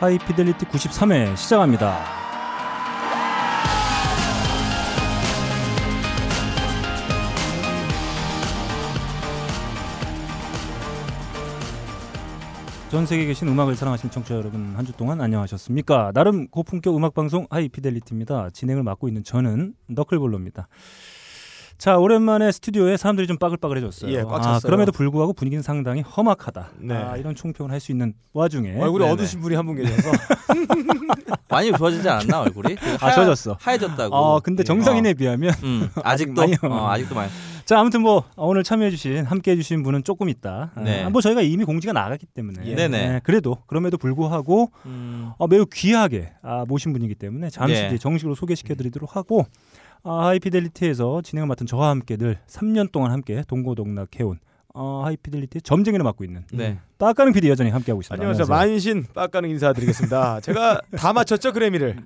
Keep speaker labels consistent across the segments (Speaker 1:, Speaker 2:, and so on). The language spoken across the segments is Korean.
Speaker 1: 하이피델리티 93회 시작합니다. 전 세계에 계신 음악을 사랑하시는 청취자 여러분 한 주 동안 안녕하셨습니까? 나름 고품격 음악 방송 하이피델리티입니다. 진행을 맡고 있는 저는 너클볼로입니다. 자 오랜만에 스튜디오에 사람들이 좀 빠글빠글해졌어요.
Speaker 2: 예, 꽉
Speaker 1: 아,
Speaker 2: 찼어요.
Speaker 1: 그럼에도 불구하고 분위기는 상당히 험악하다.
Speaker 2: 네.
Speaker 1: 아, 이런 총평을 할 수 있는 와중에
Speaker 2: 얼굴이
Speaker 3: 네네.
Speaker 2: 어두신 분이 한 분 계셔서
Speaker 3: 많이 좋아지지 않았나 얼굴이? 되게
Speaker 1: 아, 좋아졌어.
Speaker 3: 하얘졌다고.
Speaker 1: 아 근데 정상인에
Speaker 3: 어.
Speaker 1: 비하면
Speaker 3: 음, 아직도
Speaker 1: 많이요.
Speaker 3: 어, 아직도 많이.
Speaker 1: 자 아무튼 뭐 오늘 참여해주신 함께해주신 분은 조금 있다.
Speaker 3: 네.
Speaker 1: 아, 뭐 저희가 이미 공지가 나갔기 때문에
Speaker 3: 예. 네네.
Speaker 1: 그래도 그럼에도 불구하고
Speaker 3: 음,
Speaker 1: 어, 매우 귀하게 아, 모신 분이기 때문에 잠시
Speaker 3: 네.
Speaker 1: 뒤에 정식으로 소개시켜드리도록 하고 아, 하이피델리티에서 진행을 맡은 저와 함께 늘 3년 동안 함께 동고동락해온 어, 하이피델리티 점쟁이를 맡고 있는
Speaker 3: 네.
Speaker 1: 따까는 PD 여전히 함께하고 있습니다.
Speaker 2: 안녕하세요 만신 빡가는 인사드리겠습니다. 제가 다 맞췄죠 그래미를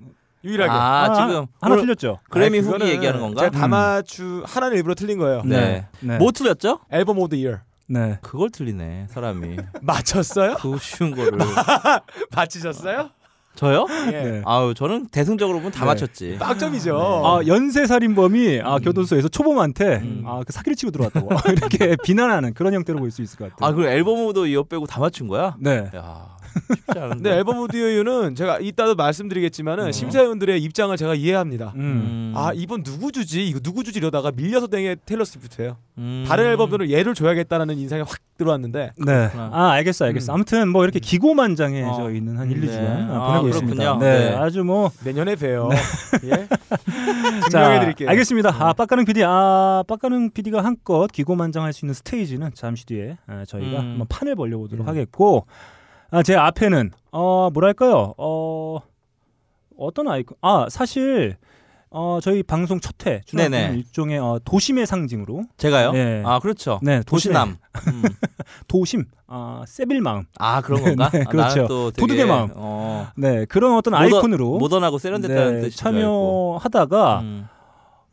Speaker 2: 유일하게
Speaker 3: 아,
Speaker 1: 아,
Speaker 3: 지금
Speaker 1: 하나
Speaker 3: 오늘
Speaker 1: 틀렸죠?
Speaker 2: 아니,
Speaker 3: 그래미 후기
Speaker 2: 그거는
Speaker 3: 얘기하는 건가?
Speaker 2: 제가 다
Speaker 1: 음.
Speaker 2: 맞추 하나는 일부러 틀린 거예요.
Speaker 1: 네.
Speaker 3: 네.
Speaker 1: 네.
Speaker 3: 뭐 틀렸죠?
Speaker 2: 앨범 오브 더 이어
Speaker 1: 네.
Speaker 3: 그걸 틀리네 사람이.
Speaker 2: 맞췄어요?
Speaker 3: 그 쉬운 거를.
Speaker 2: 맞히셨어요?
Speaker 3: 저요?
Speaker 2: 예.
Speaker 1: 네.
Speaker 3: 아유 저는 대승적으로 보면 다
Speaker 2: 네.
Speaker 3: 맞췄지.
Speaker 2: 빵점이죠.
Speaker 1: 아, 연쇄 살인범이 아, 교도소에서 초범한테
Speaker 3: 음.
Speaker 1: 아, 그 사기를 치고 들어왔다고 이렇게 비난하는 그런 형태로 볼 수 있을 것 같아요.
Speaker 3: 아 그럼 앨범 오더 이어 빼고 다 맞춘 거야?
Speaker 1: 네.
Speaker 3: 야 쉽지 않은데.
Speaker 2: 근데 네, 앨범 오브 더 이어는 제가 이따도 말씀드리겠지만은
Speaker 3: 어.
Speaker 2: 심사위원들의 입장을 제가 이해합니다.
Speaker 1: 음.
Speaker 2: 아 이번 누구 주지 이거 누구 주지 이러다가 밀려서 땡에 테일러 스위프트예요.
Speaker 3: 음.
Speaker 2: 다른 앨범들은 얘를 줘야겠다라는 인상이 확 들어왔는데
Speaker 1: 네.
Speaker 3: 그렇구나. 음.
Speaker 1: 아, 알겠어, 알겠어. 아무튼 뭐 이렇게 기고만장해
Speaker 3: 어.
Speaker 1: 져 있는 한 1,
Speaker 3: 네.
Speaker 1: 2주간
Speaker 3: 아,
Speaker 1: 보내고
Speaker 3: 그렇군요.
Speaker 1: 있습니다. 네.
Speaker 3: 네.
Speaker 1: 아주 뭐
Speaker 2: 내년에 봬요. 예?
Speaker 1: 자,
Speaker 2: 증명해드릴게요.
Speaker 1: 알겠습니다.
Speaker 3: 네.
Speaker 1: 아, 빡가능 PD. 아, 빡가능 PD가 한껏 기고만장할 수 있는 스테이지는 잠시 뒤에 아, 저희가
Speaker 3: 음.
Speaker 1: 한번 판을 벌려보도록
Speaker 2: 음.
Speaker 1: 하겠고 아, 제 앞에는 어, 뭐랄까요? 어, 어떤 아이콘? 아, 사실 어, 저희 방송 첫회
Speaker 3: 네네.
Speaker 1: 주는 일종의 어, 도심의 상징으로
Speaker 3: 제가요?
Speaker 1: 네.
Speaker 3: 아 그렇죠.
Speaker 1: 네, 도심의-
Speaker 3: 도시남. 음.
Speaker 1: 도심, 아, 세빌 마음.
Speaker 3: 아 그런 건가?
Speaker 1: 네,
Speaker 3: 아, 나는
Speaker 1: 그렇죠.
Speaker 3: 또 되게,
Speaker 1: 도둑의 마음.
Speaker 3: 어,
Speaker 1: 네, 그런 어떤
Speaker 3: 모던-
Speaker 1: 아이콘으로
Speaker 3: 모던하고 세련됐다는
Speaker 1: 네,
Speaker 3: 뜻이
Speaker 1: 참여하다가
Speaker 3: 음.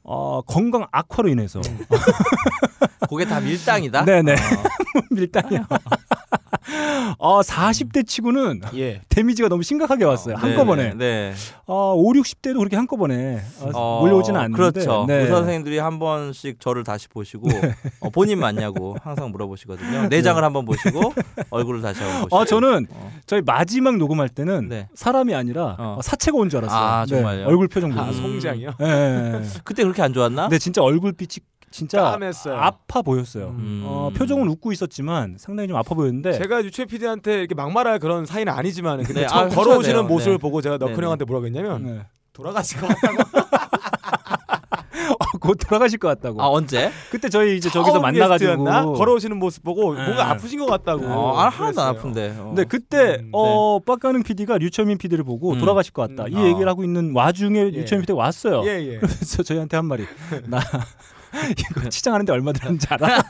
Speaker 1: 어, 건강 악화로 인해서
Speaker 3: 아, 그게 다 밀당이다.
Speaker 1: 네네.
Speaker 3: 어.
Speaker 1: 밀당이야. 어, 40대 치고는
Speaker 2: 예.
Speaker 1: 데미지가 너무 심각하게 왔어요.
Speaker 3: 네,
Speaker 1: 한꺼번에.
Speaker 3: 네.
Speaker 1: 어, 5, 60대도 그렇게 한꺼번에 어, 몰려오지는 않는데.
Speaker 3: 그렇죠.
Speaker 1: 네.
Speaker 3: 의사 선생님들이 한 번씩 저를 다시 보시고 어, 본인 맞냐고 항상 물어보시거든요. 내장을 한번 보시고 얼굴을 다시 한번 보시고.
Speaker 1: 네. 어, 저는
Speaker 3: 어.
Speaker 1: 저희 마지막 녹음할 때는
Speaker 3: 네.
Speaker 1: 사람이 아니라
Speaker 3: 어.
Speaker 1: 어, 사체가 온 줄 알았어요.
Speaker 3: 아,
Speaker 1: 네,
Speaker 3: 정말요?
Speaker 1: 얼굴 표정 보고.
Speaker 2: 아 송장이요.
Speaker 1: 예, 예, 예.
Speaker 3: 그때 그렇게 안 좋았나?
Speaker 1: 근데 진짜 얼굴빛이 진짜
Speaker 2: 까맸어요.
Speaker 1: 아파 보였어요.
Speaker 3: 음.
Speaker 1: 어, 표정은 웃고 있었지만 상당히 좀 아파 보였는데
Speaker 2: 제가 유채 PD한테 이렇게 막말할 그런 사이는 아니지만 근데
Speaker 3: 네,
Speaker 2: 처음
Speaker 3: 아,
Speaker 2: 걸어오시는
Speaker 3: 그렇죠.
Speaker 2: 모습을
Speaker 3: 네.
Speaker 2: 보고 제가
Speaker 3: 네,
Speaker 2: 너큰
Speaker 3: 네.
Speaker 2: 형한테 뭐라 그랬냐면
Speaker 1: 네.
Speaker 2: 돌아가실 것 같다고
Speaker 1: 어, 곧 돌아가실 것 같다고.
Speaker 3: 아 언제?
Speaker 1: 그때 저희 이제 저기서
Speaker 2: 처음
Speaker 1: 만나가지고
Speaker 2: 게스트였나? 걸어오시는 모습 보고
Speaker 1: 네.
Speaker 2: 뭔가 아프신 것 같다고
Speaker 3: 어, 아, 하나도
Speaker 2: 그랬어요.
Speaker 3: 안 아픈데. 어.
Speaker 1: 근데 그때
Speaker 2: 음,
Speaker 1: 어 빡가는 PD가 류철민 PD를 보고
Speaker 3: 음.
Speaker 1: 돌아가실 것 같다
Speaker 2: 음.
Speaker 1: 이
Speaker 3: 아.
Speaker 1: 얘기를 하고 있는 와중에 류철민 PD가 왔어요.
Speaker 2: 예, 예.
Speaker 1: 그래서 저희한테 한 말이 나 이거 치장하는데 얼마 들었는지 알아?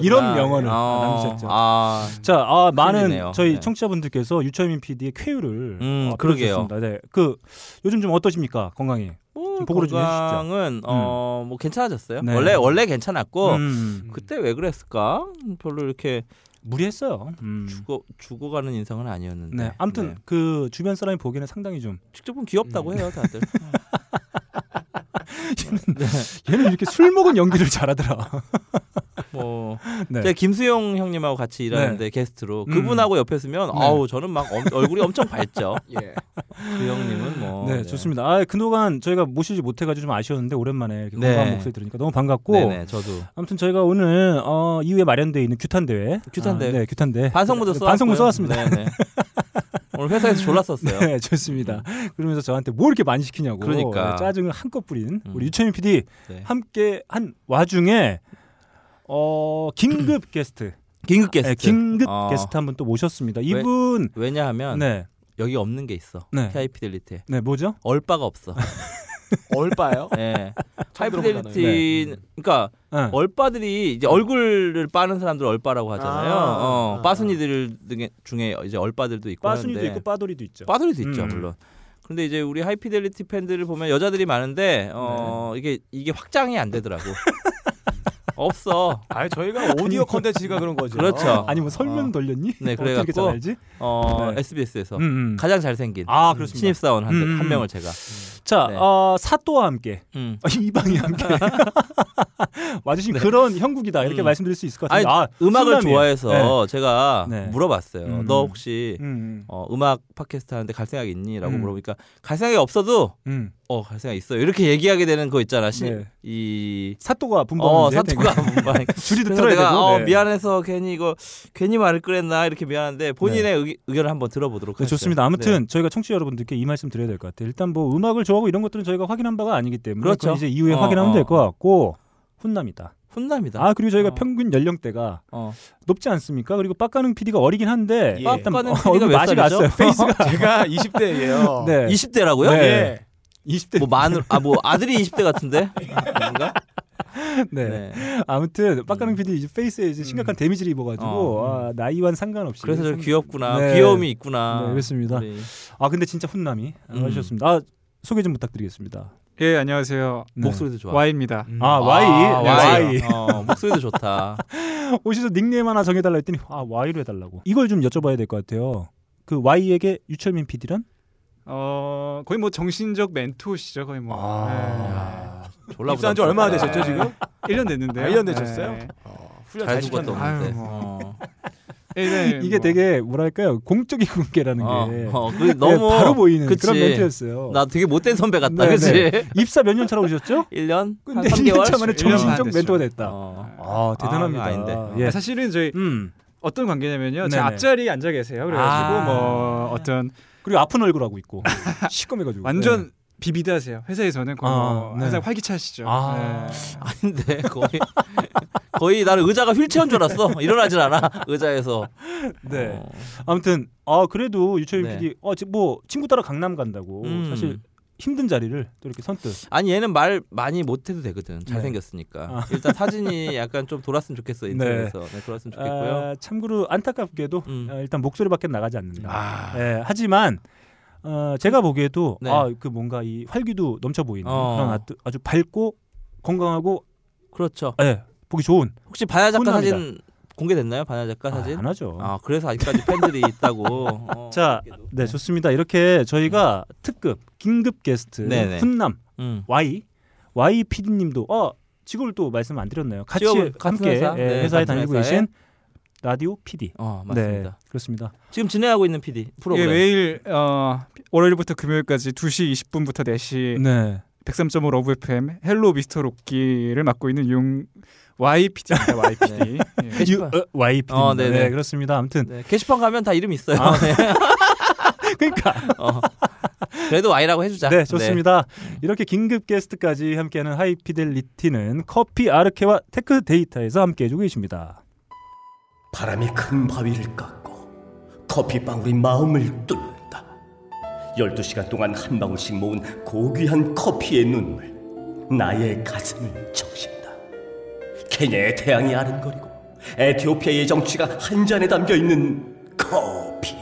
Speaker 1: 이런
Speaker 3: 아,
Speaker 1: 명언을
Speaker 3: 어,
Speaker 1: 남기셨죠.
Speaker 3: 아,
Speaker 1: 자, 아, 많은
Speaker 3: 큰일이네요.
Speaker 1: 저희
Speaker 3: 네.
Speaker 1: 청취자분들께서 유철민 PD의 쾌유를
Speaker 3: 음,
Speaker 1: 어,
Speaker 3: 그러게요.
Speaker 1: 보여주셨습니다. 네, 그 요즘 좀 어떠십니까 건강이?
Speaker 3: 뭐,
Speaker 1: 좀 보고를 좀 해주시죠. 음.
Speaker 3: 건강은 어, 뭐 괜찮아졌어요.
Speaker 1: 네.
Speaker 3: 원래 원래 괜찮았고
Speaker 1: 음,
Speaker 3: 그때 왜 그랬을까? 별로 이렇게
Speaker 1: 무리했어요. 음.
Speaker 3: 죽어 죽어가는 인상은 아니었는데.
Speaker 1: 네, 아무튼 음.
Speaker 3: 네.
Speaker 1: 그 주변 사람이 보기에는 상당히 좀
Speaker 3: 직접 보면 귀엽다고 해요 다들. 네.
Speaker 1: 얘는 이렇게 술 먹은 연기를 잘하더라.
Speaker 3: 뭐
Speaker 1: 네.
Speaker 3: 제가 김수용 형님하고 같이 일하는데 게스트로
Speaker 1: 음.
Speaker 3: 그분하고 옆에 있으면
Speaker 1: 네.
Speaker 3: 아우 저는 막 엄- 얼굴이 엄청 밝죠.
Speaker 2: 예.
Speaker 3: 그 형님은 뭐.
Speaker 1: 네, 좋습니다. 아, 그동안 저희가 모시지 못해가지고 좀 아쉬웠는데 오랜만에 이렇게
Speaker 3: 네.
Speaker 1: 건강 목소리 들으니까 너무 반갑고.
Speaker 3: 네네 저도
Speaker 1: 아무튼 저희가 오늘 어, 이후에 마련되어 있는 규탄 대회,
Speaker 3: 규탄 대회.
Speaker 1: 아, 네, 규탄 대회.
Speaker 3: 반성문도 써.
Speaker 1: 반성문 써왔습니다.
Speaker 3: 네네. 오늘 회사에서 졸라 썼어요. 음.
Speaker 1: 네, 좋습니다. 그러면서 저한테 뭐 이렇게 많이 시키냐고
Speaker 3: 그러니까.
Speaker 1: 네, 짜증을 한껏 뿌린
Speaker 3: 음.
Speaker 1: 우리 유채민 PD
Speaker 3: 네.
Speaker 1: 함께 한 와중에 어, 긴급 게스트,
Speaker 3: 긴급 게스트.
Speaker 1: 네, 긴급
Speaker 3: 어. 음.
Speaker 1: 게스트 한 분 또 모셨습니다. 이분,
Speaker 3: 왜냐하면
Speaker 1: 네,
Speaker 3: 여기 없는 게 있어.
Speaker 1: 네.
Speaker 3: 하이피델리티.
Speaker 1: 네, 뭐죠?
Speaker 3: 얼빠가 없어.
Speaker 2: 얼빠요?
Speaker 3: 예.
Speaker 2: 처음 네. 들어본
Speaker 3: 하이피델리티. 그러니까
Speaker 1: 네.
Speaker 3: 얼빠들이 이제 얼굴을 빠는 사람들 얼빠라고 하잖아요.
Speaker 2: 아,
Speaker 3: 어,
Speaker 2: 아,
Speaker 3: 빠순이들 등에- 중에 이제 얼빠들도 있고
Speaker 1: 빠순이도
Speaker 3: 하는데
Speaker 1: 있고 빠돌이도 있죠.
Speaker 3: 빠돌이도 있죠
Speaker 1: 음.
Speaker 3: 물론. 그런데 이제 우리
Speaker 1: 네.
Speaker 3: 하이피델리티 팬들을 보면 여자들이 많은데 어 이게 이게 확장이 안 되더라고. 없어.
Speaker 2: 아 저희가 오디오 컨텐츠가 그런 거죠.
Speaker 3: 그렇죠.
Speaker 1: 아니 뭐 설명
Speaker 2: 아.
Speaker 1: 돌렸니?
Speaker 3: 네,
Speaker 1: 어떻게 이렇게
Speaker 3: 그래갖고
Speaker 1: 잘 알지?
Speaker 3: 어,
Speaker 1: 네.
Speaker 3: SBS에서
Speaker 1: 음, 음.
Speaker 3: 가장 잘생긴
Speaker 1: 아 그렇습니다.
Speaker 3: 신입사원 한, 대-
Speaker 1: 음, 음.
Speaker 3: 한 명을 제가.
Speaker 1: 자,
Speaker 3: 네.
Speaker 1: 어, 사또와 함께
Speaker 3: 음.
Speaker 1: 이방이 함께 와주신 그런 형국이다 이렇게
Speaker 3: 네. 음.
Speaker 1: 말씀드릴 수 있을 것
Speaker 3: 아니
Speaker 1: 같은데. 아,
Speaker 3: 음악을
Speaker 1: 훈남이에요.
Speaker 3: 좋아해서 제가
Speaker 1: 네.
Speaker 3: 물어봤어요.
Speaker 1: 음.
Speaker 3: 너 혹시
Speaker 1: 음, 음,
Speaker 3: 어, 음악 팟캐스트 하는데 갈 생각 있니?라고
Speaker 1: 음.
Speaker 3: 물어보니까 갈 생각이 없어도
Speaker 1: 음.
Speaker 3: 어 갈 생각 있어요. 이렇게 얘기하게 되는 거 있잖아. 시,
Speaker 1: 네.
Speaker 3: 이
Speaker 1: 사또가 분방하는
Speaker 3: 어, 사투가 뭔가
Speaker 1: 줄이도
Speaker 3: 그래서
Speaker 1: 틀어야
Speaker 3: 내가
Speaker 1: 되고.
Speaker 3: 어,
Speaker 1: 네.
Speaker 3: 미안해서 괜히 이거 괜히 말을 꺼냈나 이렇게 미안한데 본인의 의기, 의견을 한번 들어보도록
Speaker 1: 네,
Speaker 3: 하죠.
Speaker 1: 좋습니다. 아무튼 저희가 청취자 여러분들께 이 말씀 드려야 될 것 같아요. 일단 뭐 음악을 좋아하고 이런 것들은 저희가 확인한 바가 아니기 때문에
Speaker 3: 그렇죠.
Speaker 1: 그건 이제 이후에
Speaker 3: 어,
Speaker 1: 확인하면
Speaker 3: 어,
Speaker 1: 될 것 같고 훈남이다.
Speaker 3: 혼납니다.
Speaker 1: 아 그리고 저희가
Speaker 3: 어.
Speaker 1: 평균 연령대가
Speaker 3: 어.
Speaker 1: 높지 않습니까? 그리고 빡가는 PD가 어리긴 한데
Speaker 2: 예.
Speaker 1: 일단
Speaker 3: 빡가는
Speaker 1: 어,
Speaker 3: PD가
Speaker 1: 얼굴
Speaker 3: 몇
Speaker 1: 맛이
Speaker 3: 살이죠?
Speaker 1: 갔어요. 페이스가
Speaker 2: 제가 20대예요.
Speaker 1: 네.
Speaker 3: 20대라고요?
Speaker 1: 네.
Speaker 2: 예.
Speaker 1: 20대
Speaker 3: 뭐 마늘 아뭐 아들이 20대 같은데 뭔가
Speaker 1: 네.
Speaker 3: 네.
Speaker 1: 아무튼 빡가는 PD 이제 페이스에 이제 심각한 데미지를 입어가지고
Speaker 3: 음. 어,
Speaker 1: 아, 나이와는 상관없이
Speaker 3: 그래서 저
Speaker 1: 참-
Speaker 3: 귀엽구나
Speaker 1: 네.
Speaker 3: 귀여움이 있구나
Speaker 1: 네, 그렇습니다.
Speaker 3: 우리.
Speaker 1: 아 근데 진짜 훈남이
Speaker 3: 음.
Speaker 1: 하셨습니다. 아 소개 좀 부탁드리겠습니다.
Speaker 4: 예 안녕하세요
Speaker 1: 네.
Speaker 3: 목소리도 좋아
Speaker 4: 와입니다.
Speaker 2: 음.
Speaker 1: 아 와이 네,
Speaker 3: 와이.
Speaker 1: 와이.
Speaker 3: 어, 목소리도 좋다
Speaker 1: 오셔서 닉네임 하나 정해달라 했더니 아 Y로 해달라고 이걸 좀 여쭤봐야 될 것 같아요. 그 Y에게 유철민 PD란?
Speaker 4: 어 거의 뭐 정신적 멘토시죠 거의 뭐. 예. 네.
Speaker 3: 졸라
Speaker 2: 입사한 지 얼마나 되셨죠, 지금?
Speaker 4: 1년 됐는데요.
Speaker 2: 아, 1년 되셨어요?
Speaker 4: 네.
Speaker 2: 어, 훈련
Speaker 3: 잘
Speaker 2: 잘
Speaker 3: 죽었도
Speaker 2: 시켰네.
Speaker 4: 아유,
Speaker 3: 없는데
Speaker 4: 뭐.
Speaker 3: 어.
Speaker 4: 네, 네,
Speaker 1: 이게
Speaker 4: 뭐.
Speaker 1: 되게 뭐랄까요 공적인 관계라는
Speaker 3: 어,
Speaker 1: 게
Speaker 3: 어, 그
Speaker 1: 예,
Speaker 3: 너무
Speaker 1: 바로 보이는 그
Speaker 3: 그치.
Speaker 1: 런 멘트였어요.
Speaker 3: 나 되게 못된 선배 같다
Speaker 1: 네,
Speaker 3: 그치?
Speaker 1: 입사 몇 년 차로 오셨죠?
Speaker 3: 1년? 한
Speaker 1: 근데
Speaker 3: 3개월?
Speaker 1: 1년 차 만에
Speaker 4: 일년반
Speaker 1: 정신적
Speaker 4: 됐죠.
Speaker 1: 멘토가 됐다.
Speaker 3: 어.
Speaker 1: 아 대단합니다.
Speaker 3: 아, 아닌데.
Speaker 1: 예.
Speaker 4: 아, 사실은 저희
Speaker 1: 음.
Speaker 4: 어떤 관계냐면요. 제
Speaker 1: 네네.
Speaker 4: 앞자리에 앉아 계세요. 그래가지고
Speaker 1: 아.
Speaker 4: 뭐 어떤
Speaker 1: 그리고 아픈 얼굴 하고 있고 시꺼매가지고
Speaker 4: 완전 비비드하세요. 회사에서는 거의
Speaker 1: 아,
Speaker 4: 뭐
Speaker 1: 네.
Speaker 4: 항상 활기차시죠.
Speaker 1: 아.
Speaker 4: 네.
Speaker 3: 아닌데 거의 거의 나는 의자가 휠체어인 줄 알았어 일어나질 않아 의자에서
Speaker 1: 네. 네.
Speaker 3: 어.
Speaker 1: 아무튼 아 그래도 유철민
Speaker 3: 네.
Speaker 1: PD 어, 지- 뭐 친구 따라 강남 간다고
Speaker 3: 음.
Speaker 1: 사실 힘든 자리를 또 이렇게 선뜻
Speaker 3: 아니 얘는 말 많이 못해도
Speaker 1: 네.
Speaker 3: 되거든 잘생겼으니까
Speaker 1: 아.
Speaker 3: 일단 사진이 약간 좀 돌았으면 좋겠어 인터넷에서 네. 돌았으면 좋겠고요
Speaker 1: 아, 참고로 안타깝게도
Speaker 3: 음.
Speaker 1: 아, 일단 목소리밖에 나가지 않는다.
Speaker 2: 아.
Speaker 1: 예, 하지만 어, 제가 보기에도
Speaker 3: 네.
Speaker 1: 아, 그 뭔가 이 활기도 넘쳐 보이는
Speaker 3: 어.
Speaker 1: 그런 아주, 아주 밝고 건강하고
Speaker 3: 그렇죠
Speaker 1: 예, 보기 좋은
Speaker 3: 혹시 반야 작가
Speaker 1: 훈남이다.
Speaker 3: 사진 공개됐나요 반야 작가 사진
Speaker 1: 아, 안 하죠.
Speaker 3: 아 그래서 아직까지 팬들이 있다고 어,
Speaker 1: 자,
Speaker 3: 그래도.
Speaker 1: 네 좋습니다. 이렇게 저희가 특급 긴급 게스트
Speaker 3: 네네.
Speaker 1: 훈남
Speaker 3: 음.
Speaker 1: Y Y PD님도 어 직업을 또 말씀 안 드렸나요? 같이
Speaker 3: 직업을 같은
Speaker 1: 함께
Speaker 3: 회사?
Speaker 1: 예,
Speaker 3: 네,
Speaker 1: 회사에
Speaker 3: 같은
Speaker 1: 다니고
Speaker 3: 회사에.
Speaker 1: 계신 라디오 PD.
Speaker 3: 어 맞습니다
Speaker 1: 네, 예, 그렇습니다.
Speaker 3: 지금 진행하고 있는 PD
Speaker 4: 이게
Speaker 3: 프로그램
Speaker 4: 매일 어, 월요일부터 금요일까지 2시 20분부터
Speaker 3: 예.
Speaker 4: 4시
Speaker 1: 네.
Speaker 4: 103.5 러브 FM 헬로 미스터 로끼를 맡고 있는 용 YPD입니다. YPD. 예.
Speaker 1: 유,
Speaker 3: 게시판.
Speaker 1: 어, Y PD입니다.
Speaker 3: 어, 네네.
Speaker 1: 네, 그렇습니다. 아무튼
Speaker 3: 네, 게시판 가면 다 이름 있어요
Speaker 1: 아.
Speaker 3: 네.
Speaker 1: 그러니까
Speaker 3: 어. 그래도 Y라고 해주자
Speaker 1: 네 좋습니다. 이렇게 긴급 게스트까지 함께하는 하이피델리티는 커피 아르케와 테크 데이터에서 함께해주고 계십니다.
Speaker 5: 바람이 큰 바위를 깎고 커피방울이 마음을 뚫는다. 12시간 동안 한 방울씩 모은 고귀한 커피의 눈물 나의 가슴을 적신다. 케냐의 태양이 아른거리고 에티오피아의 정취가 한 잔에 담겨 있는 커피.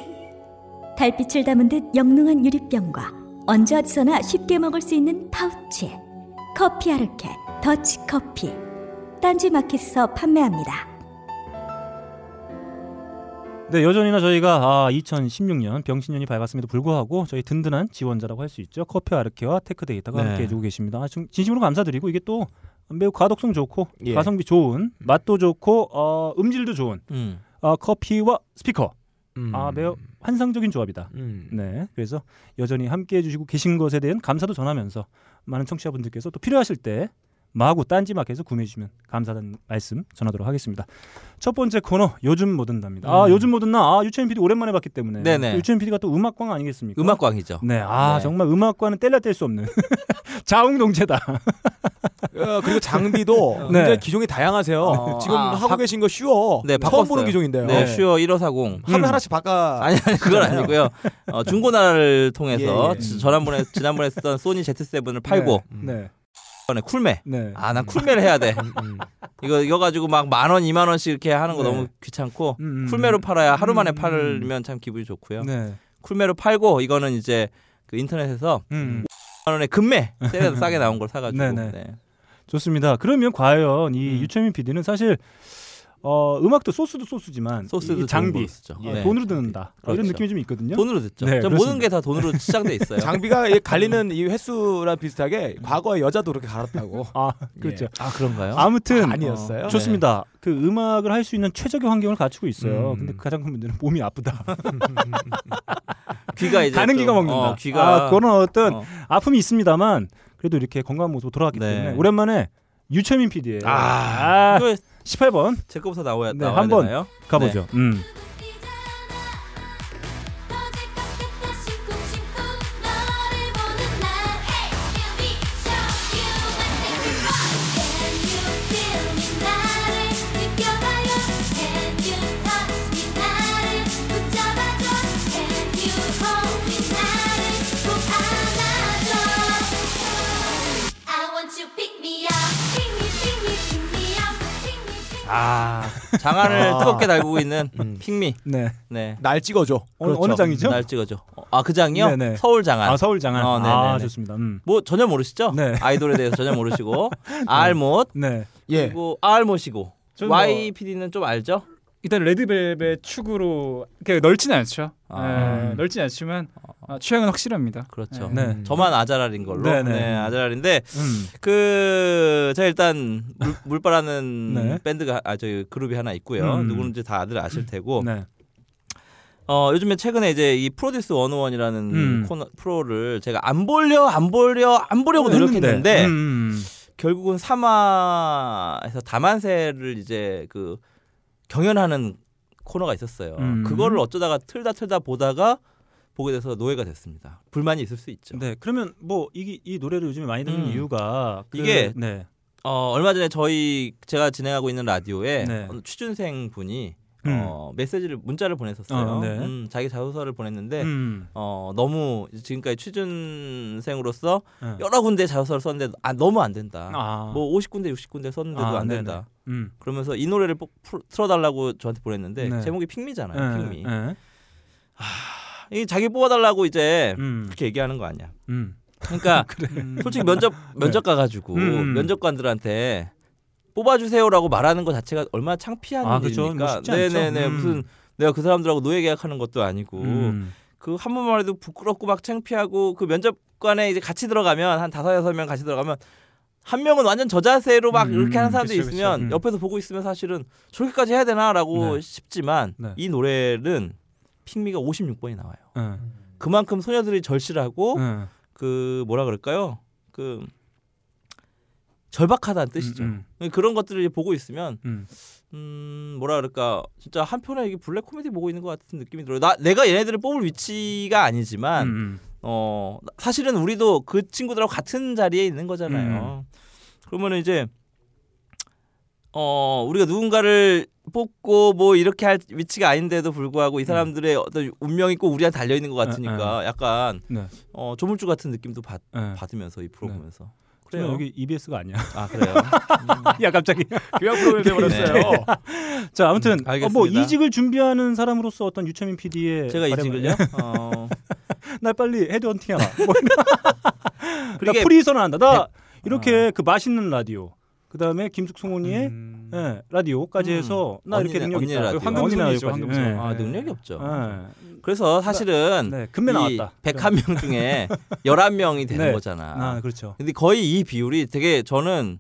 Speaker 6: 달빛을 담은 듯 영롱한 유리병과 언제 어디서나 쉽게 먹을 수 있는 파우치에 커피 아르케 더치 커피 딴지 마켓에서 판매합니다.
Speaker 1: 네 여전히나 저희가 아, 2016년 병신년이 밝았음에도 불구하고 저희 든든한 지원자라고 할 수 있죠. 커피 아르케와 테크 데이터가
Speaker 3: 네.
Speaker 1: 함께해주고 계십니다. 아, 진- 진심으로 감사드리고 이게 또 매우 가독성 좋고
Speaker 3: 예.
Speaker 1: 가성비 좋은 맛도 좋고 어, 음질도 좋은
Speaker 3: 음.
Speaker 1: 어, 커피와 스피커
Speaker 2: 음.
Speaker 1: 아 매우 환상적인 조합이다.
Speaker 2: 음.
Speaker 1: 네, 그래서 여전히 함께해 주시고 계신 것에 대한 감사도 전하면서 많은 청취자분들께서 또 필요하실 때 마구 딴지마켓에서 구매해 주시면 감사하다는 말씀 전하도록 하겠습니다. 첫 번째 코너 요즘 뭐든답니다. 아
Speaker 3: 음.
Speaker 1: 요즘 뭐든나 아 유채민 PD 오랜만에 봤기 때문에
Speaker 3: 네네.
Speaker 1: 또 유채민 PD가 또 음악광 아니겠습니까?
Speaker 3: 음악광이죠
Speaker 1: 네, 아
Speaker 3: 네.
Speaker 1: 정말 음악과는 뗄려 뗄 수 없는 자웅동체다.
Speaker 2: 어, 그리고 장비도
Speaker 1: 네.
Speaker 2: 굉장히 기종이 다양하세요.
Speaker 3: 어,
Speaker 2: 지금
Speaker 3: 아,
Speaker 2: 하고
Speaker 3: 바-
Speaker 2: 계신 거 쉬워.
Speaker 3: 네,
Speaker 2: 처음
Speaker 3: 바꿨어요.
Speaker 2: 보는 기종인데요.
Speaker 3: 네,
Speaker 1: 어.
Speaker 3: 슈어 1540.
Speaker 2: 하루에
Speaker 1: 음.
Speaker 2: 하나씩 바꿔.
Speaker 3: 아니, 아니 그건 아니고요. 어, 중고나라를 통해서
Speaker 2: 예, 예.
Speaker 3: 지- 저난번에 지난번에 쓰던 소니 Z7을 팔고
Speaker 2: 음.
Speaker 1: 네,
Speaker 3: 이번에 쿨매.
Speaker 1: 네.
Speaker 3: 아, 난 쿨매를 해야 돼.
Speaker 2: 음.
Speaker 3: 이거 이거 가지고 막 만 원, 이만 원씩 이렇게 하는 거
Speaker 1: 네.
Speaker 3: 너무 귀찮고
Speaker 1: 음, 음.
Speaker 3: 쿨매로 팔아야 하루 만에
Speaker 1: 음.
Speaker 3: 팔면 참 기분이 좋고요.
Speaker 1: 네,
Speaker 3: 쿨매로 팔고 이거는 이제 그 인터넷에서
Speaker 1: 음.
Speaker 3: 만 원에 금매 세일해서 싸게 나온 걸 사가지고
Speaker 1: 네, 네.
Speaker 3: 네.
Speaker 1: 좋습니다. 그러면 과연 이
Speaker 3: 음.
Speaker 1: 유채민 PD는 사실 어, 음악도 소스도 소스지만
Speaker 3: 소스도
Speaker 1: 이 장비
Speaker 3: 쓰죠.
Speaker 2: 예.
Speaker 1: 어, 돈으로 듣는다 이런
Speaker 3: 네. 그렇죠.
Speaker 1: 느낌이 좀 있거든요.
Speaker 3: 돈으로 듣죠.
Speaker 1: 네,
Speaker 3: 전
Speaker 1: 그렇습니다.
Speaker 3: 모든 게 다 돈으로 시작돼 있어요.
Speaker 2: 장비가 이 갈리는 이 횟수랑 비슷하게 과거에 여자도 그렇게 갈았다고.
Speaker 1: 아 그렇죠.
Speaker 2: 예.
Speaker 3: 아 그런가요? 네.
Speaker 1: 아무튼
Speaker 2: 아니었어요?
Speaker 1: 어, 좋습니다. 그 음악을 할 수 있는 최적의 환경을 갖추고 있어요.
Speaker 4: 음.
Speaker 1: 근데 그 가장 큰 문제는 몸이 아프다.
Speaker 3: 귀가 이제
Speaker 1: 가는
Speaker 3: 좀,
Speaker 1: 기가 먹는다.
Speaker 3: 어, 귀가
Speaker 1: 아, 그거는 어떤
Speaker 3: 어.
Speaker 1: 아픔이 있습니다만 그래도 이렇게 건강한 모습으로 돌아왔기
Speaker 3: 네.
Speaker 1: 때문에 오랜만에 유채민 PD의
Speaker 3: 아, 이거
Speaker 1: 18번
Speaker 3: 제 거부터 나와야
Speaker 1: 네,
Speaker 3: 나와야
Speaker 1: 한번
Speaker 3: 되나요?
Speaker 1: 가보죠.
Speaker 3: 네.
Speaker 1: 음.
Speaker 7: Pick me up, pick me, pick me, pick me up, pick me, pick me up.
Speaker 3: 아 장안을
Speaker 2: 아.
Speaker 3: 뜨겁게 달구고 있는
Speaker 2: 음.
Speaker 3: 핑미.
Speaker 1: 네.
Speaker 3: 네.
Speaker 2: 날 찍어줘. 그렇죠.
Speaker 1: 어, 어느 장이죠?
Speaker 3: 날 찍어줘. 아 그 장이요?
Speaker 1: 네네.
Speaker 3: 서울 장안.
Speaker 1: 아 서울 장안.
Speaker 3: 어, 네, 네,
Speaker 1: 아
Speaker 3: 네.
Speaker 1: 좋습니다. 음.
Speaker 3: 뭐 전혀 모르시죠?
Speaker 1: 네.
Speaker 3: 아이돌에 대해서 전혀 모르시고 알못
Speaker 1: 네.
Speaker 2: 예.
Speaker 3: 그리고 알못이고
Speaker 4: 저는 뭐-
Speaker 3: Y PD는 좀 알죠?
Speaker 4: 일단 레드벨벳 축으로 그러니까 넓진 않죠.
Speaker 3: 아.
Speaker 4: 예,
Speaker 1: 음.
Speaker 4: 넓진 않지만
Speaker 1: 어.
Speaker 4: 아, 취향은 확실합니다.
Speaker 3: 그렇죠.
Speaker 1: 네.
Speaker 2: 음.
Speaker 3: 저만 아자랄인 걸로.
Speaker 1: 네네.
Speaker 3: 네, 아자랄인데
Speaker 1: 음.
Speaker 3: 그 제가 일단 물, 물바라는
Speaker 1: 네.
Speaker 3: 밴드가 아저 그룹이 하나 있고요.
Speaker 1: 음.
Speaker 3: 누구는지 다들 아실 테고.
Speaker 1: 네.
Speaker 3: 어 요즘에 최근에 이제 이 프로듀스 101이라는
Speaker 1: 음.
Speaker 3: 코너 프로를 제가 안 보려 안 보려 안 보려고 노력했는데
Speaker 1: 음.
Speaker 3: 결국은 3화에서 다만세를 이제 그 경연하는 코너가 있었어요.
Speaker 1: 음.
Speaker 3: 그거를 어쩌다가 틀다 틀다 보다가 보게 돼서 노예가 됐습니다. 불만이 있을 수 있죠.
Speaker 1: 네. 그러면 뭐 이게 이 노래를 요즘에 많이 듣는
Speaker 3: 음.
Speaker 1: 이유가 그-
Speaker 3: 이게
Speaker 1: 네.
Speaker 3: 어, 얼마 전에 저희 제가 진행하고 있는 라디오에
Speaker 1: 네.
Speaker 3: 어느 취준생 분이
Speaker 1: 음.
Speaker 3: 어, 메시지를 문자를 보냈었어요.
Speaker 1: 어, 네.
Speaker 3: 음, 자기 자소서를 보냈는데
Speaker 1: 음.
Speaker 3: 어, 너무 지금까지 취준생으로서
Speaker 1: 네.
Speaker 3: 여러 군데 자소서를 썼는데 아, 너무 안 된다.
Speaker 1: 아.
Speaker 3: 뭐 50군데 60군데 썼는데도
Speaker 1: 아,
Speaker 3: 안
Speaker 1: 네네.
Speaker 3: 된다.
Speaker 1: 음.
Speaker 3: 그러면서 이 노래를 꼭 풀- 틀어달라고 저한테 보냈는데
Speaker 1: 네.
Speaker 3: 제목이 핑미잖아요.
Speaker 1: 예,
Speaker 3: 핑미.
Speaker 1: 예.
Speaker 3: 이 자기 뽑아달라고 이제
Speaker 1: 음.
Speaker 3: 그렇게 얘기하는 거 아니야.
Speaker 1: 음.
Speaker 3: 그러니까
Speaker 1: 그래. 네.
Speaker 3: 솔직히 면접 면접 가가지고
Speaker 1: 음.
Speaker 3: 면접관들한테 뽑아주세요라고 말하는 것 자체가 얼마나 창피한
Speaker 1: 아, 그렇죠.
Speaker 3: 일입니까?
Speaker 1: 뭐 쉽지 않죠.
Speaker 3: 네네네
Speaker 1: 음.
Speaker 3: 무슨 내가 그 사람들하고 노예 계약하는 것도 아니고
Speaker 1: 음.
Speaker 3: 그 한 번만 해도 부끄럽고 막 창피하고 그 면접관에 이제 같이 들어가면 한 다섯 여섯 명 같이 들어가면 한 명은 완전 저자세로 막
Speaker 1: 음,
Speaker 3: 이렇게 하는 사람도
Speaker 1: 그쵸,
Speaker 3: 있으면
Speaker 1: 그쵸. 음.
Speaker 3: 옆에서 보고 있으면 사실은 저렇게까지 해야 되나라고
Speaker 1: 네.
Speaker 3: 싶지만
Speaker 1: 네.
Speaker 3: 이 노래는 핑미가 56번이 나와요.
Speaker 1: 예.
Speaker 3: 그만큼 소녀들이 절실하고
Speaker 1: 예.
Speaker 3: 그 뭐라 그럴까요? 그 절박하다는 뜻이죠. 네,
Speaker 1: 음,
Speaker 3: 그런 것들을 보고 있으면
Speaker 1: 음.
Speaker 3: 음 뭐라 그럴까 진짜 한편에 이게 블랙 코미디 보고 있는 것 같은 느낌이 들어요. 나 내가 얘네들을 뽑을 위치가 아니지만
Speaker 1: 음,
Speaker 3: 어 사실은 우리도 그 친구들하고 같은 자리에 있는
Speaker 1: 음.
Speaker 3: 거잖아요. 그러면 이제 어 우리가 누군가를 뽑고 뭐 이렇게 할 위치가 아닌데도
Speaker 1: 음.
Speaker 3: 불구하고 이 사람들의 어떤 운명이 꼭 우리한테 달려 있는 것 같으니까 약간
Speaker 1: 아, 네.
Speaker 3: 어 조물주 같은 느낌도 받,
Speaker 1: 음. 예.
Speaker 3: 받으면서 이 프로
Speaker 1: 네.
Speaker 3: 보면서
Speaker 1: 저는
Speaker 3: 아, 그래요.
Speaker 1: 여기 EBS가 아니야.
Speaker 3: 아 그래요.
Speaker 1: 야 갑자기.
Speaker 2: 교양 프로그램 돼버렸어요.
Speaker 1: 자 아무튼
Speaker 3: 음,
Speaker 1: 어, 뭐
Speaker 3: 알겠습니다.
Speaker 1: 이직을 준비하는 사람으로서 어떤 유채민 PD의
Speaker 3: 네, 제가 이직을요. 어,
Speaker 1: 나 빨리 헤드헌팅해라. 뭐 이런. 나
Speaker 3: 그러게- 네. 아.
Speaker 1: 프리선언 한다. 나 이렇게 그 맛있는 라디오. 그 다음에 김숙송은이의
Speaker 4: 음.
Speaker 1: 예, 라디오까지
Speaker 3: 음.
Speaker 1: 해서 나 이렇게
Speaker 3: 언니네-
Speaker 1: 능력
Speaker 3: 언니네
Speaker 1: 있다. 그
Speaker 3: 라디오.
Speaker 4: 황금손이죠,
Speaker 1: 황금손이죠,
Speaker 4: 황금손.
Speaker 1: 예.
Speaker 3: 아 그렇죠. 능력이 없죠.
Speaker 1: 예.
Speaker 3: 그래서 사실은
Speaker 1: 네, 금메 나왔다.
Speaker 3: 101명 중에 11명이 되는
Speaker 1: 네.
Speaker 3: 거잖아.
Speaker 1: 아 그렇죠.
Speaker 3: 근데 거의 이 비율이 되게 저는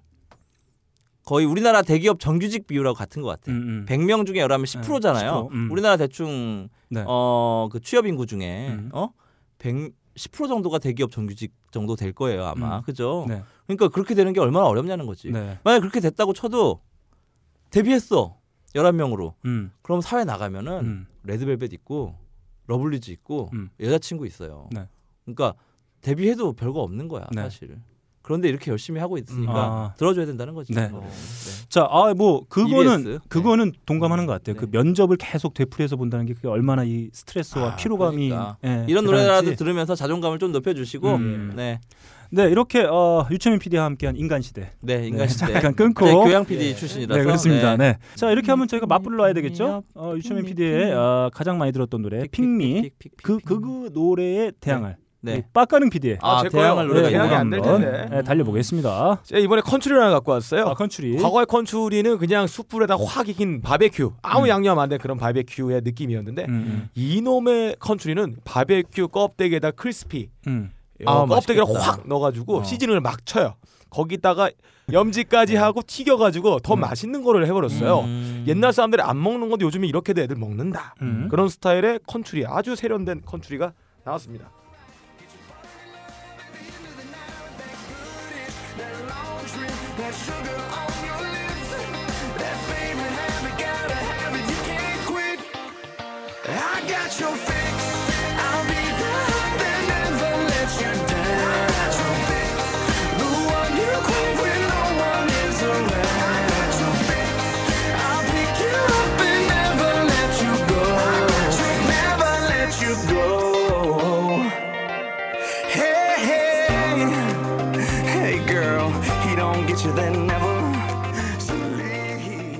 Speaker 3: 거의 우리나라 대기업 정규직 비율하고 같은 것 같아요.
Speaker 1: 음, 음.
Speaker 3: 100명 중에 11명
Speaker 1: 네,
Speaker 3: 10%잖아요.
Speaker 1: 10%, 음.
Speaker 3: 우리나라 대충
Speaker 1: 네.
Speaker 3: 어, 그 취업 인구 중에
Speaker 1: 음.
Speaker 3: 어? 100 10% 정도가 대기업 정규직 정도 될 거예요, 아마.
Speaker 1: 음.
Speaker 3: 그죠?
Speaker 1: 네.
Speaker 3: 그러니까 그렇게 되는 게 얼마나 어렵냐는 거지.
Speaker 1: 네.
Speaker 3: 만약에 그렇게 됐다고 쳐도 데뷔했어. 11명으로.
Speaker 1: 음.
Speaker 3: 그럼 사회 나가면은
Speaker 1: 음.
Speaker 3: 레드벨벳 있고 러블리즈 있고
Speaker 1: 음.
Speaker 3: 여자친구 있어요.
Speaker 1: 네.
Speaker 3: 그러니까 데뷔해도 별거 없는 거야
Speaker 1: 네.
Speaker 3: 사실. 그런데 이렇게 열심히 하고 있으니까
Speaker 1: 아.
Speaker 3: 들어줘야 된다는 거지.
Speaker 1: 네.
Speaker 3: 그거를.
Speaker 1: 자, 아, 뭐 그거는
Speaker 3: EBS.
Speaker 1: 그거는 동감하는 것 같아요.
Speaker 3: 네.
Speaker 1: 그 면접을 계속 되풀이해서 본다는 게 그게 얼마나 이 스트레스와
Speaker 3: 아,
Speaker 1: 피로감이
Speaker 3: 그러니까.
Speaker 1: 예, 대단한지.
Speaker 3: 이런 노래라도 들으면서 자존감을 좀 높여주시고
Speaker 1: 음.
Speaker 3: 네,
Speaker 1: 네, 이렇게 어, 유채민 PD와 함께한 인간 시대.
Speaker 3: 네 인간 시대.
Speaker 1: 잠깐
Speaker 3: 네,
Speaker 1: 끊고
Speaker 3: 교양 PD 출신이라서
Speaker 1: 네, 그렇습니다.
Speaker 3: 네. 음,
Speaker 1: 네. 자, 이렇게 하면 저희가 맞불을 놔야 되겠죠? 어, 유채민 PD의 어, 가장 많이 아, 들었던 노래 핑미
Speaker 3: 픽, 픽, 픽, 픽,
Speaker 1: 그 그
Speaker 3: 픽.
Speaker 1: 노래에 대항할 우리
Speaker 3: 네.
Speaker 1: 빡가능 PD의
Speaker 3: 아,
Speaker 2: 제 거요.
Speaker 3: 대항할 노래가
Speaker 2: 네, 대항이
Speaker 3: 있구나. 음.
Speaker 2: 안될
Speaker 1: 한번,
Speaker 2: 텐데.
Speaker 1: 예, 달려보겠습니다.
Speaker 2: 제가 이번에 컨츄리를 하나 갖고 왔어요.
Speaker 1: 아, 컨츄리.
Speaker 2: 과거의 컨츄리는 그냥 숯불에다 확 익힌 바베큐 아무
Speaker 1: 음.
Speaker 2: 양념 안 된 그런 바베큐의 느낌이었는데
Speaker 1: 음, 음,
Speaker 2: 이놈의 컨츄리는 바베큐 껍데기에다 크리스피
Speaker 1: 음.
Speaker 3: 아,
Speaker 2: 어, 껍데기를
Speaker 3: 맛있겠다.
Speaker 2: 확 넣어가지고
Speaker 1: 어.
Speaker 2: 시즈닝을 막 쳐요. 거기다가 염지까지 하고 튀겨가지고 더
Speaker 1: 음.
Speaker 2: 맛있는 거를 해버렸어요.
Speaker 3: 음.
Speaker 2: 옛날 사람들이 안 먹는 건데 요즘에 이렇게 애들 먹는다.
Speaker 1: 음.
Speaker 2: 그런 스타일의 컨츄리 아주 세련된 컨츄리가 나왔습니다.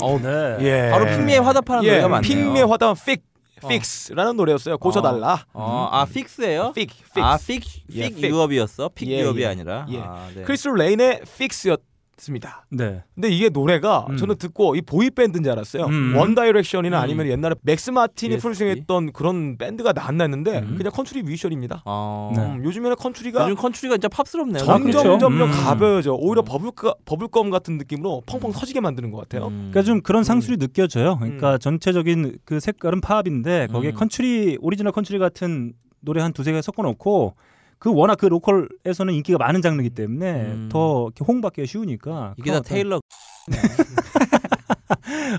Speaker 1: 어, 네.
Speaker 2: 예.
Speaker 3: 바로 핑미에 화답하는
Speaker 2: 예,
Speaker 3: 노래가 많네요.
Speaker 2: 핑미의 화담 픽 픽스라는 노래였어요. 고쳐달라.
Speaker 3: 어, 아 픽스예요?
Speaker 2: 픽, 픽스.
Speaker 3: 아 픽, 픽
Speaker 2: 예, 픽.
Speaker 3: 유업이었어. 픽
Speaker 2: 예,
Speaker 3: 유업이
Speaker 2: 예.
Speaker 3: 아니라.
Speaker 2: 예.
Speaker 3: 아, 네.
Speaker 2: 크리스 레인의 픽스였습니다.
Speaker 1: 네.
Speaker 2: 근데 이게 노래가
Speaker 1: 음.
Speaker 2: 저는 듣고 이 보이 밴드인 줄 알았어요.
Speaker 1: 음.
Speaker 2: 원 다이렉션이나
Speaker 3: 음.
Speaker 2: 아니면 옛날에 맥스 마틴이
Speaker 3: ESP.
Speaker 2: 프로듀싱했던 그런 밴드가 나왔나 했는데
Speaker 1: 음.
Speaker 2: 그냥 컨트리 뮤지션입니다.
Speaker 3: 어.
Speaker 1: 네.
Speaker 2: 음, 요즘에는 컨트리가
Speaker 3: 요즘 컨트리가 진짜 팝스럽네요.
Speaker 1: 아,
Speaker 2: 점점
Speaker 1: 그렇죠.
Speaker 2: 점점
Speaker 1: 음.
Speaker 2: 가벼워져. 오히려 버블가, 버블검 같은 느낌으로 펑펑 터지게 만드는 것 같아요.
Speaker 3: 음.
Speaker 1: 그러니까 좀 그런 상술이 느껴져요. 그러니까 전체적인 그 색깔은 팝인데 거기에
Speaker 3: 음.
Speaker 1: 컨츄리 오리지널 컨츄리 같은 노래 한 두세 개 섞어 놓고 그 워낙 그 로컬에서는 인기가 많은 장르이기 때문에
Speaker 3: 음.
Speaker 1: 더 이렇게 홍보받기가 쉬우니까
Speaker 3: 이게
Speaker 1: 그런
Speaker 3: 다
Speaker 1: 어떤-
Speaker 3: 테일러.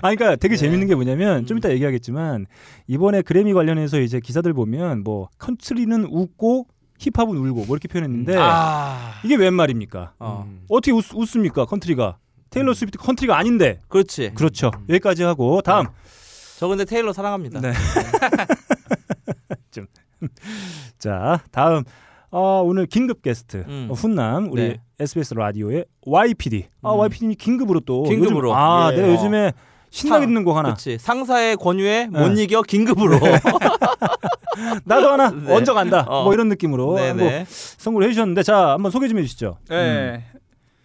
Speaker 1: 아, 그러니까 되게 재밌는 게 뭐냐면 좀
Speaker 3: 네. 음.
Speaker 1: 이따 얘기하겠지만 이번에 그래미 관련해서 이제 기사들 보면 뭐 컨트리는 웃고 힙합은 울고 뭐 이렇게 표현했는데
Speaker 3: 아.
Speaker 1: 이게 웬 말입니까?
Speaker 3: 어. 음.
Speaker 2: 음.
Speaker 1: 어떻게 웃, 웃습니까? 컨트리가 테일러 스위프트 컨트리가 아닌데
Speaker 3: 그렇지.
Speaker 1: 그렇죠. 여기까지 하고 다음
Speaker 3: 저 근데 테일러 사랑합니다.
Speaker 1: 네. 자 다음 어, 오늘 긴급 게스트
Speaker 3: 음.
Speaker 1: 어, 훈남 우리
Speaker 3: 네.
Speaker 1: SBS 라디오의 YPD 아
Speaker 3: 음.
Speaker 1: YPD님 긴급으로 또
Speaker 3: 긴급으로.
Speaker 1: 요즘, 아
Speaker 2: 예.
Speaker 1: 내가 요즘에 신나게
Speaker 3: 상.
Speaker 1: 듣는 곡 하나
Speaker 3: 그렇지. 상사의 권유에 못 이겨 긴급으로.
Speaker 1: 나도 하나
Speaker 3: 네.
Speaker 1: 얹어 간다
Speaker 3: 어.
Speaker 1: 뭐 이런 느낌으로 뭐
Speaker 3: 네네.
Speaker 1: 선곡을 해주셨는데 자 한번 소개 좀 해주시죠
Speaker 4: 예.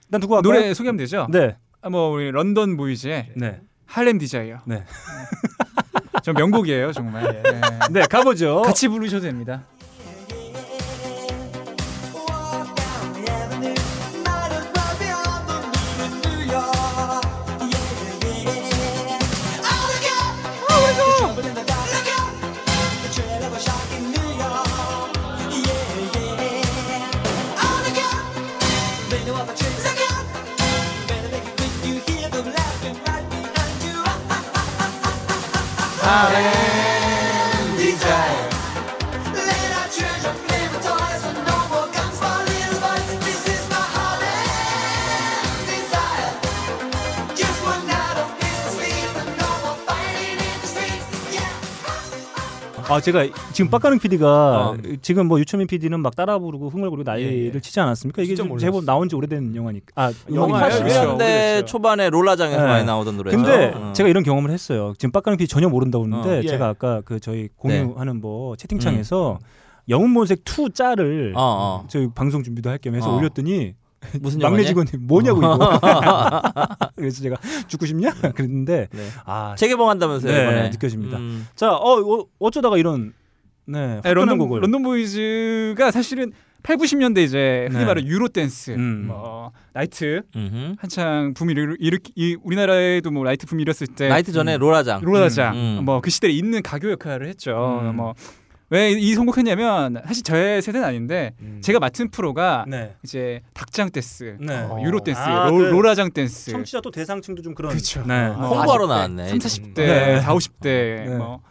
Speaker 1: 일단 누구 할까요?
Speaker 4: 노래 소개하면 되죠?
Speaker 1: 음. 네.
Speaker 4: 아, 뭐 우리 런던 보이즈의
Speaker 1: 네.
Speaker 4: 할렘 디자이어.
Speaker 1: 네.
Speaker 4: 저 명곡이에요, 정말. 예.
Speaker 1: 네, 가보죠.
Speaker 4: 같이 부르셔도 됩니다.
Speaker 1: 아, 제가 지금 빡가는 PD가
Speaker 3: 어.
Speaker 1: 지금 뭐 유철민 PD는 막 따라 부르고 흥얼거리고 난리를 치지 않았습니까? 이게
Speaker 2: 진짜
Speaker 1: 좀
Speaker 2: 몰랐어요.
Speaker 1: 제법 나온 지 오래된 영화니까. 아,
Speaker 2: 영화예요?
Speaker 1: 음악이니까.
Speaker 3: 80년대
Speaker 4: 그렇죠.
Speaker 3: 초반에 롤라장에서
Speaker 1: 네.
Speaker 3: 많이 나오던 노래죠.
Speaker 1: 근데
Speaker 3: 어.
Speaker 1: 제가 이런 경험을 했어요. 지금 빡가는 PD 전혀 모른다고
Speaker 2: 어.
Speaker 1: 그러는데
Speaker 2: 예.
Speaker 1: 제가 아까 그 저희 공유하는 뭐 채팅창에서 영웅본색 2 짤을
Speaker 3: 어, 어.
Speaker 1: 저희 방송 준비도 할 겸 해서
Speaker 3: 어.
Speaker 1: 올렸더니
Speaker 3: 무슨
Speaker 1: 막내
Speaker 3: 영화냐?
Speaker 1: 직원이 뭐냐고 이거. 그래서 제가 죽고 싶냐? 그랬는데
Speaker 3: 네.
Speaker 1: 아,
Speaker 3: 재개봉한다면서요
Speaker 1: 네,
Speaker 3: 이번에.
Speaker 1: 느껴집니다.
Speaker 3: 음.
Speaker 1: 자, 어, 어 어쩌다가 이런 네, 런한
Speaker 4: 예, 런던
Speaker 1: 곡을
Speaker 4: 런던 보이즈가 사실은 8, 90년대 이제 흔히
Speaker 1: 네.
Speaker 4: 말하는 유로 댄스,
Speaker 1: 음.
Speaker 4: 뭐 나이트
Speaker 3: 음흠.
Speaker 4: 한창 붐이 일- 일으키 이- 우리나라에도 뭐 나이트 붐이 일었을 때
Speaker 3: 나이트 전에 롤라장.
Speaker 4: 롤라장
Speaker 3: 음, 음.
Speaker 4: 뭐 그 시대에 있는 가교 역할을 했죠.
Speaker 1: 음.
Speaker 4: 뭐 왜 이 선곡했냐면 사실 저의 세대는 아닌데
Speaker 3: 음.
Speaker 4: 제가 맡은 프로가
Speaker 1: 네.
Speaker 4: 이제 닭장 댄스,
Speaker 1: 네.
Speaker 4: 어, 유로 댄스,
Speaker 1: 아, 그
Speaker 4: 롤, 롤라장 댄스,
Speaker 1: 청취자 또 대상층도 좀 그런
Speaker 4: 그쵸.
Speaker 1: 네.
Speaker 4: 뭐
Speaker 3: 홍보하러
Speaker 4: 40대,
Speaker 3: 나왔네.
Speaker 4: 3, 40대,
Speaker 1: 네.
Speaker 4: 4, 50대
Speaker 1: 네.
Speaker 4: 뭐,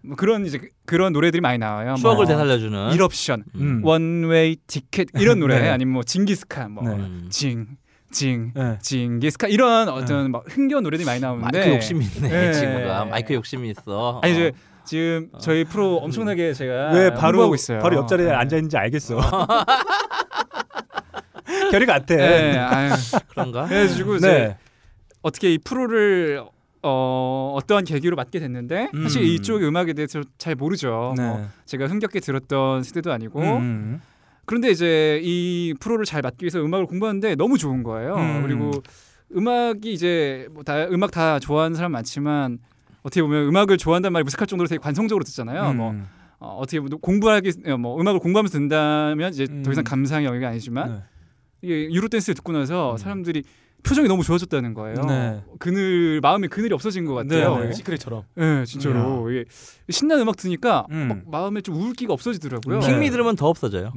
Speaker 4: 뭐 그런 이제 그런 노래들이 많이 나와요.
Speaker 3: 추억을
Speaker 4: 뭐
Speaker 3: 되살려주는.
Speaker 4: 일옵션,
Speaker 1: 음.
Speaker 4: 원웨이 티켓 이런 노래
Speaker 1: 네.
Speaker 4: 아니면 뭐 징기스칸 뭐
Speaker 1: 네.
Speaker 3: 음.
Speaker 4: 징, 징,
Speaker 1: 네.
Speaker 4: 징기스칸 이런 어떤 막 흥겨운 노래들이 많이 나오는데
Speaker 3: 네. 마이크 욕심이 있네
Speaker 4: 예.
Speaker 3: 친구가 마이크 욕심이 있어.
Speaker 4: 아니 이제
Speaker 3: 어.
Speaker 4: 지금 저희 프로 엄청나게 제가
Speaker 1: 왜 바로
Speaker 4: 홍보하고 있어요.
Speaker 1: 바로 옆자리에 앉아 있는지 알겠어. 결이 같아.
Speaker 4: 예, 아유.
Speaker 3: 그런가?
Speaker 4: 그래가지고 이제
Speaker 1: 네.
Speaker 4: 어떻게 이 프로를 어, 어떠한 계기로 맡게 됐는데
Speaker 1: 음.
Speaker 4: 사실 이쪽 음악에 대해서 잘 모르죠.
Speaker 1: 네.
Speaker 4: 뭐 제가 흥겹게 들었던 세대도 아니고
Speaker 1: 음.
Speaker 4: 그런데 이제 이 프로를 잘 맡기 위해서 음악을 공부하는데 너무 좋은 거예요.
Speaker 1: 음.
Speaker 4: 그리고 음악이 이제 뭐 다 음악 다 좋아하는 사람 많지만 어떻게 보면 음악을 좋아한다는 말이 무색할 정도로 되게 관성적으로 듣잖아요.
Speaker 1: 음.
Speaker 4: 뭐 어, 어떻게 보면 공부하기 뭐 음악을 공부하면서 듣는다면 이제 더 이상
Speaker 1: 음.
Speaker 4: 감상의 영역이 아니지만
Speaker 1: 네.
Speaker 4: 이게 유로 댄스를 듣고 나서
Speaker 1: 음.
Speaker 4: 사람들이 표정이 너무 좋아졌다는 거예요.
Speaker 1: 네.
Speaker 4: 그늘 마음의 그늘이 없어진 것 같아요.
Speaker 1: 네, 네.
Speaker 2: 시크릿처럼.
Speaker 4: 예, 진짜로 이게 신나는 음악 듣니까
Speaker 1: 음. 네.
Speaker 4: 막 마음에 좀 우울기가 없어지더라고요.
Speaker 3: 핑미 들으면 더 없어져요.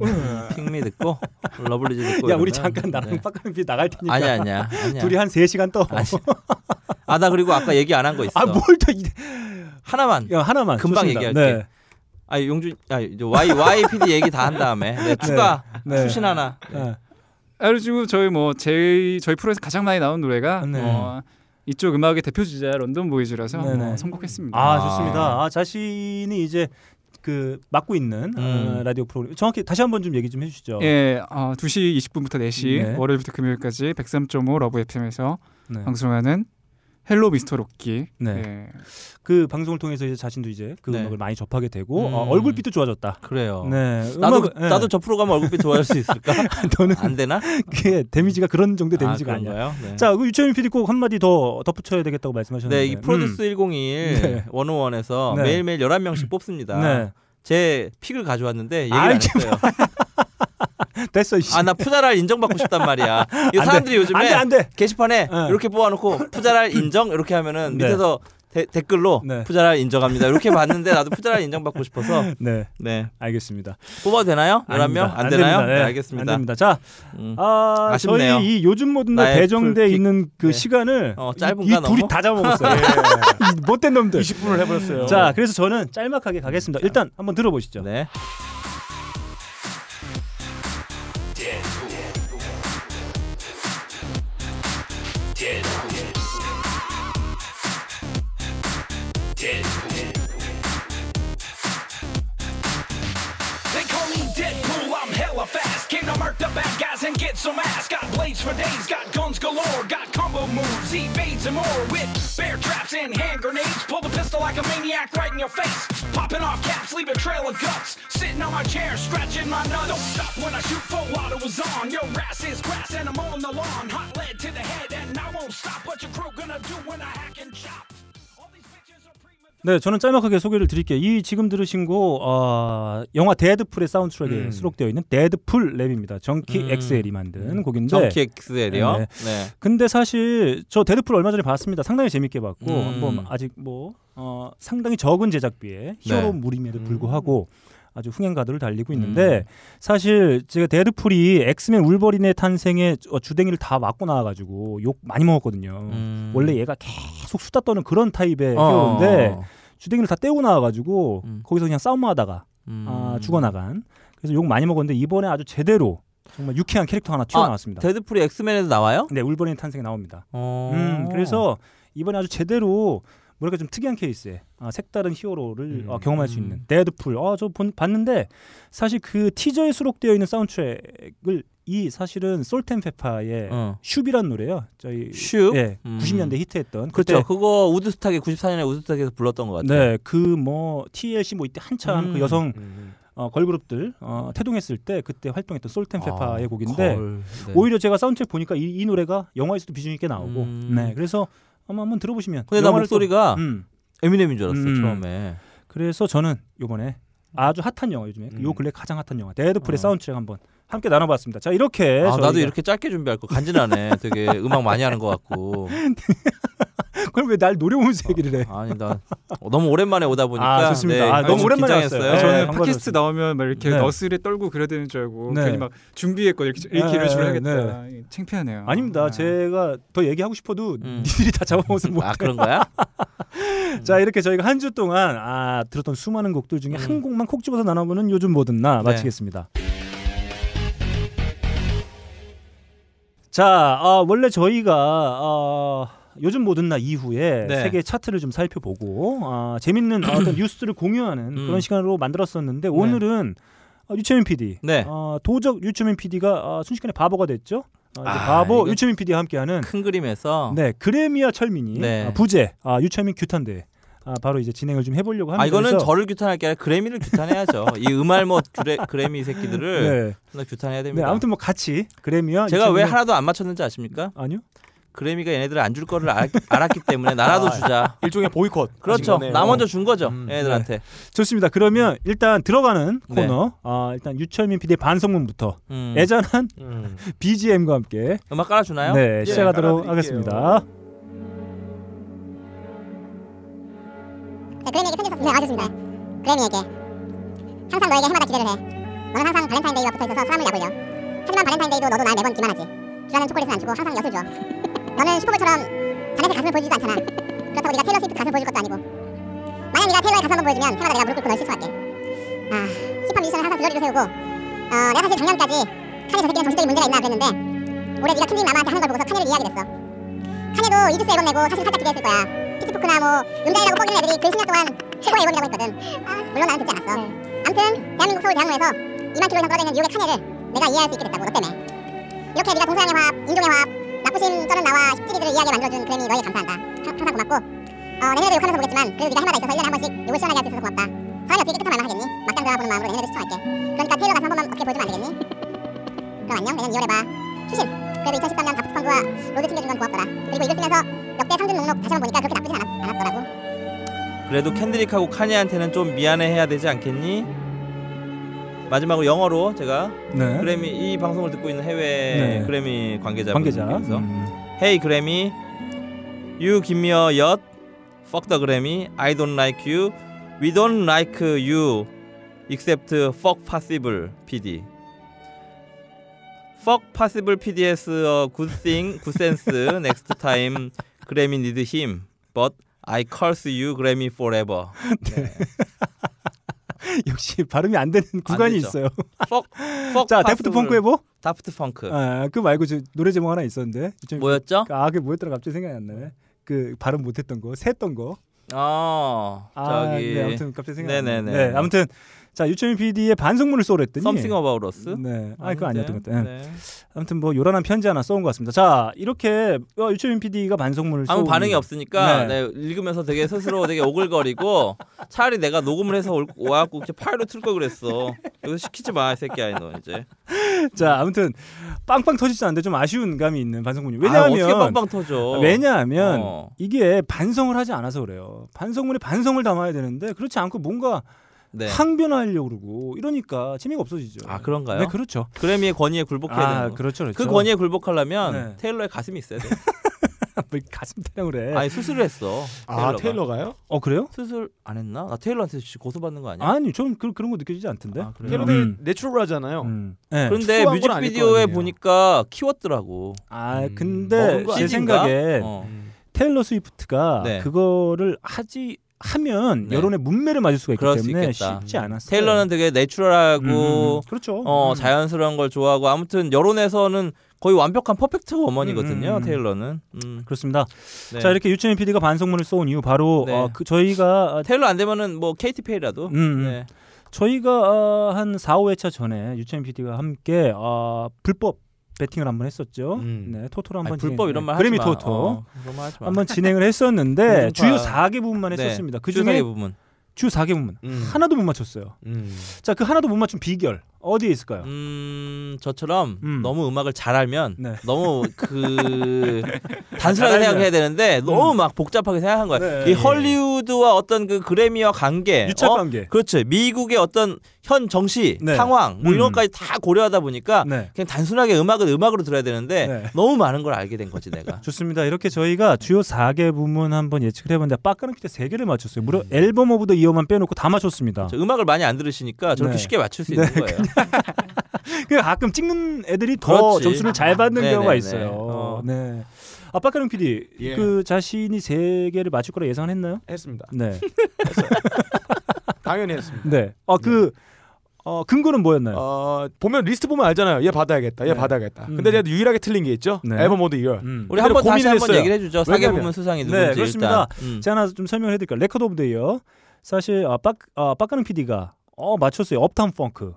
Speaker 3: 핑미 네. 음. 듣고 러블리즈 듣고.
Speaker 1: 야 우리
Speaker 3: 이러면,
Speaker 1: 잠깐 나랑
Speaker 3: 네.
Speaker 1: 빡가는비 나갈 테니까
Speaker 3: 아니야 아니야. 아니야.
Speaker 1: 둘이 한3 시간 떠.
Speaker 3: 아 나 그리고 아까 얘기 안 한 거 있어.
Speaker 1: 아 뭘 또
Speaker 3: 하나만.
Speaker 1: 하나만
Speaker 3: 금방
Speaker 1: 좋습니다.
Speaker 3: 얘기할게. 아 용준 아 이제 Y Y PD 얘기 다 한 다음에 내가 추가
Speaker 1: 네.
Speaker 3: 추신 하나.
Speaker 1: 네. 네.
Speaker 4: 그리고 저희 뭐 제일 저희 프로에서 가장 많이 나온 노래가
Speaker 1: 네.
Speaker 4: 어, 이쪽 음악의 대표 주자 런던 보이즈라서
Speaker 1: 네, 네.
Speaker 4: 어, 선곡했습니다.
Speaker 1: 아,
Speaker 3: 아.
Speaker 1: 좋습니다. 아, 자신이 이제 그 맡고 있는
Speaker 3: 음.
Speaker 1: 어, 라디오 프로그램 정확히 다시 한번 좀 얘기 좀 해주시죠.
Speaker 4: 예, 어, 2시 20분부터 4시,
Speaker 1: 네.
Speaker 4: 월요일부터 금요일까지 103.5 러브 FM에서
Speaker 1: 네.
Speaker 4: 방송하는 헬로 미스터 로키.
Speaker 1: 네.
Speaker 4: 예.
Speaker 1: 그 방송을 통해서 이제 자신도 이제 그
Speaker 3: 네.
Speaker 1: 음악을 많이 접하게 되고
Speaker 3: 음.
Speaker 1: 어, 얼굴빛도 좋아졌다.
Speaker 3: 그래요.
Speaker 1: 네,
Speaker 3: 나도
Speaker 1: 음악을- 예.
Speaker 3: 나도 저 프로그램 얼굴빛 좋아할 수 있을까?
Speaker 1: 너는
Speaker 3: 안 되나?
Speaker 1: 그게 데미지가 그런 정도 의 데미지가
Speaker 3: 아,
Speaker 1: 아, 니야
Speaker 3: 그런가요? 네.
Speaker 1: 자, 그 유채민 PD 꼭 한마디 더 덧붙여야 되겠다고 말씀하셨는데.
Speaker 3: 네, 이 프로듀스 101
Speaker 1: 네.
Speaker 3: 원오원에서
Speaker 1: 네.
Speaker 3: 매일매일 11명씩
Speaker 1: 음.
Speaker 3: 뽑습니다.
Speaker 1: 네,
Speaker 3: 제 픽을 가져왔는데 얘기를
Speaker 1: 아이,
Speaker 3: 안 했어요.
Speaker 1: 네. 됐어 이씨.
Speaker 3: 아, 나 푸자랄 인정받고 싶단 말이야. 이 사람들이 요즘에
Speaker 1: 안돼 안돼.
Speaker 3: 게시판에
Speaker 1: 네.
Speaker 3: 이렇게 뽑아놓고 푸자랄 인정 이렇게 하면은
Speaker 1: 네.
Speaker 3: 밑에서 데- 댓글로
Speaker 1: 네.
Speaker 3: 푸자랄 인정합니다. 이렇게 봤는데 나도 푸자랄 인정받고 싶어서
Speaker 1: 네,
Speaker 3: 네
Speaker 1: 알겠습니다.
Speaker 3: 뽑아도 되나요? 11명?
Speaker 1: 아닙니다.
Speaker 3: 안, 되나요?
Speaker 1: 됩니다. 네,
Speaker 3: 네,
Speaker 1: 안
Speaker 3: 알겠습니다.
Speaker 1: 됩니다. 자,
Speaker 3: 음.
Speaker 1: 아,
Speaker 3: 아쉽네요.
Speaker 1: 저희 이 요즘 모든 날
Speaker 3: 나의
Speaker 1: 배정돼
Speaker 3: 풀킥.
Speaker 1: 있는 그
Speaker 3: 네.
Speaker 1: 시간을
Speaker 3: 어,
Speaker 1: 이-
Speaker 3: 짧은가
Speaker 1: 이,
Speaker 3: 너무?
Speaker 1: 둘이 다 잡아먹었어요. 이 못된 놈들.
Speaker 2: 20분을 해버렸어요.
Speaker 1: 자, 그래서 저는 짤막하게 가겠습니다. 일단 한번 들어보시죠.
Speaker 3: 네.
Speaker 8: They call me Deadpool, I'm hella fast. Came to murk the bad guys and get some ass. Got blades for days, got guns galore, got combo moves, evades and more. With bear traps and hand grenades, pull the pistol like a maniac right in your face. Popping off caps, leave a trail of guts. Sitting on my chair, scratching my nuts. Don't stop when I shoot for while it was on. Your ass is grass and I'm on the lawn. Hot lead to the head and I won't stop. What your crew gonna do when I hack and chop? All these pictures are prima
Speaker 1: 네, 저는 짤막하게 소개를 드릴게요. 이 지금 들으신 곡 아, 영화 데드풀의 사운드트랙에
Speaker 2: 음.
Speaker 1: 수록되어 있는 데드풀 랩입니다. 정키
Speaker 3: 음.
Speaker 1: 엑셀이 만든 곡인데
Speaker 3: 정키 엑스엘이요.
Speaker 1: 네.
Speaker 3: 네.
Speaker 1: 근데 사실 저 데드풀 얼마 전에 봤습니다. 상당히 재밌게 봤고
Speaker 3: 음.
Speaker 1: 한번 아직 뭐 어, 상당히 적은
Speaker 3: 네.
Speaker 1: 제작비에
Speaker 3: 음.
Speaker 1: 히어로물임에도 불구하고 아주 흥행 가도를 달리고 있는데 사실 제가 데드풀이 엑스맨 울버린의 탄생에 어, 주댕이를 다 맞고 나와가지고 욕 많이 먹었거든요.
Speaker 3: 음.
Speaker 1: 원래 얘가 계속 수다 떠는 그런 타입의
Speaker 3: 어.
Speaker 1: 히어로인데 주댕이를 다 떼고 나와가지고
Speaker 3: 음.
Speaker 1: 거기서 그냥 싸움하다가
Speaker 3: 음.
Speaker 1: 아, 죽어나간 그래서 욕 많이 먹었는데 이번에 아주 제대로 정말 유쾌한 캐릭터 하나 튀어나왔습니다.
Speaker 3: 아, 데드풀이 엑스맨에도 나와요?
Speaker 1: 네, 울버린 탄생에 나옵니다.
Speaker 3: 어.
Speaker 1: 음, 그래서 이번에 아주 제대로 뭐랄까 좀 특이한 케이스에 아, 색다른 히어로를
Speaker 2: 음.
Speaker 1: 어, 경험할 수 있는
Speaker 3: 음.
Speaker 1: 데드풀. 아, 저 본, 봤는데 사실 그 티저에 수록되어 있는 사운드트랙을 이 사실은 솔템페파의
Speaker 3: 어.
Speaker 1: 슈비란 노래예요. 저희
Speaker 3: 슈?
Speaker 1: 예,
Speaker 3: 음.
Speaker 1: 90년대 히트했던 그때
Speaker 3: 그렇죠. 그거 우드스탁에 94년에 우드스탁에서 불렀던 것 같아요.
Speaker 1: 네, 그 뭐 TLC 뭐 이때 한참
Speaker 3: 음.
Speaker 1: 그 여성
Speaker 2: 음.
Speaker 1: 어, 걸그룹들 어, 태동했을 때 그때 활동했던 솔템페파의
Speaker 3: 아,
Speaker 1: 곡인데
Speaker 3: 걸. 네.
Speaker 1: 오히려 제가 사운드트랙 보니까 이, 이 노래가 영화에서도 비중 있게 나오고
Speaker 3: 음.
Speaker 1: 네 그래서 한번 한번 들어보시면
Speaker 3: 근데 나
Speaker 1: 영화를 또-
Speaker 3: 목소리가
Speaker 1: 음.
Speaker 3: 에미넴인 줄 알았어
Speaker 1: 음.
Speaker 3: 처음에.
Speaker 1: 그래서 저는 요번에 아주 핫한 영화 요즘에
Speaker 2: 음.
Speaker 1: 요 근래 가장 핫한 영화 데드풀의
Speaker 3: 어.
Speaker 1: 사운드트랙 한번 함께 나눠봤습니다. 자 이렇게
Speaker 3: 아,
Speaker 1: 네,
Speaker 3: 나도
Speaker 1: 저희가-
Speaker 3: 이렇게 짧게 준비할 거 간지나네. 되게 음악 많이 하는 것 같고.
Speaker 1: 그럼 왜 날 노려보면서 얘기를 해?
Speaker 3: 아니 나 어, 너무 오랜만에 오다 보니까.
Speaker 1: 아, 좋습니다. 아, 너무
Speaker 3: 좀
Speaker 1: 오랜만에
Speaker 3: 긴장했어요.
Speaker 1: 왔어요. 네,
Speaker 4: 저는
Speaker 1: 광고
Speaker 4: 팟캐스트
Speaker 1: 좋습니다.
Speaker 4: 나오면 막 이렇게
Speaker 1: 네.
Speaker 4: 너스레 떨고 그래야 되는 줄 알고
Speaker 1: 네.
Speaker 4: 괜히 막 준비했고 이렇게 이렇게
Speaker 1: 네,
Speaker 4: 이런 식으로
Speaker 1: 네,
Speaker 4: 해야겠다. 창피하네요.
Speaker 1: 아닙니다.
Speaker 4: 네.
Speaker 1: 제가 더 얘기하고 싶어도
Speaker 3: 음.
Speaker 1: 니들이 다 잡아먹어서 못.
Speaker 3: 아 그런 거야?
Speaker 1: 자 이렇게 저희가 한 주 동안 아 들었던 수많은 곡들 중에
Speaker 3: 음.
Speaker 1: 한 곡만 콕 집어서 나눠보는 요즘 뭐든
Speaker 3: 네.
Speaker 1: 나 마치겠습니다. 자 아, 원래 저희가 아, 요즘 뭐든 나 이후에
Speaker 3: 네.
Speaker 1: 세계 차트를 좀 살펴보고 아, 재밌는 어떤 뉴스들을 공유하는
Speaker 3: 음.
Speaker 1: 그런 시간으로 만들었었는데 오늘은 어, 유채민 PD,
Speaker 3: 네.
Speaker 1: 아, 도적 유채민 PD가 아, 순식간에 바보가 됐죠. 아, 이제
Speaker 3: 아,
Speaker 1: 바보
Speaker 3: 이거-
Speaker 1: 유채민 PD와 함께하는
Speaker 3: 큰 그림에서.
Speaker 1: 네, 그레미아 철민이
Speaker 3: 어. 네.
Speaker 1: 아, 부재 아, 유철민 규탄대 아, 바로 이제 진행을 좀 해보려고 합니다.
Speaker 3: 아 이거는
Speaker 1: 그래서-
Speaker 3: 저를 규탄할 게 아니라 그래미를 규탄해야죠. 이 음알못 그래, 그래미 새끼들을
Speaker 1: 네.
Speaker 3: 좀 더 규탄해야
Speaker 1: 네,
Speaker 3: 됩니다.
Speaker 1: 아무튼 뭐 같이 그래미와 이
Speaker 3: 제가 왜
Speaker 1: 친구는-
Speaker 3: 하나도 안 맞췄는지 아십니까?
Speaker 1: 아니요?
Speaker 3: 그래미가 얘네들을 안 줄 거를 알, 알았기 때문에 나라도
Speaker 2: 아,
Speaker 3: 주자.
Speaker 2: 일종의 보이콧.
Speaker 3: 그렇죠.
Speaker 2: 거네요.
Speaker 3: 나 먼저 준 거죠.
Speaker 2: 음,
Speaker 3: 얘네들한테.
Speaker 1: 좋습니다. 그러면 일단 들어가는
Speaker 3: 음. 네.
Speaker 1: 코너. 아, 일단 유철민 PD의 반성문부터
Speaker 3: 음.
Speaker 1: 애잔한
Speaker 2: 음.
Speaker 1: BGM과 함께
Speaker 3: 음악 깔아주나요? 예,
Speaker 1: 네, 시작하도록
Speaker 2: 깔아드릴게요.
Speaker 1: 하겠습니다.
Speaker 9: 네, 그래미에게 편지 썼습니다. 네, 알겠습니다. 그래미에게 항상 너에게 해마다 기대를 해. 너는 항상 발렌타인데이와 붙어 있어서 사람을 약올려. 하지만 발렌타인데이도 너도 날 매번 기만하지. 주라는 초콜릿은 안 주고 항상 엿을 줘. 너는 슈퍼볼처럼 자네의 가슴을 보여주지도 않잖아. 그렇다고 네가 테일러 스위프트 가슴을 보여줄 것도 아니고. 만약 네가 테일러의 가슴 한번 보여주면 해마다 내가 무릎 꿇고 널 실수할게. 아, 힙합 뮤지션은 항상 두 다리로 세우고. 어, 내가 사실 작년까지 카니 저 새끼는 정신적인 문제가 있나 그랬는데 올해 네가 kendrick 라마한테 하는 걸 보고서 카니를 이해하게 됐어. 카니도 이집스 앨범 내고 사실 살짝 기대했을 거야. 피치포크나 뭐 음자이라고 뻐기는 애들이 근 10년 동안 최고의 앨범이라고 했거든. 물론 나는 듣지 않았어. 아무튼 대한민국 서울 대학로에서 2만 킬로 이상 떨어져 있는 뉴욕의 카네를 내가 이해할 수 있게 됐다고 너 때문에. 이렇게 네가 동서양의 화합, 인종의 화합, 나쁘심 쩌는 나와 십지리들을 이해하게 만들어준 그래미 너에게 감사한다. 항- 항상 고맙고 어, 내년에도 욕하면서 보겠지만 그래도 네가 해마다 있어서 1년에 한 번씩 욕을 시원하게 할 수 있어서 고맙다. 사람이 어떻게 끝한 말만 하겠니? 막장 드라마 보는 마음으로 내년에도 시청할게. 그러니까 테일러 가서 한 번만 어떻게 보여주면 안 되겠니? 그럼 안녕 내년 2월에 봐. 추신! 그래도 2013년 다프트펑크와 로드 챙겨준 건 고맙더라. 그리고 이걸 쓰면서 역대 3등 목록 다시 한번 보니까 그렇게 나쁘진 않았, 않았더라고.
Speaker 3: 그래도 캔드릭하고 카니한테는 좀 미안해해야 되지 않겠니? 마지막으로 영어로 제가
Speaker 1: 네.
Speaker 3: 그래미 이 방송을 듣고 있는 해외
Speaker 1: 네.
Speaker 3: 그래미 관계자
Speaker 1: 관계자.
Speaker 3: 분께서
Speaker 1: 음.
Speaker 3: Hey Grammy, you give me a yacht. Fuck the Grammy. I don't like you. We don't like you, except fuck possible PD. Fuck possible PD's a uh, good thing, good sense. Next time Grammy need him, but I curse you Grammy forever.
Speaker 1: 역시 발음이 안 되는 구간이
Speaker 3: 되죠.
Speaker 1: 있어요.
Speaker 3: Fuck, fuck.
Speaker 1: 자, 뭐- 데프트 펑크 해보.
Speaker 3: 다프트 펑크.
Speaker 1: 아, 그 말고 저 노래 제목 하나 있었는데. 유철민
Speaker 3: 네. 뭐였죠?
Speaker 1: 아, 그게 뭐였더라 갑자기 생각이 안 나네. 그 발음 못했던 거, 샜던 거.
Speaker 3: 아,
Speaker 1: 네, 아,
Speaker 3: 저기
Speaker 1: 네, 아무튼 갑자기 생각.
Speaker 3: 네네네.
Speaker 1: 네, 아무튼 자 유채민 PD의 반성문을 쏘랬더니.
Speaker 3: Something About Us.
Speaker 1: 네, 아 그거 아니었던 것 같아. 요
Speaker 3: 네.
Speaker 1: 아무튼 뭐 요란한 편지 하나 쏘은 것 같습니다. 자 이렇게 어, 유채민 PD가 반성문을
Speaker 3: 아무
Speaker 1: 쏘은
Speaker 3: 반응이 없으니까
Speaker 1: 네.
Speaker 3: 네, 읽으면서 되게 스스로 되게 오글거리고 차라리 내가 녹음을 해서 올- 와갖고 이렇게 파일로 틀 걸 그랬어. 여기서 시키지 마, 이 새끼야, 너 이제. 아,
Speaker 1: 자 아무튼 빵빵 터지지 않는데 좀 아쉬운 감이 있는 반성문이.
Speaker 3: 아,
Speaker 1: 왜냐하면
Speaker 3: 어떻게 빵빵 터져?
Speaker 1: 왜냐하면
Speaker 3: 어.
Speaker 1: 이게 반성을 하지 않아서 그래요. 반성문에 반성을 담아야 되는데 그렇지 않고 뭔가
Speaker 3: 네.
Speaker 1: 항변하려고 그러고 이러니까 재미가 없어지죠.
Speaker 3: 아 그런가요?
Speaker 1: 네 그렇죠.
Speaker 3: 그래미의 권위에 굴복해야
Speaker 1: 아
Speaker 3: 되는 거. 그
Speaker 1: 그렇죠, 그렇죠.
Speaker 3: 권위에 굴복하려면
Speaker 1: 네.
Speaker 3: 테일러의 가슴이 있어야 돼.
Speaker 1: 왜뭐 가슴 타령을 해.
Speaker 3: 아니 수술을 했어.
Speaker 2: 아
Speaker 3: 테일러가.
Speaker 2: 테일러가요?
Speaker 1: 어 그래요?
Speaker 3: 수술 안 했나? 나 테일러한테 지금 고소받는 거 아니야?
Speaker 1: 아니 좀 그, 그런 거 느껴지지 않던데.
Speaker 3: 네? 아, 그래요?
Speaker 2: 테일러
Speaker 1: 음.
Speaker 2: 는 내추럴하잖아요.
Speaker 1: 음. 네.
Speaker 3: 그런데
Speaker 2: 축소한 건아닐거
Speaker 3: 뮤직비디오에
Speaker 2: 아니에요.
Speaker 3: 보니까 키웠더라고.
Speaker 1: 아
Speaker 2: 음.
Speaker 1: 근데
Speaker 3: 먹은 거
Speaker 1: 제
Speaker 3: 아닌가?
Speaker 1: 생각에
Speaker 3: 어.
Speaker 1: 테일러 스위프트가
Speaker 3: 네.
Speaker 1: 그거를 하지 하면
Speaker 3: 네.
Speaker 1: 여론의 문매를 맞을 수가
Speaker 3: 그럴
Speaker 1: 있기
Speaker 3: 수
Speaker 1: 때문에
Speaker 3: 있겠다. 음.
Speaker 1: 쉽지 않았어요.
Speaker 3: 테일러는 되게 내추럴하고
Speaker 1: 음, 그렇죠.
Speaker 3: 어
Speaker 1: 음.
Speaker 3: 자연스러운 걸 좋아하고 아무튼 여론에서는 거의 완벽한 퍼펙트 워먼이거든요
Speaker 1: 음, 음, 음.
Speaker 3: 테일러는 음,
Speaker 1: 그렇습니다.
Speaker 3: 네.
Speaker 1: 자 이렇게 유채민 PD가 반성문을 쏘은 이유 바로
Speaker 3: 네.
Speaker 1: 어, 그 저희가 아,
Speaker 3: 테일러 안 되면은 뭐 케이티 페이라도
Speaker 1: 음, 음.
Speaker 3: 네.
Speaker 1: 저희가 아, 한 4, 5회차 전에 유채민 PD가 함께 아, 불법 베팅을 한번 했었죠.
Speaker 2: 음.
Speaker 1: 네, 토토로
Speaker 3: 아니,
Speaker 1: 한번
Speaker 3: 불법
Speaker 1: 진행-
Speaker 3: 이런 말 하지
Speaker 1: 그래미
Speaker 3: 마.
Speaker 1: 토토
Speaker 3: 어, 그런 말 하지 마.
Speaker 1: 한번 진행을 했었는데
Speaker 3: 공중파-
Speaker 1: 주요 4개 부분만
Speaker 3: 네.
Speaker 1: 했었습니다. 그
Speaker 3: 주사기
Speaker 1: 중에
Speaker 3: 부분
Speaker 1: 주 4개 부분
Speaker 2: 음.
Speaker 1: 하나도 못 맞췄어요.
Speaker 2: 음.
Speaker 1: 자, 그 하나도 못 맞춘 비결 어디에 있을까요?
Speaker 3: 음 저처럼
Speaker 1: 그러니까. 음.
Speaker 3: 너무 음악을 잘 알면
Speaker 1: 네.
Speaker 3: 너무 그 단순하게
Speaker 1: 잘 알면. 음.
Speaker 3: 생각해야 되는데 너무 막 복잡하게 생각한 거야
Speaker 1: 네.
Speaker 3: 이 헐리우드와 어떤 그 그래미와 관계
Speaker 1: 유착
Speaker 3: 어?
Speaker 1: 관계.
Speaker 3: 그렇죠 미국의 어떤 현 정시
Speaker 1: 네.
Speaker 3: 상황 뭐
Speaker 1: 음.
Speaker 3: 이런 것까지 다 고려하다 보니까
Speaker 1: 네.
Speaker 3: 그냥 단순하게 음악은 음악으로 들어야 되는데
Speaker 1: 네.
Speaker 3: 너무 많은 걸 알게 된 거지 내가.
Speaker 1: 좋습니다. 이렇게 저희가 주요 4개 부문 한번 예측을 해봤는데 빠까는 키트 3개를 맞췄어요. 무려 앨범 오브 더 이어만 빼놓고 다 맞췄습니다.
Speaker 3: 음. 저 음악을 많이 안 들으시니까 저렇게
Speaker 1: 네.
Speaker 3: 쉽게 맞출 수
Speaker 1: 네,
Speaker 3: 있는 거예요.
Speaker 1: 그 가끔 찍는 애들이 더
Speaker 3: 그렇지. 아.
Speaker 1: 점수를 잘 받는
Speaker 3: 네네네.
Speaker 1: 경우가 있어요.
Speaker 3: 어.
Speaker 1: 네. 아 빠까는 PD
Speaker 2: 예.
Speaker 1: 그 자신이 3개를 맞출 거라 예상했나요?
Speaker 2: 했습니다.
Speaker 1: 네.
Speaker 2: 당연히 했습니다.
Speaker 1: 네. 아그 어, 근거는 뭐였나요?
Speaker 2: 어 보면 리스트 보면 알잖아요. 얘 받아야겠다. 얘
Speaker 1: 네.
Speaker 2: 받아야겠다.
Speaker 1: 음.
Speaker 2: 근데 제가 유일하게 틀린 게 있죠.
Speaker 1: 네.
Speaker 2: 앨범 모드 이열.
Speaker 1: 음.
Speaker 3: 우리 한번 다시
Speaker 2: 고민을
Speaker 3: 한번
Speaker 2: 했어요.
Speaker 3: 얘기를 해주죠. 사계
Speaker 2: 왜냐면-
Speaker 3: 부문 수상이 누군지
Speaker 1: 네, 그렇습니다.
Speaker 3: 일단. 음.
Speaker 1: 제가 하나 좀 설명을 해드릴까요? 레코드 오브 더 이어. 사실 아, 빡, 아, 빡가는 PD가 어, 맞췄어요. 업타운 펑크.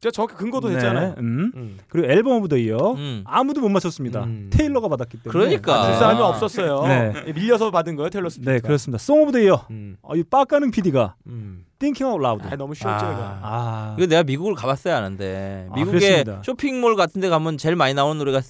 Speaker 2: 제가 정확히 근거도 됐잖아요.
Speaker 1: 음.
Speaker 2: 음.
Speaker 1: 그리고 앨범 오브 더 이어
Speaker 3: 네. 음.
Speaker 1: 아무도 못 맞췄습니다.
Speaker 2: 음.
Speaker 1: 테일러가 받았기 때문에.
Speaker 3: 그러니까.
Speaker 2: 줄 사람이 없었어요.
Speaker 1: 아. 네.
Speaker 2: 밀려서 받은 거예요, 텔러 스피드.
Speaker 1: 네 그렇습니다. 송 오브 더 이어.
Speaker 2: 음.
Speaker 1: 어, 이 빡가는 PD가
Speaker 2: 음.
Speaker 1: Thinking Out Loud.
Speaker 2: 아, 너무 쉬웠죠,
Speaker 1: 아.
Speaker 2: 이거.
Speaker 1: 아.
Speaker 3: 이거 내가 미국을 가봤어야 하는데
Speaker 1: 아,
Speaker 3: 미국의
Speaker 1: 그렇습니다.
Speaker 3: 쇼핑몰 같은 데 가면 제일 많이 나오는 노래가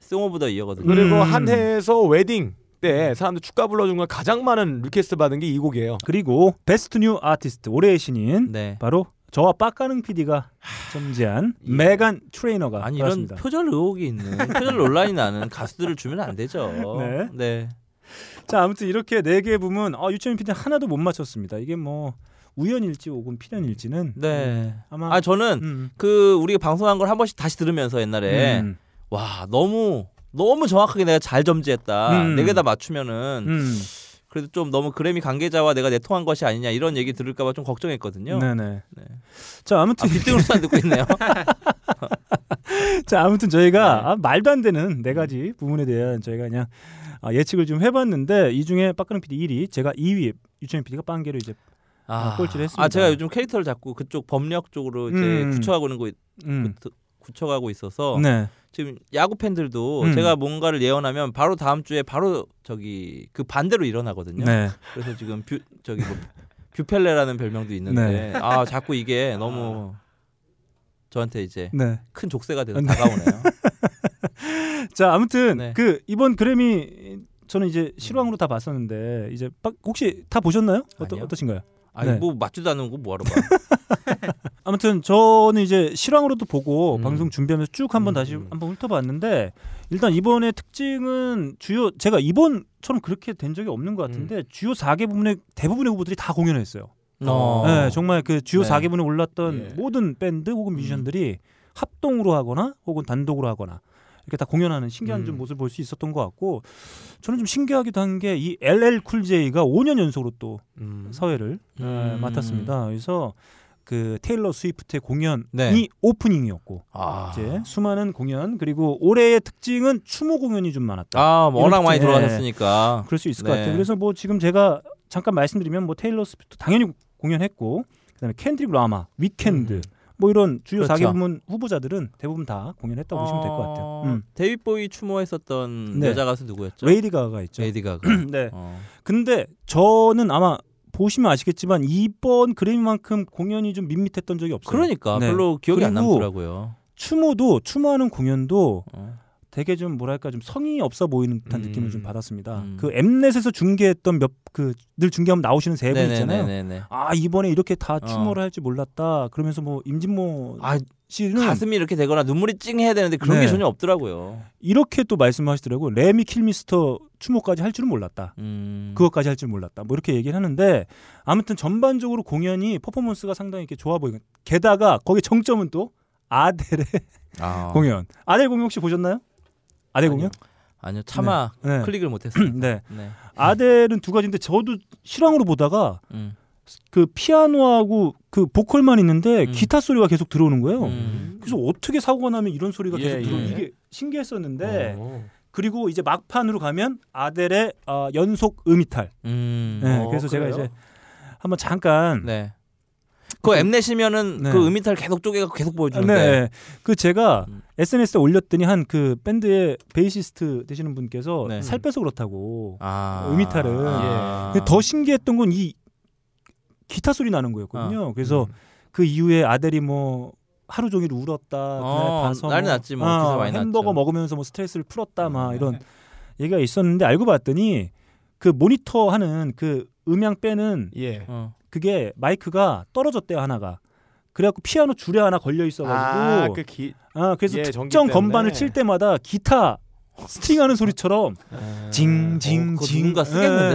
Speaker 3: 송오브더 이어거든요.
Speaker 2: 그리고
Speaker 1: 음.
Speaker 2: 한 해에서 웨딩 때 사람들 축가 불러준 건 가장 많은 리퀘스트 받은 게 이 곡이에요.
Speaker 1: 그리고 베스트 뉴 아티스트 올해의 신인
Speaker 3: 네. 아, 예.
Speaker 1: 바로 저와 빡가는 PD가 점지한 메간 트레이너가
Speaker 3: 아니 이런
Speaker 1: 받았습니다.
Speaker 3: 표절 의혹이 있는 표절 논란이 나는 가수들을 주면 안 되죠.
Speaker 1: 네.
Speaker 3: 네.
Speaker 1: 자 아무튼 이렇게 네 개의 부문 어, 유채민 PD 하나도 못 맞췄습니다. 이게 뭐 우연일지 혹은 필연일지는
Speaker 3: 네.
Speaker 1: 아마
Speaker 3: 아 저는 네.
Speaker 1: 음.
Speaker 3: 그 우리가 방송한 걸 한 번씩 다시 들으면서 옛날에
Speaker 1: 음.
Speaker 3: 와 너무 너무 정확하게 내가 잘 점지했다.
Speaker 1: 음.
Speaker 3: 네 개 다 맞추면은
Speaker 1: 음.
Speaker 3: 그래도 좀 너무 그래미 관계자와 내가 내통한 것이 아니냐 이런 얘기 들을까봐 좀 걱정했거든요.
Speaker 1: 네네.
Speaker 3: 네.
Speaker 1: 자
Speaker 3: 아,
Speaker 1: 아무튼
Speaker 3: 빌딩으로만 듣고 있네요.
Speaker 1: 자 아무튼 저희가
Speaker 3: 네. 음.
Speaker 1: 아, 말도 안 되는 네 가지 부문에 대한 저희가 그냥 아, 예측을 좀 해봤는데 이 중에 빡가는 PD 1위, 제가 2위, 유채민 PD가 빵개로 이제 아, 꼴찌를 했습니다.
Speaker 3: 아, 제가 요즘 캐릭터를 자꾸 그쪽 법력 쪽으로 이제
Speaker 1: 음.
Speaker 3: 굳혀가고 있는 거
Speaker 1: 음.
Speaker 3: 굳혀가고 있어서
Speaker 1: 네.
Speaker 3: 지금 야구 팬들도
Speaker 1: 음.
Speaker 3: 제가 뭔가를 예언하면 바로 다음 주에 바로 저기 그 반대로 일어나거든요.
Speaker 1: 네.
Speaker 3: 그래서 지금 뷰 저기 뭐 뷰펠레라는 별명도
Speaker 1: 네.
Speaker 3: 있는데 아 자꾸 이게 너무 저한테 이제
Speaker 1: 네.
Speaker 3: 큰 족쇄가 돼서
Speaker 1: 네.
Speaker 3: 다가오네요.
Speaker 1: 자 아무튼
Speaker 3: 네. 음.
Speaker 1: 그 이번 그래미 저는 이제 실황으로 다 봤었는데 이제 빡- 혹시 다 보셨나요? 어떠,
Speaker 3: 아니요.
Speaker 1: 어떠신가요?
Speaker 3: 아니
Speaker 1: 네.
Speaker 3: 뭐 맞지도 않은 거 뭐하러 봐.
Speaker 1: 아무튼 저는 이제 실황으로도 보고
Speaker 2: 음.
Speaker 1: 방송 준비하면서 쭉 한번
Speaker 2: 음,
Speaker 1: 다시
Speaker 2: 음.
Speaker 1: 한번 훑어봤는데 일단 이번의 특징은 주요 제가 이번처럼 그렇게 된 적이 없는 것
Speaker 2: 음.
Speaker 1: 같은데 주요 4개 부문의 대부분의 후보들이 다 공연을 했어요.
Speaker 3: 어.
Speaker 1: 네, 정말 그 주요
Speaker 3: 네.
Speaker 1: 4개 부문에 올랐던
Speaker 2: 예.
Speaker 1: 모든 밴드 혹은 뮤지션들이 합동으로 하거나 혹은 단독으로 하거나 이렇게 다 공연하는 신기한 좀
Speaker 2: 음.
Speaker 1: 모습을 볼 수 있었던 것 같고 저는 좀 신기하기도 한 게 이 LL 쿨 J가 5년 연속으로 또
Speaker 2: 음.
Speaker 1: 사회를 네,
Speaker 3: 음.
Speaker 1: 맡았습니다. 그래서 그 테일러 스위프트의 공연이
Speaker 3: 네.
Speaker 1: 오프닝이었고
Speaker 3: 아,
Speaker 1: 이제 수많은 공연 그리고 올해의 특징은 추모 공연이 좀 많았다.
Speaker 3: 아, 뭐 워낙 많이
Speaker 1: 이렇게, 예.
Speaker 3: 돌아가셨으니까.
Speaker 1: 그럴 수 있을
Speaker 3: 네.
Speaker 1: 것 같아요. 그래서 뭐 지금 제가 잠깐 말씀드리면 뭐 테일러 스위프트 당연히 공연했고 그다음에 켄드릭 라마, 위켄드 뭐 이런 주요
Speaker 3: 음. 그렇죠.
Speaker 1: 4개 부문 후보자들은 대부분 다 공연했다고 보시면 될 것 같아요. 음.
Speaker 3: 어, 데이비 보이 추모했었던
Speaker 1: 네.
Speaker 3: 여자 가수 누구였죠?
Speaker 1: 레이디 가가 있죠.
Speaker 3: 레이디 가가.
Speaker 1: 네.
Speaker 3: 어.
Speaker 1: 근데 저는 아마 보시면 아시겠지만 이번 그래미만큼 공연이 좀 밋밋했던 적이 없어요.
Speaker 3: 그러니까
Speaker 1: 네.
Speaker 3: 별로 기억이 안
Speaker 1: 그리고
Speaker 3: 남더라고요.
Speaker 1: 추모도 추모하는 공연도
Speaker 3: 어.
Speaker 1: 되게 좀 뭐랄까 좀 성의 없어 보이는 듯한
Speaker 2: 음.
Speaker 1: 느낌을 좀 받았습니다.
Speaker 3: 음.
Speaker 1: 그 엠넷에서 중계했던 몇 그 늘 중계하면 나오시는 세 분 있잖아요.
Speaker 3: 네네네네.
Speaker 1: 아 이번에 이렇게 다
Speaker 3: 어.
Speaker 1: 추모를 할 줄 몰랐다. 그러면서 뭐 임진모
Speaker 3: 아
Speaker 1: 씨는
Speaker 3: 가슴이 이렇게 되거나 눈물이 찡해야 되는데 그런
Speaker 1: 음. 네.
Speaker 3: 게 전혀 없더라고요.
Speaker 1: 이렇게 또 말씀하시더라고. 요 레미 킬미스터 추모까지 할 줄은 몰랐다.
Speaker 3: 음.
Speaker 1: 그것까지 할 줄 몰랐다. 뭐 이렇게 얘기를 하는데 아무튼 전반적으로 공연이 퍼포먼스가 상당히 이렇게 좋아 보이고 게다가 거기 정점은 또 아델의
Speaker 3: 아.
Speaker 1: 공연. 아델 공연 혹시 보셨나요? 아델 공연?
Speaker 3: 아니요 차마
Speaker 1: 네.
Speaker 3: 클릭을 못했어요.
Speaker 1: 네.
Speaker 3: 네.
Speaker 1: 아델은 두 가지인데 저도 실황으로 보다가
Speaker 3: 음.
Speaker 1: 그 피아노하고 그 보컬만 있는데
Speaker 3: 음.
Speaker 1: 기타 소리가 계속 들어오는 거예요.
Speaker 3: 음.
Speaker 1: 그래서 어떻게 사고가 나면 이런 소리가
Speaker 2: 예,
Speaker 1: 계속 들어
Speaker 2: 예.
Speaker 1: 이게 신기했었는데
Speaker 2: 어.
Speaker 1: 그리고 이제 막판으로 가면 아델의 아, 연속 음이탈.
Speaker 3: 음.
Speaker 1: 네,
Speaker 2: 어,
Speaker 1: 그래서 제가
Speaker 2: 그래요?
Speaker 1: 이제 한번 잠깐
Speaker 3: 네. 그 엠넷이면은
Speaker 1: 네.
Speaker 3: 그 음이탈 계속 쪼개가 계속
Speaker 1: 네,
Speaker 3: 보여주는데.
Speaker 1: 네. 그 제가
Speaker 3: 음.
Speaker 1: SNS에 올렸더니 한 그 밴드의 베이시스트 되시는 분께서
Speaker 3: 네.
Speaker 1: 살 빼서 그렇다고.
Speaker 3: 아.
Speaker 1: 음이탈은.
Speaker 3: 아.
Speaker 1: 근데 더 신기했던 건 이 기타 소리 나는
Speaker 3: 아, 음.
Speaker 1: 거였거든요. 그래서 그 이후에 아델이 뭐 하루 종일 울었다.
Speaker 3: 어,
Speaker 1: 그날 봐서
Speaker 3: 난리 났지, 뭐.
Speaker 1: 아,
Speaker 3: 기사 많이
Speaker 1: 햄버거
Speaker 3: 났죠. 음.
Speaker 1: 먹으면서 뭐 스트레스를 풀었다 막 이런 얘기가 있었는데 알고 봤더니 그 모니터 하는 그 음향 빼는
Speaker 2: 예.
Speaker 3: 어.
Speaker 1: 그게 마이크가 떨어졌대요 하나가. 그래갖고 피아노 줄에 하나 걸려
Speaker 2: 아,
Speaker 1: 있어가지고
Speaker 2: 그 기...
Speaker 1: 아, 그래서
Speaker 2: 예, 전기
Speaker 1: 특정
Speaker 2: 때문에.
Speaker 1: 건반을 칠 때마다 기타 스팅하는 소리처럼
Speaker 3: 음.
Speaker 2: 아.
Speaker 3: 어,
Speaker 1: 징징징
Speaker 3: 그거 누군가 쓰겠는데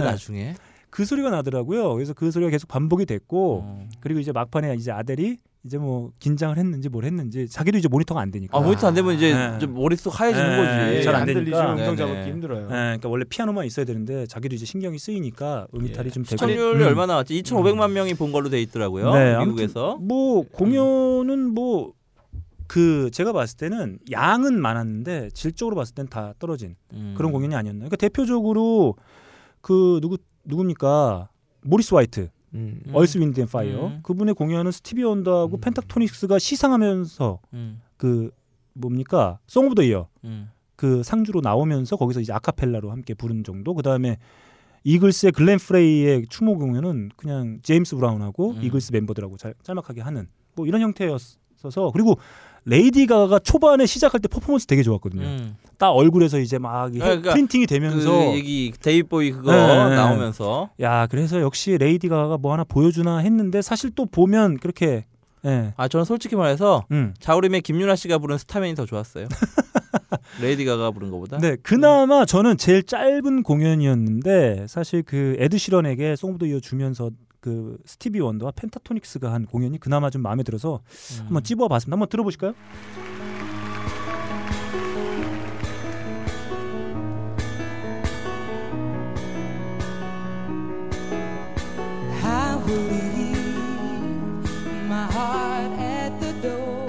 Speaker 1: 예.
Speaker 3: 나중에.
Speaker 1: 그 소리가 나더라고요. 그래서 그 소리가 계속 반복이 됐고
Speaker 3: 어.
Speaker 1: 그리고 이제 막판에 이제 아델이 이제 뭐 긴장을 했는지 뭘 했는지 자기도 이제 모니터가 안 되니까.
Speaker 3: 아 모니터 안 되면 이제
Speaker 1: 네.
Speaker 3: 좀 머릿속 하얘지는
Speaker 1: 네,
Speaker 3: 거지.
Speaker 1: 잘안
Speaker 2: 예, 잘안 들리죠.
Speaker 1: 되니까.
Speaker 2: 음정 잡기
Speaker 3: 네네.
Speaker 1: 예,
Speaker 2: 힘들어요.
Speaker 1: 그러니까 원래 피아노만 있어야 되는데 자기도 이제 신경이 쓰이니까 음이탈이
Speaker 2: 예.
Speaker 1: 좀 되고.
Speaker 3: 시청률이
Speaker 1: 음.
Speaker 3: 얼마나 왔지? 2,500만 명이 본 걸로 돼 있더라고요.
Speaker 1: 네, 아무튼
Speaker 3: 미국에서.
Speaker 1: 뭐 공연은 뭐 그 제가 봤을 때는 양은 많았는데 질적으로 봤을 땐 다 떨어진
Speaker 3: 음.
Speaker 1: 그런 공연이 아니었나. 그러니까 대표적으로 그 누구 누굽니까 모리스 화이트.
Speaker 3: 음.
Speaker 1: 얼스 윈드 앤 파이어
Speaker 3: 음.
Speaker 1: 그분의 공연은 스티비 원더하고
Speaker 3: 음.
Speaker 1: 펜타토닉스가 시상하면서
Speaker 3: 음.
Speaker 1: 그 뭡니까 송 오브 더 이어
Speaker 3: 음.
Speaker 1: 그 상주로 나오면서 거기서 이제 아카펠라로 함께 부른 정도. 그 다음에 이글스의 글렌 프레이의 추모 공연은 그냥 제임스 브라운하고
Speaker 3: 음.
Speaker 1: 이글스 멤버들하고 잘, 짤막하게 하는 뭐 이런 형태였어서 그리고 레이디 가가 초반에 시작할 때 퍼포먼스 되게 좋았거든요.
Speaker 3: 음.
Speaker 1: 딱 얼굴에서 이제 막 해-
Speaker 3: 아, 그러니까
Speaker 1: 프린팅이 되면서
Speaker 3: 그 얘기 데이브 보이 그거
Speaker 1: 네, 네.
Speaker 3: 나오면서
Speaker 1: 야 그래서 역시 레이디 가가 뭐 하나 보여주나 했는데 사실 또 보면 그렇게 예.
Speaker 3: 아 저는 솔직히 말해서
Speaker 1: 음.
Speaker 3: 자우림의 김윤아 씨가 부른 스타맨이 더 좋았어요. 레이디 가가 부른 거보다.
Speaker 1: 네, 그나마 저는 제일 짧은 공연이었는데 사실 그 에드 시런에게 송부도 이어 주면서 그 스티비 원더와 펜타토닉스가 한 공연이 그나마 좀 마음에 들어서
Speaker 3: 음.
Speaker 1: 한번 찝어봤습니다. 한번 들어보실까요?
Speaker 8: I will leave my heart at the door.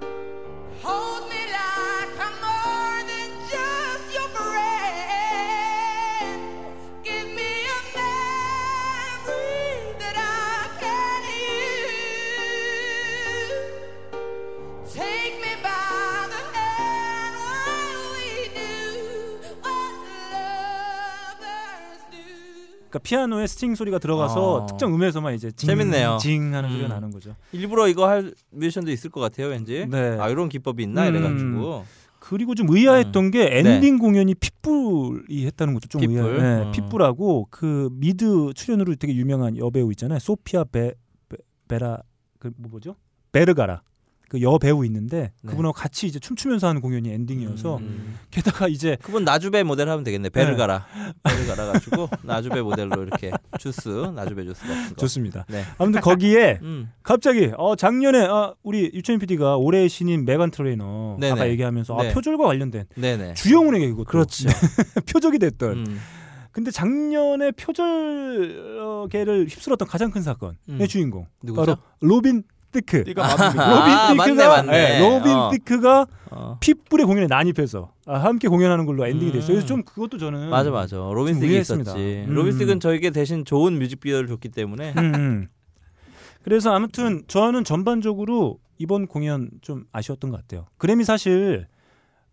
Speaker 8: Hold me like I'm more than just your friend. Give me a memory that I can use. Take me by the hand while we do what lovers do.
Speaker 1: 그러니까 피아노에 스트링 소리가 들어가서
Speaker 3: 아.
Speaker 1: 특정 음에서만 이제 징,
Speaker 3: 재밌네요.
Speaker 1: 징 하는 소리가
Speaker 3: 음.
Speaker 1: 나는 거죠.
Speaker 3: 일부러 이거 할 뮤지션도 있을 것 같아요, 왠지.
Speaker 1: 네.
Speaker 3: 아 이런 기법이 있나
Speaker 1: 음.
Speaker 3: 이래가지고.
Speaker 1: 그리고 좀 의아했던 게 엔딩 공연이 핏불이 했다는 것도 좀
Speaker 3: 음. 네. 핏불?
Speaker 1: 의아해요. 네,
Speaker 3: 어.
Speaker 1: 핏불하고 그 미드 출연으로 되게 유명한 여배우 있잖아요. 소피아 베, 베, 라 그 뭐 뭐죠? 베르가라 그 여배우 있는데
Speaker 3: 네.
Speaker 1: 그분하고 같이 이제 춤추면서 하는 공연이 엔딩이어서
Speaker 3: 음.
Speaker 1: 게다가 이제
Speaker 3: 그분 나주배 모델 하면 되겠네. 배를 갈아. 배를 갈아가지고 나주배 모델로 이렇게 주스, 나주배 주스 같은 거.
Speaker 1: 좋습니다.
Speaker 3: 네.
Speaker 1: 아무튼 거기에
Speaker 3: 음.
Speaker 1: 갑자기 어 작년에 아, 우리 유채민 PD가 올해의 신인 메간 트레이너
Speaker 3: 네네.
Speaker 1: 아까 얘기하면서 아,
Speaker 3: 네.
Speaker 1: 표절과 관련된
Speaker 3: 네네.
Speaker 1: 주영훈에게 그것도
Speaker 3: 그렇죠.
Speaker 1: 표적이 됐던
Speaker 3: 음.
Speaker 1: 근데 작년에 표절계를 휩쓸었던 가장 큰 사건의
Speaker 3: 음.
Speaker 1: 주인공
Speaker 3: 누구죠?
Speaker 1: 바로 로빈 티크.
Speaker 2: 띠가 맞습니다.
Speaker 1: 로빈
Speaker 3: 아, 맞네,
Speaker 1: 티크가
Speaker 3: 맞네.
Speaker 1: 예, 로빈
Speaker 3: 어.
Speaker 1: 티크가
Speaker 3: 어.
Speaker 1: 핏불의 공연에 난입해서 아, 함께 공연하는 걸로 엔딩이
Speaker 3: 음.
Speaker 1: 됐어요. 그래서 좀 그것도 저는
Speaker 3: 맞아 맞아. 로빈스틱이
Speaker 1: 의외였습니다.
Speaker 3: 있었지.
Speaker 1: 음.
Speaker 3: 로빈스틱은 저에게 대신 좋은 뮤직비디오를 줬기 때문에.
Speaker 1: 음, 음. 그래서 아무튼 저는 전반적으로 이번 공연 좀 아쉬웠던 것 같아요. 그래미 사실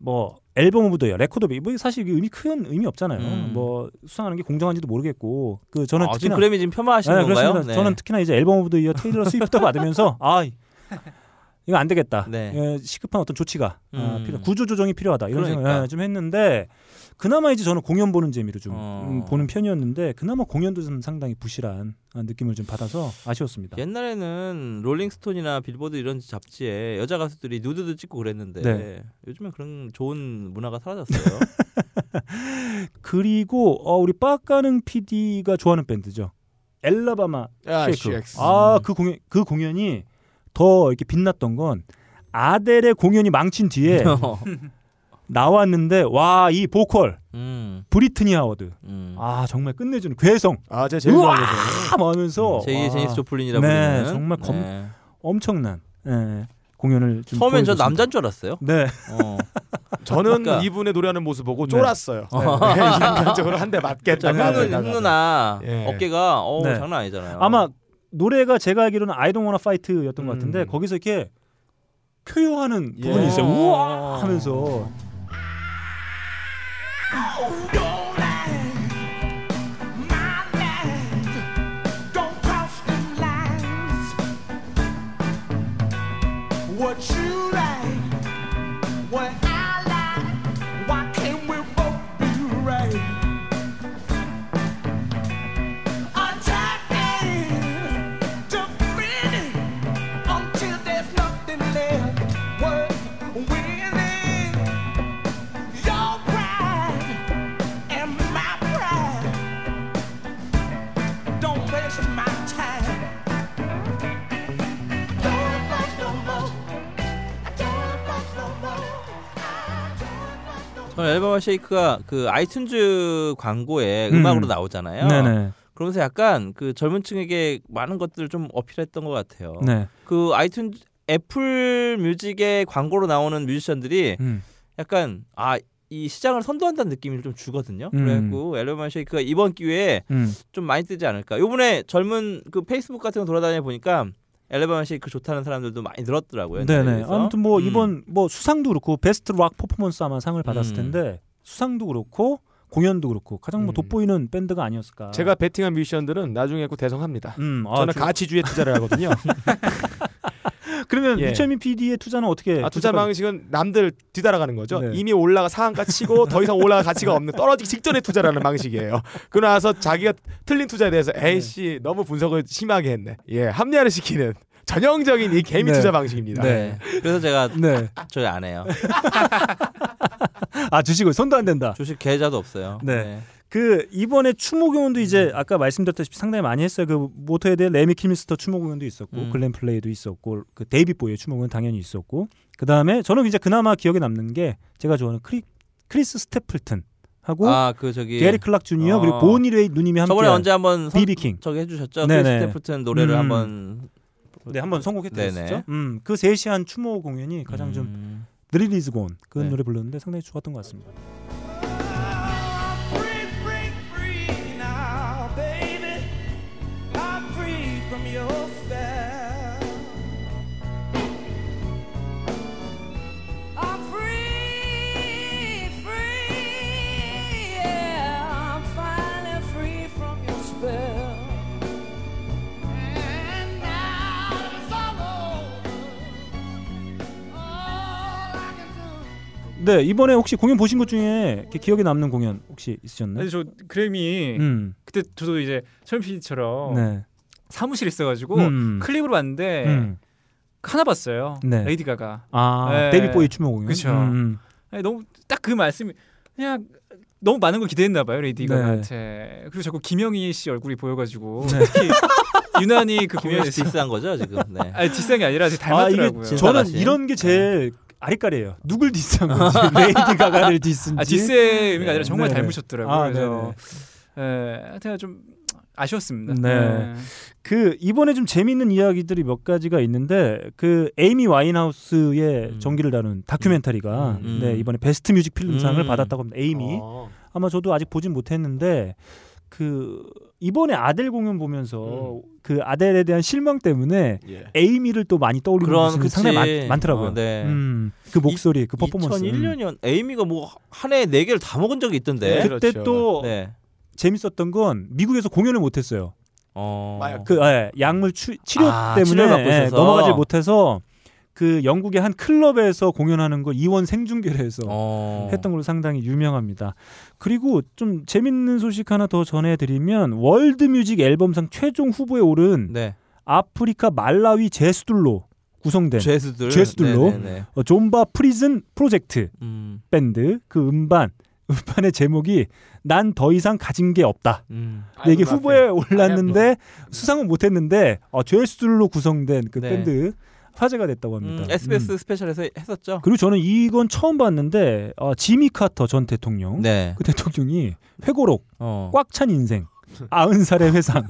Speaker 1: 뭐 앨범 오브 더요 레코드 오브 뭐 사실 이게 의미 큰 의미 없잖아요.
Speaker 3: 음.
Speaker 1: 뭐 수상하는 게 공정한지도 모르겠고 그 저는
Speaker 3: 아, 지금
Speaker 1: 특히나
Speaker 3: 그래미 지금 폄하하시는
Speaker 1: 네,
Speaker 3: 건가요?
Speaker 1: 그렇습니다. 저는 특히나 이제 앨범 오브 더 이어 테일러 스위프트 받으면서 아 이- 이거 안 되겠다.
Speaker 3: 네.
Speaker 1: 예, 시급한 어떤 조치가 아,
Speaker 3: 음.
Speaker 1: 필요, 구조 조정이 필요하다 이런
Speaker 3: 그러니까.
Speaker 1: 생각을 예, 좀 했는데 그나마 이제 저는 공연 보는 재미로 좀
Speaker 3: 어.
Speaker 1: 음, 보는 편이었는데 그나마 공연도 좀 상당히 부실한 아, 느낌을 좀 받아서 아쉬웠습니다.
Speaker 3: 예. 옛날에는 롤링스톤이나 빌보드 이런 잡지에 여자 가수들이 누드도 찍고 그랬는데
Speaker 1: 네.
Speaker 3: 요즘에 그런 좋은 문화가 사라졌어요.
Speaker 1: 그리고 어, 우리 빠까는 PD가 좋아하는 밴드죠. 엘라바마
Speaker 2: 아,
Speaker 1: 쉐이크.
Speaker 2: CX.
Speaker 3: 음.
Speaker 1: 아그 공연 그 공연이 더 이렇게 빛났던 건 아델의 공연이 망친 뒤에 나왔는데 와 이 보컬
Speaker 3: 음,
Speaker 1: 브리트니 하워드
Speaker 3: 음.
Speaker 1: 아 정말 끝내주는 괴성
Speaker 2: 아, 제가 제일
Speaker 1: 우와!
Speaker 2: 좋아하는 거죠.
Speaker 1: 아 하면서
Speaker 3: 음, 제2의 제니스 조플린이라고
Speaker 1: 네,
Speaker 3: 부르는
Speaker 1: 정말 검-
Speaker 3: 네.
Speaker 1: 엄청난 예, 공연을 좀
Speaker 3: 처음엔 저
Speaker 1: 보여줬습니다.
Speaker 3: 남자인 줄 알았어요.
Speaker 1: 네
Speaker 3: 어.
Speaker 2: 저는
Speaker 3: 그러니까.
Speaker 2: 이분의 노래하는 모습 보고
Speaker 1: 네.
Speaker 2: 쫄았어요. 네. 인간적으로 한 대 맞겠다.
Speaker 3: 흥눈,
Speaker 2: 나가다가.
Speaker 3: 흥눈아
Speaker 2: 예.
Speaker 3: 어깨가 어
Speaker 1: 네.
Speaker 3: 장난 아니잖아요.
Speaker 1: 아마 노래가 제가 알기로는 I Don't Wanna Fight였던 것 같은데
Speaker 2: 음.
Speaker 1: 거기서 이렇게 쾌유하는
Speaker 2: 예.
Speaker 1: 부분이
Speaker 3: 아.
Speaker 1: 있어요 우와 하면서
Speaker 8: What you like, what I like, why can't we both be right? Attacking, defending, until there's nothing left worth winning. Your pride and my pride, don't waste my time. Don't fight no more. Don't fight no more. I don't fight no more.
Speaker 3: 저는 앨범 쉐이크가 그 아이튠즈 광고에
Speaker 1: 음.
Speaker 3: 음. 악으로 나오잖아요.
Speaker 1: 네네
Speaker 3: 그러면서 약간 그 젊은 층에게 많은 것들을 좀 어필했던 것 같아요.
Speaker 1: 네
Speaker 3: 그 아이튠즈 애플 뮤직의 광고로 나오는 뮤지션들이
Speaker 1: 음.
Speaker 3: 약간 아 이 시장을 선도한다는 느낌을 좀 주거든요.
Speaker 1: 음.
Speaker 3: 그래갖고 엘레먼 쉐이크가 이번 기회에
Speaker 1: 음.
Speaker 3: 좀 많이 뜨지 않을까. 요번에 젊은 그 페이스북 같은 거 돌아다니 보니까 엘레먼 쉐이크 좋다는 사람들도 많이 늘었더라고요.
Speaker 1: 네네.
Speaker 3: 연예계에서.
Speaker 1: 아무튼 뭐
Speaker 3: 음.
Speaker 1: 이번 뭐 수상도 그렇고 베스트 락 퍼포먼스 아마 상을 받았을
Speaker 3: 음.
Speaker 1: 텐데 수상도 그렇고 공연도 그렇고 가장 뭐
Speaker 2: 음.
Speaker 1: 돋보이는 밴드가 아니었을까.
Speaker 2: 제가 베팅한 뮤지션들은 나중에 꼭 대성합니다.
Speaker 1: 음, 아,
Speaker 2: 저는
Speaker 1: 주-
Speaker 2: 가치주의 투자를 하거든요.
Speaker 1: 그러면
Speaker 2: 예.
Speaker 1: 유채민 PD의 예, 투자는 어떻게?
Speaker 2: 아, 투자 방식은 남들 뒤따라가는 거죠.
Speaker 1: 네.
Speaker 2: 이미 올라가 상한가 치고 더 이상 올라갈 가치가 없는 떨어지기 직전에 투자라는 방식이에요. 그러나서 자기가 틀린 투자에 대해서
Speaker 1: 네.
Speaker 2: 에이씨 너무 분석을 심하게 했네. 예, 합리화를 시키는 전형적인 이 개미
Speaker 1: 네.
Speaker 2: 투자 방식입니다.
Speaker 1: 네.
Speaker 3: 그래서 제가
Speaker 1: 네.
Speaker 3: 저희 안 해요.
Speaker 1: 아 주식을 손도 안 된다.
Speaker 3: 주식 계좌도 없어요.
Speaker 1: 네. 그 이번에 추모 공연도 이제 아까 말씀드렸다시피 상당히 많이 했어요. 그 모터에 대한 레미 킬미스터 추모 공연도 있었고
Speaker 3: 음.
Speaker 1: 글렌 플레이도 있었고 그 데이비 보이의 추모 공연 당연히 있었고 그 다음에 저는 이제 그나마 기억에 남는 게 제가 좋아하는 크리, 크리스 스테플튼 하고
Speaker 3: 아 그 저기
Speaker 1: 게리 클락 주니어
Speaker 3: 어.
Speaker 1: 그리고 보니레이 누님이 뭐? 함께
Speaker 3: 저번에 언제 한번 선-
Speaker 1: 비비 킹.
Speaker 3: 저기 해주셨죠?
Speaker 1: 네네.
Speaker 3: 크리스 스테프튼 노래를
Speaker 1: 음.
Speaker 3: 한번
Speaker 1: 네, 한번 선곡했었죠.
Speaker 3: 네네.
Speaker 1: 음, 그 셋이 한 추모 공연이 가장 좀
Speaker 3: 음.
Speaker 1: 느리리즈 곤그
Speaker 3: 네.
Speaker 1: 노래 불렀는데 상당히 좋았던 것 같습니다.
Speaker 7: I'm free, free, yeah, I'm finally free from your spell. And now it's all over. All I can do
Speaker 1: 네, 이번에 혹시 공연 보신 것 중에 이렇게 기억에 남는 공연 혹시 있으셨나요?
Speaker 4: 근데 저 그래미
Speaker 1: 음,
Speaker 4: 그때 저도 이제 철 PD처럼
Speaker 1: 네,
Speaker 4: 사무실 있어가지고
Speaker 1: 음.
Speaker 4: 클립으로 봤는데
Speaker 1: 음.
Speaker 4: 하나 봤어요.
Speaker 1: 네.
Speaker 4: 레이디 가가
Speaker 1: 아
Speaker 4: 네.
Speaker 1: 데이비 보이 추모 공연.
Speaker 4: 그쵸.
Speaker 1: 음,
Speaker 4: 아니, 너무 딱 그 말씀이 그냥 너무 많은 걸 기대했나 봐요 레이디
Speaker 1: 네.
Speaker 4: 가가한테 그리고 자꾸 김영희 씨 얼굴이 보여가지고
Speaker 1: 네.
Speaker 4: 특히 유난히 그
Speaker 3: 김현 씨
Speaker 4: 공연에서
Speaker 3: 디스한 거죠 지금. 네.
Speaker 4: 아니 뒷상이 아니라 이제
Speaker 1: 아 이게
Speaker 4: 닮았더라고요.
Speaker 3: 진짜-
Speaker 1: 저는
Speaker 3: 진짜
Speaker 1: 이런 게 제일 아리까리예요. 누굴 디스한 건지 레이디 가가를 디스인지.
Speaker 4: 아 디스의 의미가
Speaker 3: 네.
Speaker 4: 아니라 정말
Speaker 1: 예? 네.
Speaker 4: 닮으셨더라고요.
Speaker 1: 아,
Speaker 4: 그래서 예, 하여튼 좀 아쉬웠습니다. 예.
Speaker 1: 네. 그 이번에 좀 재미있는 이야기들이 몇 가지가 있는데 그 에이미 와인하우스의
Speaker 3: 음.
Speaker 1: 전기를 다룬 다큐멘터리가
Speaker 3: 음.
Speaker 1: 네, 이번에 베스트 뮤직 필름상을
Speaker 3: 음.
Speaker 1: 받았다고 합니다. 에이미
Speaker 2: 어.
Speaker 1: 아마 저도 아직 보진 못했는데 그 이번에 아델 공연 보면서
Speaker 3: 음.
Speaker 1: 그 아델에 대한 실망 때문에
Speaker 2: 예.
Speaker 1: 에이미를 또 많이 떠올리는
Speaker 3: 그런,
Speaker 1: 분들이
Speaker 3: 그치.
Speaker 1: 상당히 많, 더라고요
Speaker 3: 어, 네.
Speaker 1: 그 목소리, 그 퍼포먼스.
Speaker 3: 2001년이면 에이미가 뭐 한 해에 네 개를 다 먹은 적이 있던데.
Speaker 2: 네.
Speaker 1: 그때
Speaker 2: 그렇죠.
Speaker 1: 또
Speaker 3: 네.
Speaker 1: 재밌었던 건 미국에서 공연을 못했어요.
Speaker 3: 어.
Speaker 2: 마약.
Speaker 1: 그 예, 약물 추- 치료
Speaker 3: 아, 치료를 받고
Speaker 1: 때문에 예,
Speaker 3: 있어서.
Speaker 1: 넘어가지 못해서 그 영국의 한 클럽에서 공연하는 걸 이원 생중계를 해서
Speaker 3: 어.
Speaker 1: 했던 걸로 상당히 유명합니다. 그리고 좀 재밌는 소식 하나 더 전해드리면 월드뮤직 앨범상 최종 후보에 오른
Speaker 3: 네.
Speaker 1: 아프리카 말라위 제수들로 구성된
Speaker 3: 죄수들.
Speaker 1: 네. 죄수들로.
Speaker 3: 네, 네, 네.
Speaker 1: 어, 존바 프리즌 프로젝트
Speaker 3: 음.
Speaker 1: 밴드 그 음반 음반의 제목이 난 더 이상 가진 게 없다.
Speaker 3: 음.
Speaker 1: 근데 이게
Speaker 2: 아이돌
Speaker 1: 후보에
Speaker 2: 앞에.
Speaker 1: 올랐는데 수상은 못했는데 어, 죄수들로 구성된 그
Speaker 3: 네.
Speaker 1: 밴드 화제가 됐다고 합니다.
Speaker 3: 음, SBS
Speaker 1: 음.
Speaker 3: 스페셜에서 했었죠.
Speaker 1: 그리고 저는 이건 처음 봤는데 어, 지미 카터 전 대통령
Speaker 3: 네.
Speaker 1: 그 대통령이 회고록
Speaker 3: 어.
Speaker 1: 꽉 찬 인생 아흔 살의 회상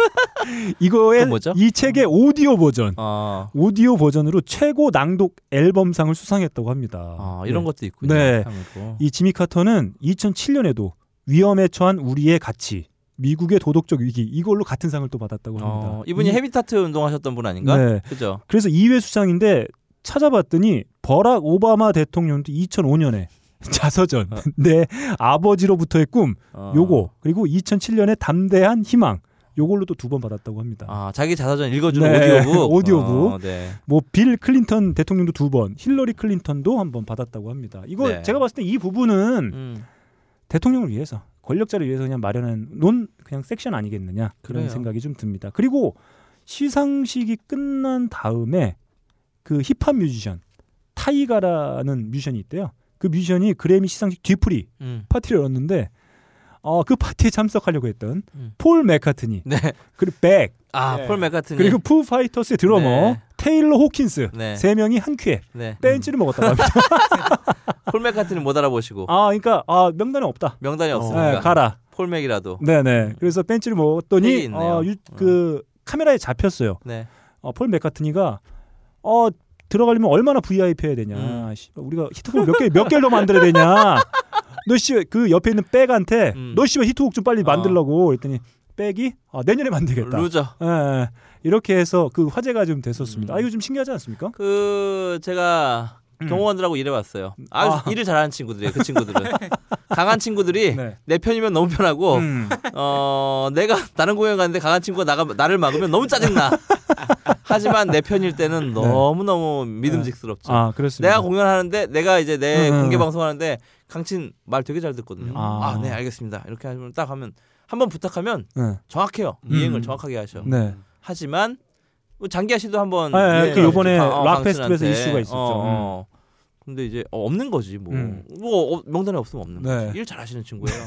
Speaker 1: 이거의
Speaker 3: 그건 뭐죠?
Speaker 1: 이 책의 오디오 버전
Speaker 3: 어.
Speaker 1: 오디오 버전으로 최고 낭독 앨범상을 수상했다고 합니다.
Speaker 3: 아, 이런
Speaker 1: 네.
Speaker 3: 것도 있군요.
Speaker 1: 네.
Speaker 3: 참으로.
Speaker 1: 이 지미 카터는 2007년에도 위험에 처한 우리의 가치, 미국의 도덕적 위기 이걸로 같은 상을 또 받았다고 합니다.
Speaker 3: 어, 이분이
Speaker 1: 이-
Speaker 3: 헤비타트 운동하셨던 분 아닌가?
Speaker 1: 네.
Speaker 3: 그죠?
Speaker 1: 그래서 2회 수상인데 찾아봤더니 버락 오바마 대통령도 2005년에 자서전 내 아버지로부터의 꿈
Speaker 3: 어.
Speaker 1: 요거 그리고 2007년에 담대한 희망 요걸로 또 두 번 받았다고 합니다.
Speaker 3: 아, 자기 자서전 읽어주는
Speaker 1: 네,
Speaker 3: 오디오북.
Speaker 1: 오디오북.
Speaker 3: 어, 네.
Speaker 1: 뭐 빌 클린턴 대통령도 두 번, 힐러리 클린턴도 한 번 받았다고 합니다. 이거
Speaker 3: 네.
Speaker 1: 제가 봤을 때 이 부분은
Speaker 3: 음.
Speaker 1: 대통령을 위해서 권력자를 위해서 그냥 마련한 논 그냥 섹션 아니겠느냐 그런
Speaker 3: 그래요.
Speaker 1: 생각이 좀 듭니다. 그리고 시상식이 끝난 다음에 그 힙합 뮤지션 타이가라는 뮤지션이 있대요. 그 뮤지션이 그래미 시상식 뒤풀이
Speaker 3: 음.
Speaker 1: 파티를 열었는데 어, 그 파티에 참석하려고 했던
Speaker 3: 음.
Speaker 1: 폴 메카트니
Speaker 3: 네.
Speaker 1: 그리고 백
Speaker 3: 아,
Speaker 2: 예.
Speaker 3: 폴 맥카트니.
Speaker 1: 네. 그리고 푸 파이터스의 드러머
Speaker 3: 네.
Speaker 1: 테일러 호킨스
Speaker 3: 네.
Speaker 1: 세 명이 한 큐에
Speaker 3: 네.
Speaker 1: 뺀지를 먹었다고 합니다.
Speaker 3: 폴 맥카트니 못 알아보시고
Speaker 1: 아 그러니까 아 명단에 없다.
Speaker 3: 명단이 없으니까.
Speaker 1: 네, 가라. 음.
Speaker 3: 폴 맥이라도.
Speaker 1: 네네. 그래서 벤치를
Speaker 3: 음. 팩이
Speaker 1: 먹었더니
Speaker 3: 있네요. 음.
Speaker 1: 어, 유- 그 카메라에 잡혔어요.
Speaker 3: 네.
Speaker 1: 어, 폴 맥카트니가 어 들어가려면 얼마나 VIP 해야 되냐.
Speaker 3: 음.
Speaker 1: 씨, 우리가 히트곡 몇 개 몇 개를 더 만들어야 되냐. 너 씨, 그 옆에 있는 백한테
Speaker 3: 음.
Speaker 1: 너 씨발 히트곡 좀 빨리
Speaker 3: 어.
Speaker 1: 만들라고 했더니 백이 아, 내년에 만들겠다.
Speaker 3: 루저.
Speaker 1: 예, 예. 이렇게 해서 그 화제가 좀 됐었습니다.
Speaker 3: 음.
Speaker 1: 아 이거 좀 신기하지 않습니까?
Speaker 3: 그 제가
Speaker 1: 음.
Speaker 3: 경호원들하고 일해봤어요. 아, 일을 잘하는 친구들이에요. 그 친구들은 강한 친구들이
Speaker 1: 네.
Speaker 3: 내 편이면 너무 편하고
Speaker 1: 음.
Speaker 3: 어 내가 다른 공연 갔는데 강한 친구가 나가 나를 막으면 너무 짜증나. 하지만 내 편일
Speaker 1: 네.
Speaker 3: 때는 너무 너무 믿음직스럽죠.
Speaker 1: 아 그렇습니다.
Speaker 3: 내가 공연하는데 내가 이제 내
Speaker 1: 음,
Speaker 3: 공개
Speaker 1: 음.
Speaker 3: 방송하는데 강친 말 되게 잘 듣거든요.
Speaker 1: 아.
Speaker 3: 아 네 알겠습니다. 이렇게 하면 딱 하면 한번 부탁하면
Speaker 1: 네.
Speaker 3: 정확해요.
Speaker 1: 음.
Speaker 3: 이행을 정확하게 하셔.
Speaker 1: 네.
Speaker 3: 하지만 뭐 장기하 씨도 한번
Speaker 1: 아, 예,
Speaker 3: 이해가
Speaker 1: 그 요번에
Speaker 3: 강- 어,
Speaker 1: 락 페스티벌에서
Speaker 3: 강신한테.
Speaker 1: 이슈가 있었죠.
Speaker 3: 어, 어. 근데 이제 어, 없는 거지 뭐.
Speaker 1: 음.
Speaker 3: 뭐 어, 명단에 없으면 없는
Speaker 1: 네.
Speaker 3: 거지. 일 잘하시는 친구예요.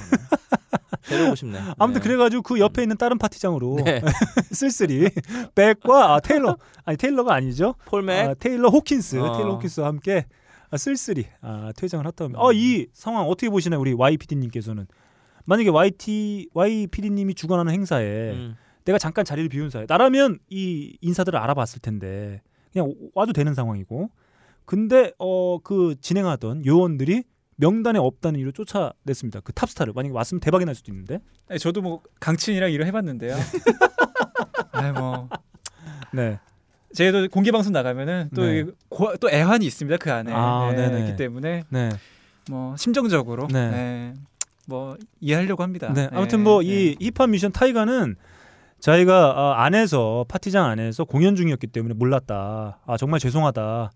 Speaker 3: 데려오고 싶네.
Speaker 1: 아무튼 뭐.
Speaker 3: 네.
Speaker 1: 그래가지고 그 옆에 있는 다른 파티장으로
Speaker 3: 네.
Speaker 1: 쓸쓸히 백과 아, 테일러 아니 테일러가 아니죠.
Speaker 3: 폴맥
Speaker 1: 아, 테일러 호킨스
Speaker 3: 네. 어.
Speaker 1: 테일러 호킨스와 함께 아, 쓸쓸히 아, 퇴장을 했다
Speaker 3: 음.
Speaker 1: 합니다. 어, 이 상황 어떻게 보시나요, 우리 YPD님께서는? 만약에 YT YPD님이 주관하는 행사에
Speaker 3: 음.
Speaker 1: 내가 잠깐 자리를 비운 사이 나라면 이 인사들을 알아봤을 텐데 그냥 오- 와도 되는 상황이고 근데 어 그 진행하던 요원들이 명단에 없다는 이유로 쫓아냈습니다. 그 탑스타를 만약에 왔으면 대박이 날 수도 있는데.
Speaker 4: 아니, 저도 뭐 강친이랑 일을 해봤는데요. 아이 뭐
Speaker 1: 네.
Speaker 4: 저희도 공개 방송 나가면은 또
Speaker 1: 네.
Speaker 4: 이게 고- 또 애환이 있습니다 그 안에
Speaker 1: 아,
Speaker 4: 네,
Speaker 1: 네네.
Speaker 4: 있기 때문에
Speaker 1: 네.
Speaker 4: 뭐 심정적으로
Speaker 1: 네.
Speaker 4: 네. 뭐 이해하려고 합니다.
Speaker 1: 네.
Speaker 4: 네,
Speaker 1: 아무튼 뭐
Speaker 4: 네.
Speaker 1: 이 힙합 미션 타이가는 자기가 아, 안에서 파티장 안에서 공연 중이었기 때문에 몰랐다. 아 정말 죄송하다.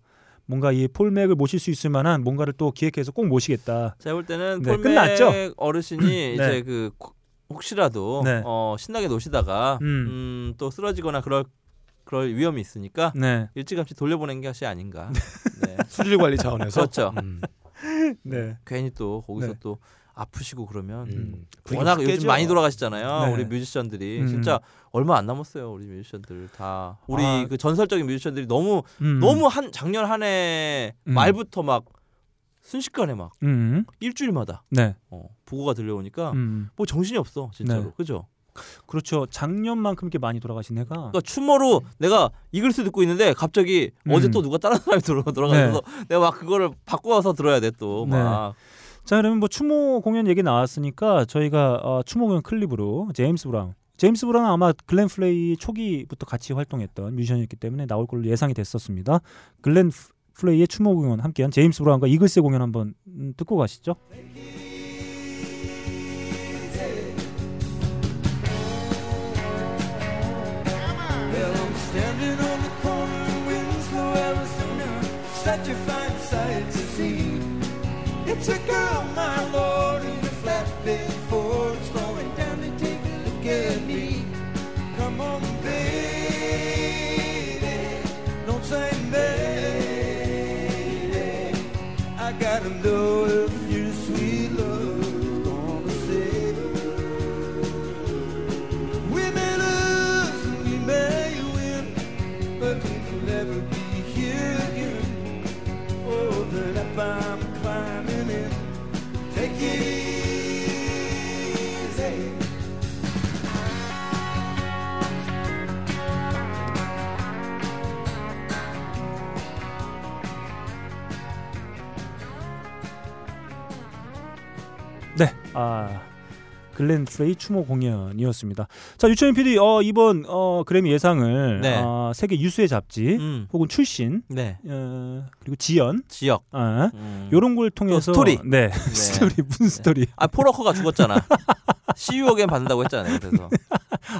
Speaker 1: 뭔가 이 폴맥을 모실 수 있을 만한 뭔가를 또 기획해서 꼭 모시겠다.
Speaker 3: 제가 볼 때는
Speaker 1: 네,
Speaker 3: 폴맥
Speaker 1: 끝났죠?
Speaker 3: 어르신이 이제 그 고- 혹시라도
Speaker 1: 네.
Speaker 3: 어, 신나게 노시다가
Speaker 1: 음.
Speaker 3: 음, 또 쓰러지거나 그럴 그럴 위험이 있으니까
Speaker 1: 네.
Speaker 3: 일찌감치 돌려보낸 것이 아닌가. 네.
Speaker 2: 수질 관리 차원에서
Speaker 3: 그렇죠.
Speaker 2: 음,
Speaker 1: 네.
Speaker 3: 괜히 또 거기서
Speaker 1: 네.
Speaker 3: 또 아프시고 그러면
Speaker 2: 음.
Speaker 3: 워낙 요즘
Speaker 2: 깨죠.
Speaker 3: 많이 돌아가시잖아요.
Speaker 1: 네.
Speaker 3: 우리 뮤지션들이
Speaker 1: 음.
Speaker 3: 진짜 얼마 안 남았어요. 우리 뮤지션들 다 우리
Speaker 1: 아.
Speaker 3: 그 전설적인 뮤지션들이 너무
Speaker 1: 음.
Speaker 3: 너무 한 작년 한 해
Speaker 1: 음.
Speaker 3: 말부터 막 순식간에 막
Speaker 1: 음.
Speaker 3: 일주일마다
Speaker 1: 네.
Speaker 3: 어, 보고가 들려오니까
Speaker 1: 음.
Speaker 3: 뭐 정신이 없어 진짜로
Speaker 1: 네.
Speaker 3: 그죠?
Speaker 1: 그렇죠. 작년만큼 이렇게 많이 돌아가신 애가
Speaker 3: 그러니까 추모로 내가 이글스 듣고 있는데 갑자기 어제
Speaker 1: 음. 네.
Speaker 3: 또 누가 다른 사람이 들어 들어가서 내가 막 그거를 바꿔서 들어야 돼또막
Speaker 1: 자 그러면 뭐 추모 공연 얘기 나왔으니까 저희가 어, 추모 공연 클립으로 제임스 브라운 제임스 브라운은 아마 글렌 플레이 초기부터 같이 활동했던 뮤지션이었기 때문에 나올 걸로 예상이 됐었습니다. 글렌 프- 플레이의 추모 공연 함께한 제임스 브라운과 이글스의 공연 한번 음, 듣고 가시죠.
Speaker 8: Well, I'm standing on the corner of Winslow, Arizona. Such a fine sight to see. It's a girl, my lord, in a flatbed Ford, slowing down to take a look at me. Come on, baby, don't say baby. I gotta know if your sweet love's gonna save me. We may lose and we may win, but we will never be here again. Oh, the up I'm climbing in. Take it easy.
Speaker 1: 네. 아 글렌 플레이 추모 공연이었습니다. 자 유천민 PD 어, 이번 어, 그래미 예상을
Speaker 3: 네.
Speaker 1: 어, 세계 유수의 잡지
Speaker 3: 음.
Speaker 1: 혹은 출신
Speaker 3: 네.
Speaker 1: 어, 그리고 지연
Speaker 3: 지역
Speaker 1: 아,
Speaker 3: 음.
Speaker 1: 요런 걸 통해서
Speaker 3: 스토리.
Speaker 1: 네,
Speaker 3: 네.
Speaker 1: 스토리 무슨 스토리
Speaker 3: 아 포러커가 죽었잖아. CU에겐 받는다고 했잖아요. 그래서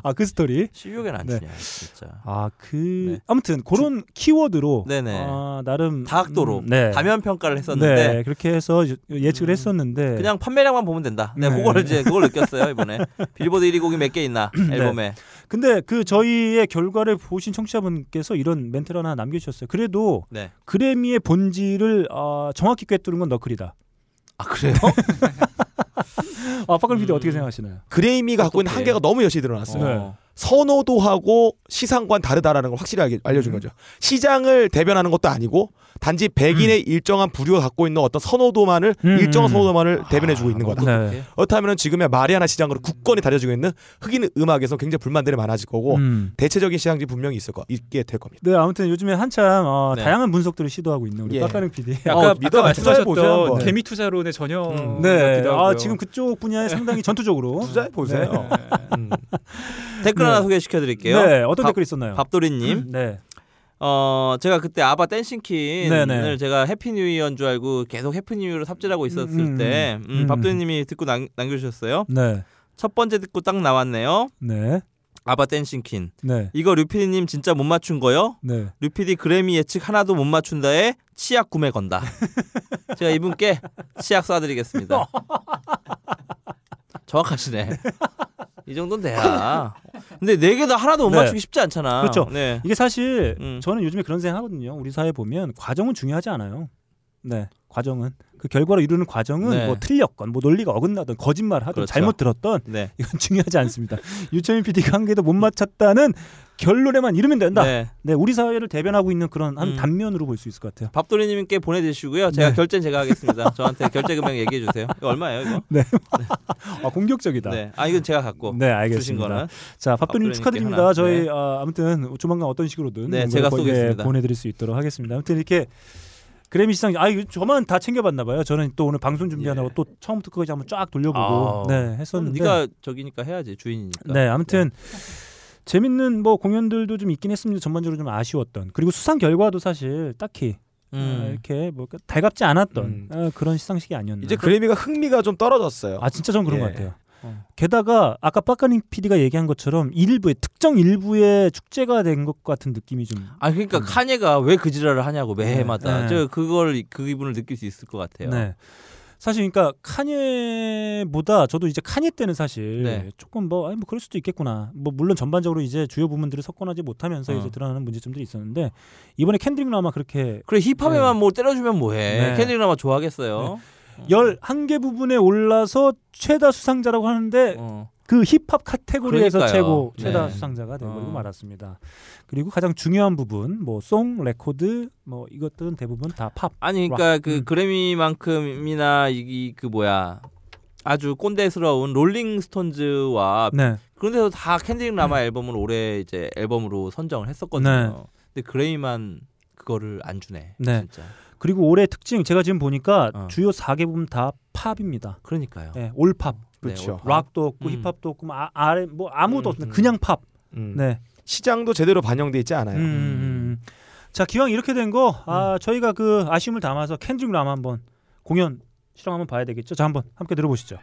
Speaker 1: 아 그 스토리
Speaker 3: CU에겐 안
Speaker 1: 네.
Speaker 3: 주냐 진짜.
Speaker 1: 아 그
Speaker 3: 네.
Speaker 1: 아무튼 그런 키워드로
Speaker 3: 네네.
Speaker 1: 아, 나름
Speaker 3: 다각도로
Speaker 1: 음, 네.
Speaker 3: 다면 평가를 했었는데
Speaker 1: 네 그렇게 해서 예측을
Speaker 3: 음,
Speaker 1: 했었는데
Speaker 3: 그냥 판매량만 보면 된다. 네,
Speaker 1: 네.
Speaker 3: 그거를 이제 그걸 느꼈어요 이번에 빌보드 1위 곡이 몇 개 있나
Speaker 1: 네.
Speaker 3: 앨범에.
Speaker 1: 근데 그 저희의 결과를 보신 청취자분께서 이런 멘트를 하나 남겨주셨어요. 그래도
Speaker 3: 네.
Speaker 1: 그래미의 본질을 아, 정확히 꿰뚫은 건 너클이다.
Speaker 3: 아 그래요?
Speaker 1: 아 박근 PD
Speaker 3: 음.
Speaker 1: 아, 어떻게 생각하시나요?
Speaker 2: 그레이미가 갖고 있는
Speaker 3: 어떡해.
Speaker 2: 한계가 너무 여실히 드러났어요.
Speaker 1: 네.
Speaker 3: 어.
Speaker 2: 선호도하고 시상과는 다르다라는 걸 확실히 알게, 알려준
Speaker 1: 음.
Speaker 2: 거죠. 시장을 대변하는 것도 아니고 단지 백인의 일정한 부류가 갖고 있는 어떤 선호도만을
Speaker 1: 음,
Speaker 2: 일정한
Speaker 1: 음.
Speaker 2: 선호도만을 대변해주고 있는 거다.
Speaker 1: 네.
Speaker 2: 그렇다면 지금의 마리아나 시장으로 굳건히 다려지고 있는 흑인 음악에서 굉장히 불만들이 많아질 거고
Speaker 1: 음.
Speaker 2: 대체적인 시장지 분명히 있을 거 있게 될 겁니다.
Speaker 1: 네, 아무튼 요즘에 한참 어,
Speaker 3: 네.
Speaker 1: 다양한 분석들을 시도하고 있는 우리
Speaker 2: 예.
Speaker 1: 빡가는 PD.
Speaker 3: 아까, 아까
Speaker 2: 투자해보세요, 한번.
Speaker 4: 말씀하셨던 뭐 개미 투자론의 전혀
Speaker 2: 음.
Speaker 1: 네,
Speaker 4: 같기도
Speaker 1: 아,
Speaker 4: 하고요.
Speaker 1: 지금 그쪽 분야에 상당히 전투적으로
Speaker 2: 투자해 보세요. 음.
Speaker 3: 댓글
Speaker 1: 네.
Speaker 3: 하나 소개시켜드릴게요.
Speaker 1: 네, 어떤
Speaker 3: 밥-
Speaker 1: 댓글 있었나요?
Speaker 3: 밥도리님,
Speaker 1: 네,
Speaker 3: 어 제가 그때 아바
Speaker 1: 네,
Speaker 3: 댄싱퀸을
Speaker 1: 네.
Speaker 3: 제가 해피뉴이어인 줄 알고 계속 해피뉴이로 삽질하고 있었을
Speaker 1: 음, 음,
Speaker 3: 때 음,
Speaker 1: 음.
Speaker 3: 밥도리님이 듣고 남, 남겨주셨어요.
Speaker 1: 네,
Speaker 3: 첫 번째 듣고 딱 나왔네요.
Speaker 1: 네,
Speaker 3: 아바 댄싱퀸.
Speaker 1: 네,
Speaker 3: 이거 류피디님 진짜 못 맞춘 거요?
Speaker 1: 네.
Speaker 3: 류피디 그래미 예측 하나도 못 맞춘다에 치약 구매 건다. 제가 이분께 치약 쏴드리겠습니다. 정확하시네. 이 정도는 돼야. 근데 네 개 다 하나도 못
Speaker 1: 네.
Speaker 3: 맞추기 쉽지 않잖아.
Speaker 1: 그렇죠.
Speaker 3: 네.
Speaker 1: 이게 사실
Speaker 3: 음.
Speaker 1: 저는 요즘에 그런 생각하거든요. 우리 사회 보면 과정은 중요하지 않아요. 네, 과정은 그 결과로 이루는 과정은
Speaker 3: 네.
Speaker 1: 뭐 틀렸건 뭐 논리가 어긋나든 거짓말 하든
Speaker 3: 그렇죠.
Speaker 1: 잘못 들었던
Speaker 3: 네.
Speaker 1: 이건 중요하지 않습니다. 유채민 PD가 한 개도 못 맞췄다는 결론에만 이르면 된다. 네.
Speaker 3: 네.
Speaker 1: 우리 사회를 대변하고 있는 그런 한
Speaker 3: 음.
Speaker 1: 단면으로 볼 수 있을 것 같아요.
Speaker 3: 밥돌이님께 보내주시고요. 제가
Speaker 1: 네.
Speaker 3: 결제는 제가 하겠습니다. 저한테 결제 금액 얘기해 주세요. 이거 얼마예요, 이거?
Speaker 1: 아, 공격적이다. 네.
Speaker 3: 네. 아, 이건 제가 갖고. 주신
Speaker 1: 알겠습니다.
Speaker 3: 거는
Speaker 1: 자, 밥도님
Speaker 3: 밥도리님께
Speaker 1: 축하드립니다.
Speaker 3: 하나.
Speaker 1: 저희
Speaker 3: 네.
Speaker 1: 아, 아무튼 조만간 어떤 식으로든
Speaker 3: 네,
Speaker 1: 뭔가
Speaker 3: 제가
Speaker 1: 보-
Speaker 3: 쏘겠습니다.
Speaker 1: 예, 보내드릴 수 있도록 하겠습니다. 아무튼 이렇게 그래미 시상, 아, 이거 저만 다 챙겨봤나 봐요. 저는 또 오늘 방송 준비하느라고
Speaker 3: 예.
Speaker 1: 또 처음부터 끝까지 한번 쫙 돌려보고
Speaker 3: 아우.
Speaker 1: 네 했었는데,
Speaker 3: 네가 그, 저기니까 해야지 주인이니까.
Speaker 1: 네 아무튼 재밌는 뭐 공연들도 좀 있긴 했습니다. 전반적으로 좀 아쉬웠던 그리고 수상 결과도 사실 딱히 아,
Speaker 3: 음.
Speaker 1: 이렇게 뭐 달갑지 않았던
Speaker 2: 음.
Speaker 1: 아, 그런 시상식이 아니었나.
Speaker 2: 이제 그래미가 흥미가 좀 떨어졌어요.
Speaker 1: 아 진짜 전 그런
Speaker 2: 예.
Speaker 1: 것 같아요.
Speaker 3: 어.
Speaker 1: 게다가 아까 빠까닝 PD가 얘기한 것처럼 일부의 특정 일부의 축제가 된 것 같은 느낌이 좀.
Speaker 3: 아 그러니까
Speaker 1: 음.
Speaker 3: 카니가 왜 그 지랄을 하냐고 매해마다
Speaker 1: 네.
Speaker 3: 저 그걸 그 기분을 느낄 수 있을 것 같아요.
Speaker 1: 네. 사실 그러니까 카니보다 저도 이제 카니 때는 사실
Speaker 3: 네.
Speaker 1: 조금 뭐 아니 뭐 그럴 수도 있겠구나. 뭐 물론 전반적으로 이제 주요 부문들을 석권하지 못하면서
Speaker 3: 어.
Speaker 1: 이제 드러나는 문제점들이 있었는데 이번에 캔드릭은 아마 그렇게
Speaker 3: 그래 힙합에만 뭐 때려주면 뭐해?
Speaker 1: 네.
Speaker 3: 캐디나마 좋아하겠어요.
Speaker 1: 11개 부분에 올라서 최다 수상자라고 하는데
Speaker 3: 어.
Speaker 1: 그 힙합 카테고리에서
Speaker 3: 그러니까요.
Speaker 1: 최고
Speaker 3: 네.
Speaker 1: 최다 수상자가 되버리고
Speaker 3: 어.
Speaker 1: 말았습니다. 그리고 가장 중요한 부분 뭐 송 레코드 뭐 이것들은 대부분 다 팝.
Speaker 3: 아니 그러니까
Speaker 1: 락.
Speaker 3: 그
Speaker 1: 음.
Speaker 3: 그래미만큼이나 이그 그 뭐야 아주 꼰대스러운 롤링스톤즈와
Speaker 1: 네.
Speaker 3: 그런 데서 다 캔디릭 라마 앨범을 올해 이제 앨범으로 선정을 했었거든요. 근데 그레이만 그거를 안 주네.
Speaker 1: 네.
Speaker 3: 진짜.
Speaker 1: 그리고 올해 특징 제가 지금 보니까
Speaker 3: 어.
Speaker 1: 주요 4개 부분 다 팝입니다.
Speaker 3: 그러니까요.
Speaker 1: 네, 올 팝.
Speaker 2: 그렇죠.
Speaker 3: 올-
Speaker 1: 락도 없고
Speaker 3: 음.
Speaker 1: 힙합도 없고 뭐 아, 아래 뭐 아무도
Speaker 2: 음,
Speaker 1: 없는
Speaker 2: 음.
Speaker 1: 그냥 팝.
Speaker 2: 음.
Speaker 1: 네.
Speaker 2: 시장도 제대로 반영돼 있지 않아요.
Speaker 1: 음, 음, 음. 자, 기왕 이렇게 된 거 아,
Speaker 3: 음.
Speaker 1: 저희가 그 아쉬움을 담아서 캔드릭 라마 한번 공연 실황 한번 봐야 되겠죠. 자, 한번 함께 들어보시죠.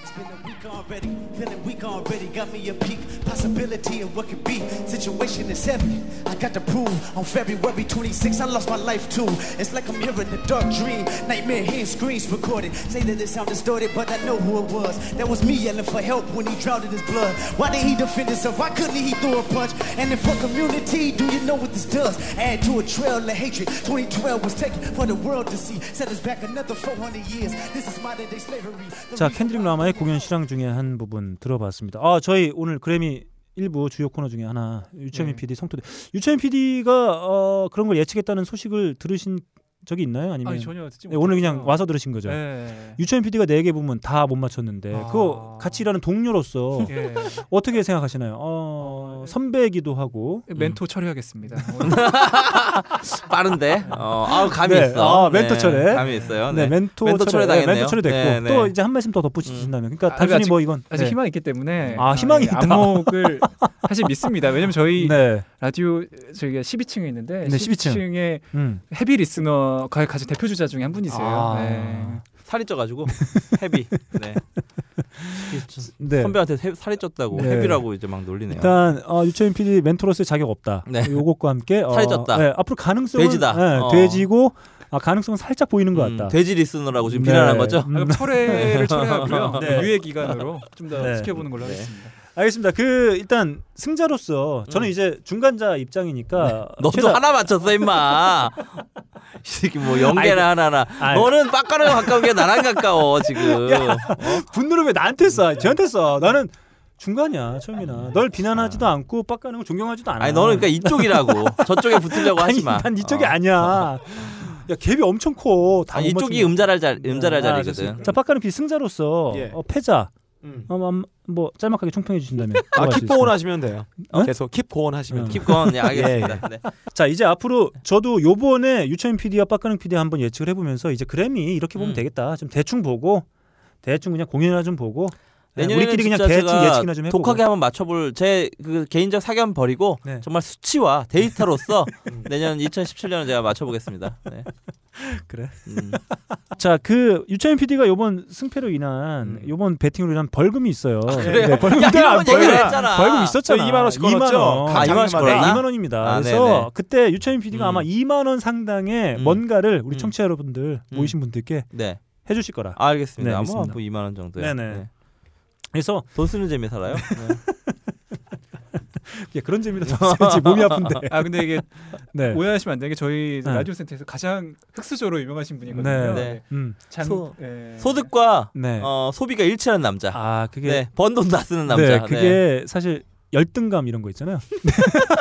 Speaker 10: It's been a week already, feeling weak already. Got me a peak possibility of what could be. Situation is heavy. I got to prove on February 26th, I lost my life too. It's like I'm here in a dark dream. Nightmare hearing screams recorded. Say that it sound distorted, but I know who it was. That was me yelling for help when he drowned in his blood. Why did he defend himself? Why couldn't he throw a punch? And if for community, do you know what this does? Add to a trail of hatred. 2012 was taken for the world to see. Set us back another 400 years. This is modern day slavery. The
Speaker 1: 자,
Speaker 10: reason
Speaker 1: 캔드릭
Speaker 10: why-
Speaker 1: 라마의 공연 실황 중에 한 부분 들어봤습니다. 아, 저희 오늘 그래미 일부 주요 코너 중에 하나
Speaker 4: 네.
Speaker 1: 유채민 PD 성토대 유채민 PD가 어, 그런 걸 예측했다는 소식을 들으신 적이 있나요? 아니면
Speaker 4: 아니, 전혀 듣지
Speaker 1: 네, 오늘
Speaker 4: 못했어요.
Speaker 1: 그냥 와서 들으신 거죠?
Speaker 4: 네.
Speaker 1: 유채민 PD가 네 개 부분 다 못 맞췄는데
Speaker 4: 아.
Speaker 1: 그거 같이 일하는 동료로서
Speaker 4: 예.
Speaker 1: 어떻게 생각하시나요? 어,
Speaker 4: 네.
Speaker 1: 선배이기도 하고
Speaker 4: 예. 멘토 처리하겠습니다. 뭐.
Speaker 3: 아, 빠른데. 어, 아 감이
Speaker 1: 네,
Speaker 3: 있어.
Speaker 1: 아, 멘토 철회.
Speaker 3: 감이 있어요.
Speaker 1: 네,
Speaker 3: 네.
Speaker 1: 멘토
Speaker 3: 멘토
Speaker 1: 철회,
Speaker 3: 철회
Speaker 1: 네,
Speaker 3: 당했네요.
Speaker 1: 멘토 철회 됐고
Speaker 3: 네, 네.
Speaker 1: 또 이제 한 말씀 더 덧붙이신다면 그러니까
Speaker 4: 아,
Speaker 1: 단순히
Speaker 4: 아직-
Speaker 1: 뭐 이건
Speaker 4: 아직
Speaker 1: 네.
Speaker 4: 희망이 있기 때문에
Speaker 1: 아, 희망이
Speaker 4: 예,
Speaker 1: 있다.
Speaker 4: 안목을 사실 믿습니다. 왜냐면 저희
Speaker 1: 네,
Speaker 4: 라디오 저희가 12층에 있는데
Speaker 1: 네, 12층.
Speaker 4: 12층. 에
Speaker 1: 음.
Speaker 4: 헤비 리스너가 가장 대표 주자 중에 한 분이세요.
Speaker 1: 아.
Speaker 4: 네.
Speaker 3: 살이 쪄가지고 헤비. 네. 그
Speaker 1: 네.
Speaker 3: 선배한테 해- 살이 쪘다고
Speaker 1: 네.
Speaker 3: 헤비라고 이제 막 놀리네요.
Speaker 1: 일단 어, 유채민 PD 멘토로서의 자격 없다.
Speaker 3: 네.
Speaker 1: 요것과 함께 어,
Speaker 3: 살이 쪘다.
Speaker 1: 네, 앞으로 가능성은
Speaker 3: 돼지다.
Speaker 1: 네,
Speaker 3: 어.
Speaker 1: 돼지고 아, 가능성은 살짝 보이는 것
Speaker 3: 음,
Speaker 1: 같다.
Speaker 3: 돼지 리스너라고 지금
Speaker 1: 네.
Speaker 3: 비난한 거죠?
Speaker 1: 음,
Speaker 4: 아, 그럼 철회를 철회하고요. 그
Speaker 1: 네.
Speaker 4: 유예 기간으로 좀 더
Speaker 1: 네.
Speaker 4: 지켜보는 걸로 하겠습니다.
Speaker 1: 알겠습니다. 그 일단 승자로서 저는 이제 중간자 입장이니까
Speaker 3: 음. 네. 너도
Speaker 1: 제가-
Speaker 3: 하나 맞췄어 임마. 이 새끼 뭐 연계나 하나나.
Speaker 1: 아이고.
Speaker 3: 너는 빡가랑 가까운 게 나랑 가까워 지금. 어? 음.
Speaker 1: 분노를 왜 나한테 써? 저한테 써. 나는 중간이야 처음이나 널 비난하지도 않고 빡가는 걸 존경하지도 않아.
Speaker 3: 아. 아니 너는 그러니까 이쪽이라고 저쪽에 붙으려고 하지 마. 어.
Speaker 1: 난 이쪽이 아니야. 야 갭이 엄청 커. 다
Speaker 3: 아니,
Speaker 1: 못
Speaker 3: 이쪽이
Speaker 1: 맞추는
Speaker 3: 음자랄 자 음자랄
Speaker 1: 아,
Speaker 3: 자리거든.
Speaker 1: 자 빡가는 비 승자로서
Speaker 2: 예.
Speaker 1: 어, 패자
Speaker 2: 음.
Speaker 1: 어, 음, 뭐 짤막하게 총평해 주신다면.
Speaker 2: 아,
Speaker 1: 들어갈 수
Speaker 2: 킵 고온
Speaker 1: 있어요.
Speaker 2: 하시면 돼요.
Speaker 1: 어?
Speaker 2: 계속 킵 고온 하시면
Speaker 1: 음.
Speaker 2: 돼요.
Speaker 3: 킵건 예, 알겠습니다. 네.
Speaker 1: 자 이제 앞으로 저도 요번에 유채민 PD와 빡가는 PD 한번 예측을 해보면서 이제 그래미 이렇게 보면
Speaker 3: 음.
Speaker 1: 되겠다. 좀 대충 보고 대충 그냥 공연이나 좀 보고 예,
Speaker 3: 네. 내년에는
Speaker 1: 우리끼리 그냥
Speaker 3: 진짜
Speaker 1: 대충
Speaker 3: 제가
Speaker 1: 예측이나 좀 해보고.
Speaker 3: 독하게 한번 맞춰볼 제 그 개인적 사견 버리고
Speaker 1: 네. 음.
Speaker 3: 정말 수치와 데이터로서 내년 2017년을 제가 맞춰보겠습니다. 네.
Speaker 1: 그래.
Speaker 3: 음.
Speaker 1: 자 그 유채민 PD가 요번 승패로 인한
Speaker 2: 음.
Speaker 1: 요번 배팅으로 인한 벌금이 있어요.
Speaker 3: 아,
Speaker 1: 네,
Speaker 3: 그래요?
Speaker 1: 벌금
Speaker 3: 야,
Speaker 1: 있다.
Speaker 3: 이런 건 얘기를
Speaker 1: 벌금-
Speaker 3: 했잖아.
Speaker 1: 벌금 있었잖아.
Speaker 2: 저 2만 원씩
Speaker 1: 2만
Speaker 2: 걸었죠?
Speaker 1: 원.
Speaker 2: 각
Speaker 3: 아, 2만 원씩
Speaker 2: 장르마다.
Speaker 3: 걸었나?
Speaker 1: 2만 원입니다.
Speaker 3: 아,
Speaker 1: 그래서
Speaker 3: 네네.
Speaker 1: 그때 유채민 PD가
Speaker 3: 음.
Speaker 1: 아마 2만 원 상당의
Speaker 3: 음.
Speaker 1: 뭔가를 우리
Speaker 3: 음.
Speaker 1: 청취자 여러분들
Speaker 3: 음.
Speaker 1: 모이신 분들께
Speaker 3: 네.
Speaker 1: 해주실 거라. 네,
Speaker 3: 알겠습니다. 아마 뭐
Speaker 1: 믿습니다.
Speaker 3: 2만 원 정도요.
Speaker 1: 네네. 그래서
Speaker 3: 돈 쓰는 재미 살아요. 네.
Speaker 1: 야, 예, 그런 재미로 잡지 몸이 아픈데.
Speaker 4: 아 근데 이게
Speaker 1: 네.
Speaker 4: 오해하시면 안 되는 게 저희
Speaker 1: 네.
Speaker 4: 라디오 센터에서 가장 흑수저로 유명하신
Speaker 1: 네.
Speaker 4: 분이거든요.
Speaker 3: 네.
Speaker 1: 음.
Speaker 4: 장-
Speaker 3: 소-
Speaker 4: 예.
Speaker 3: 소득과
Speaker 1: 네.
Speaker 3: 어, 소비가 일치하는 남자.
Speaker 1: 아 그게
Speaker 3: 네. 번 돈 다 쓰는 남자.
Speaker 1: 네, 그게 사실 열등감 이런 거 있잖아요.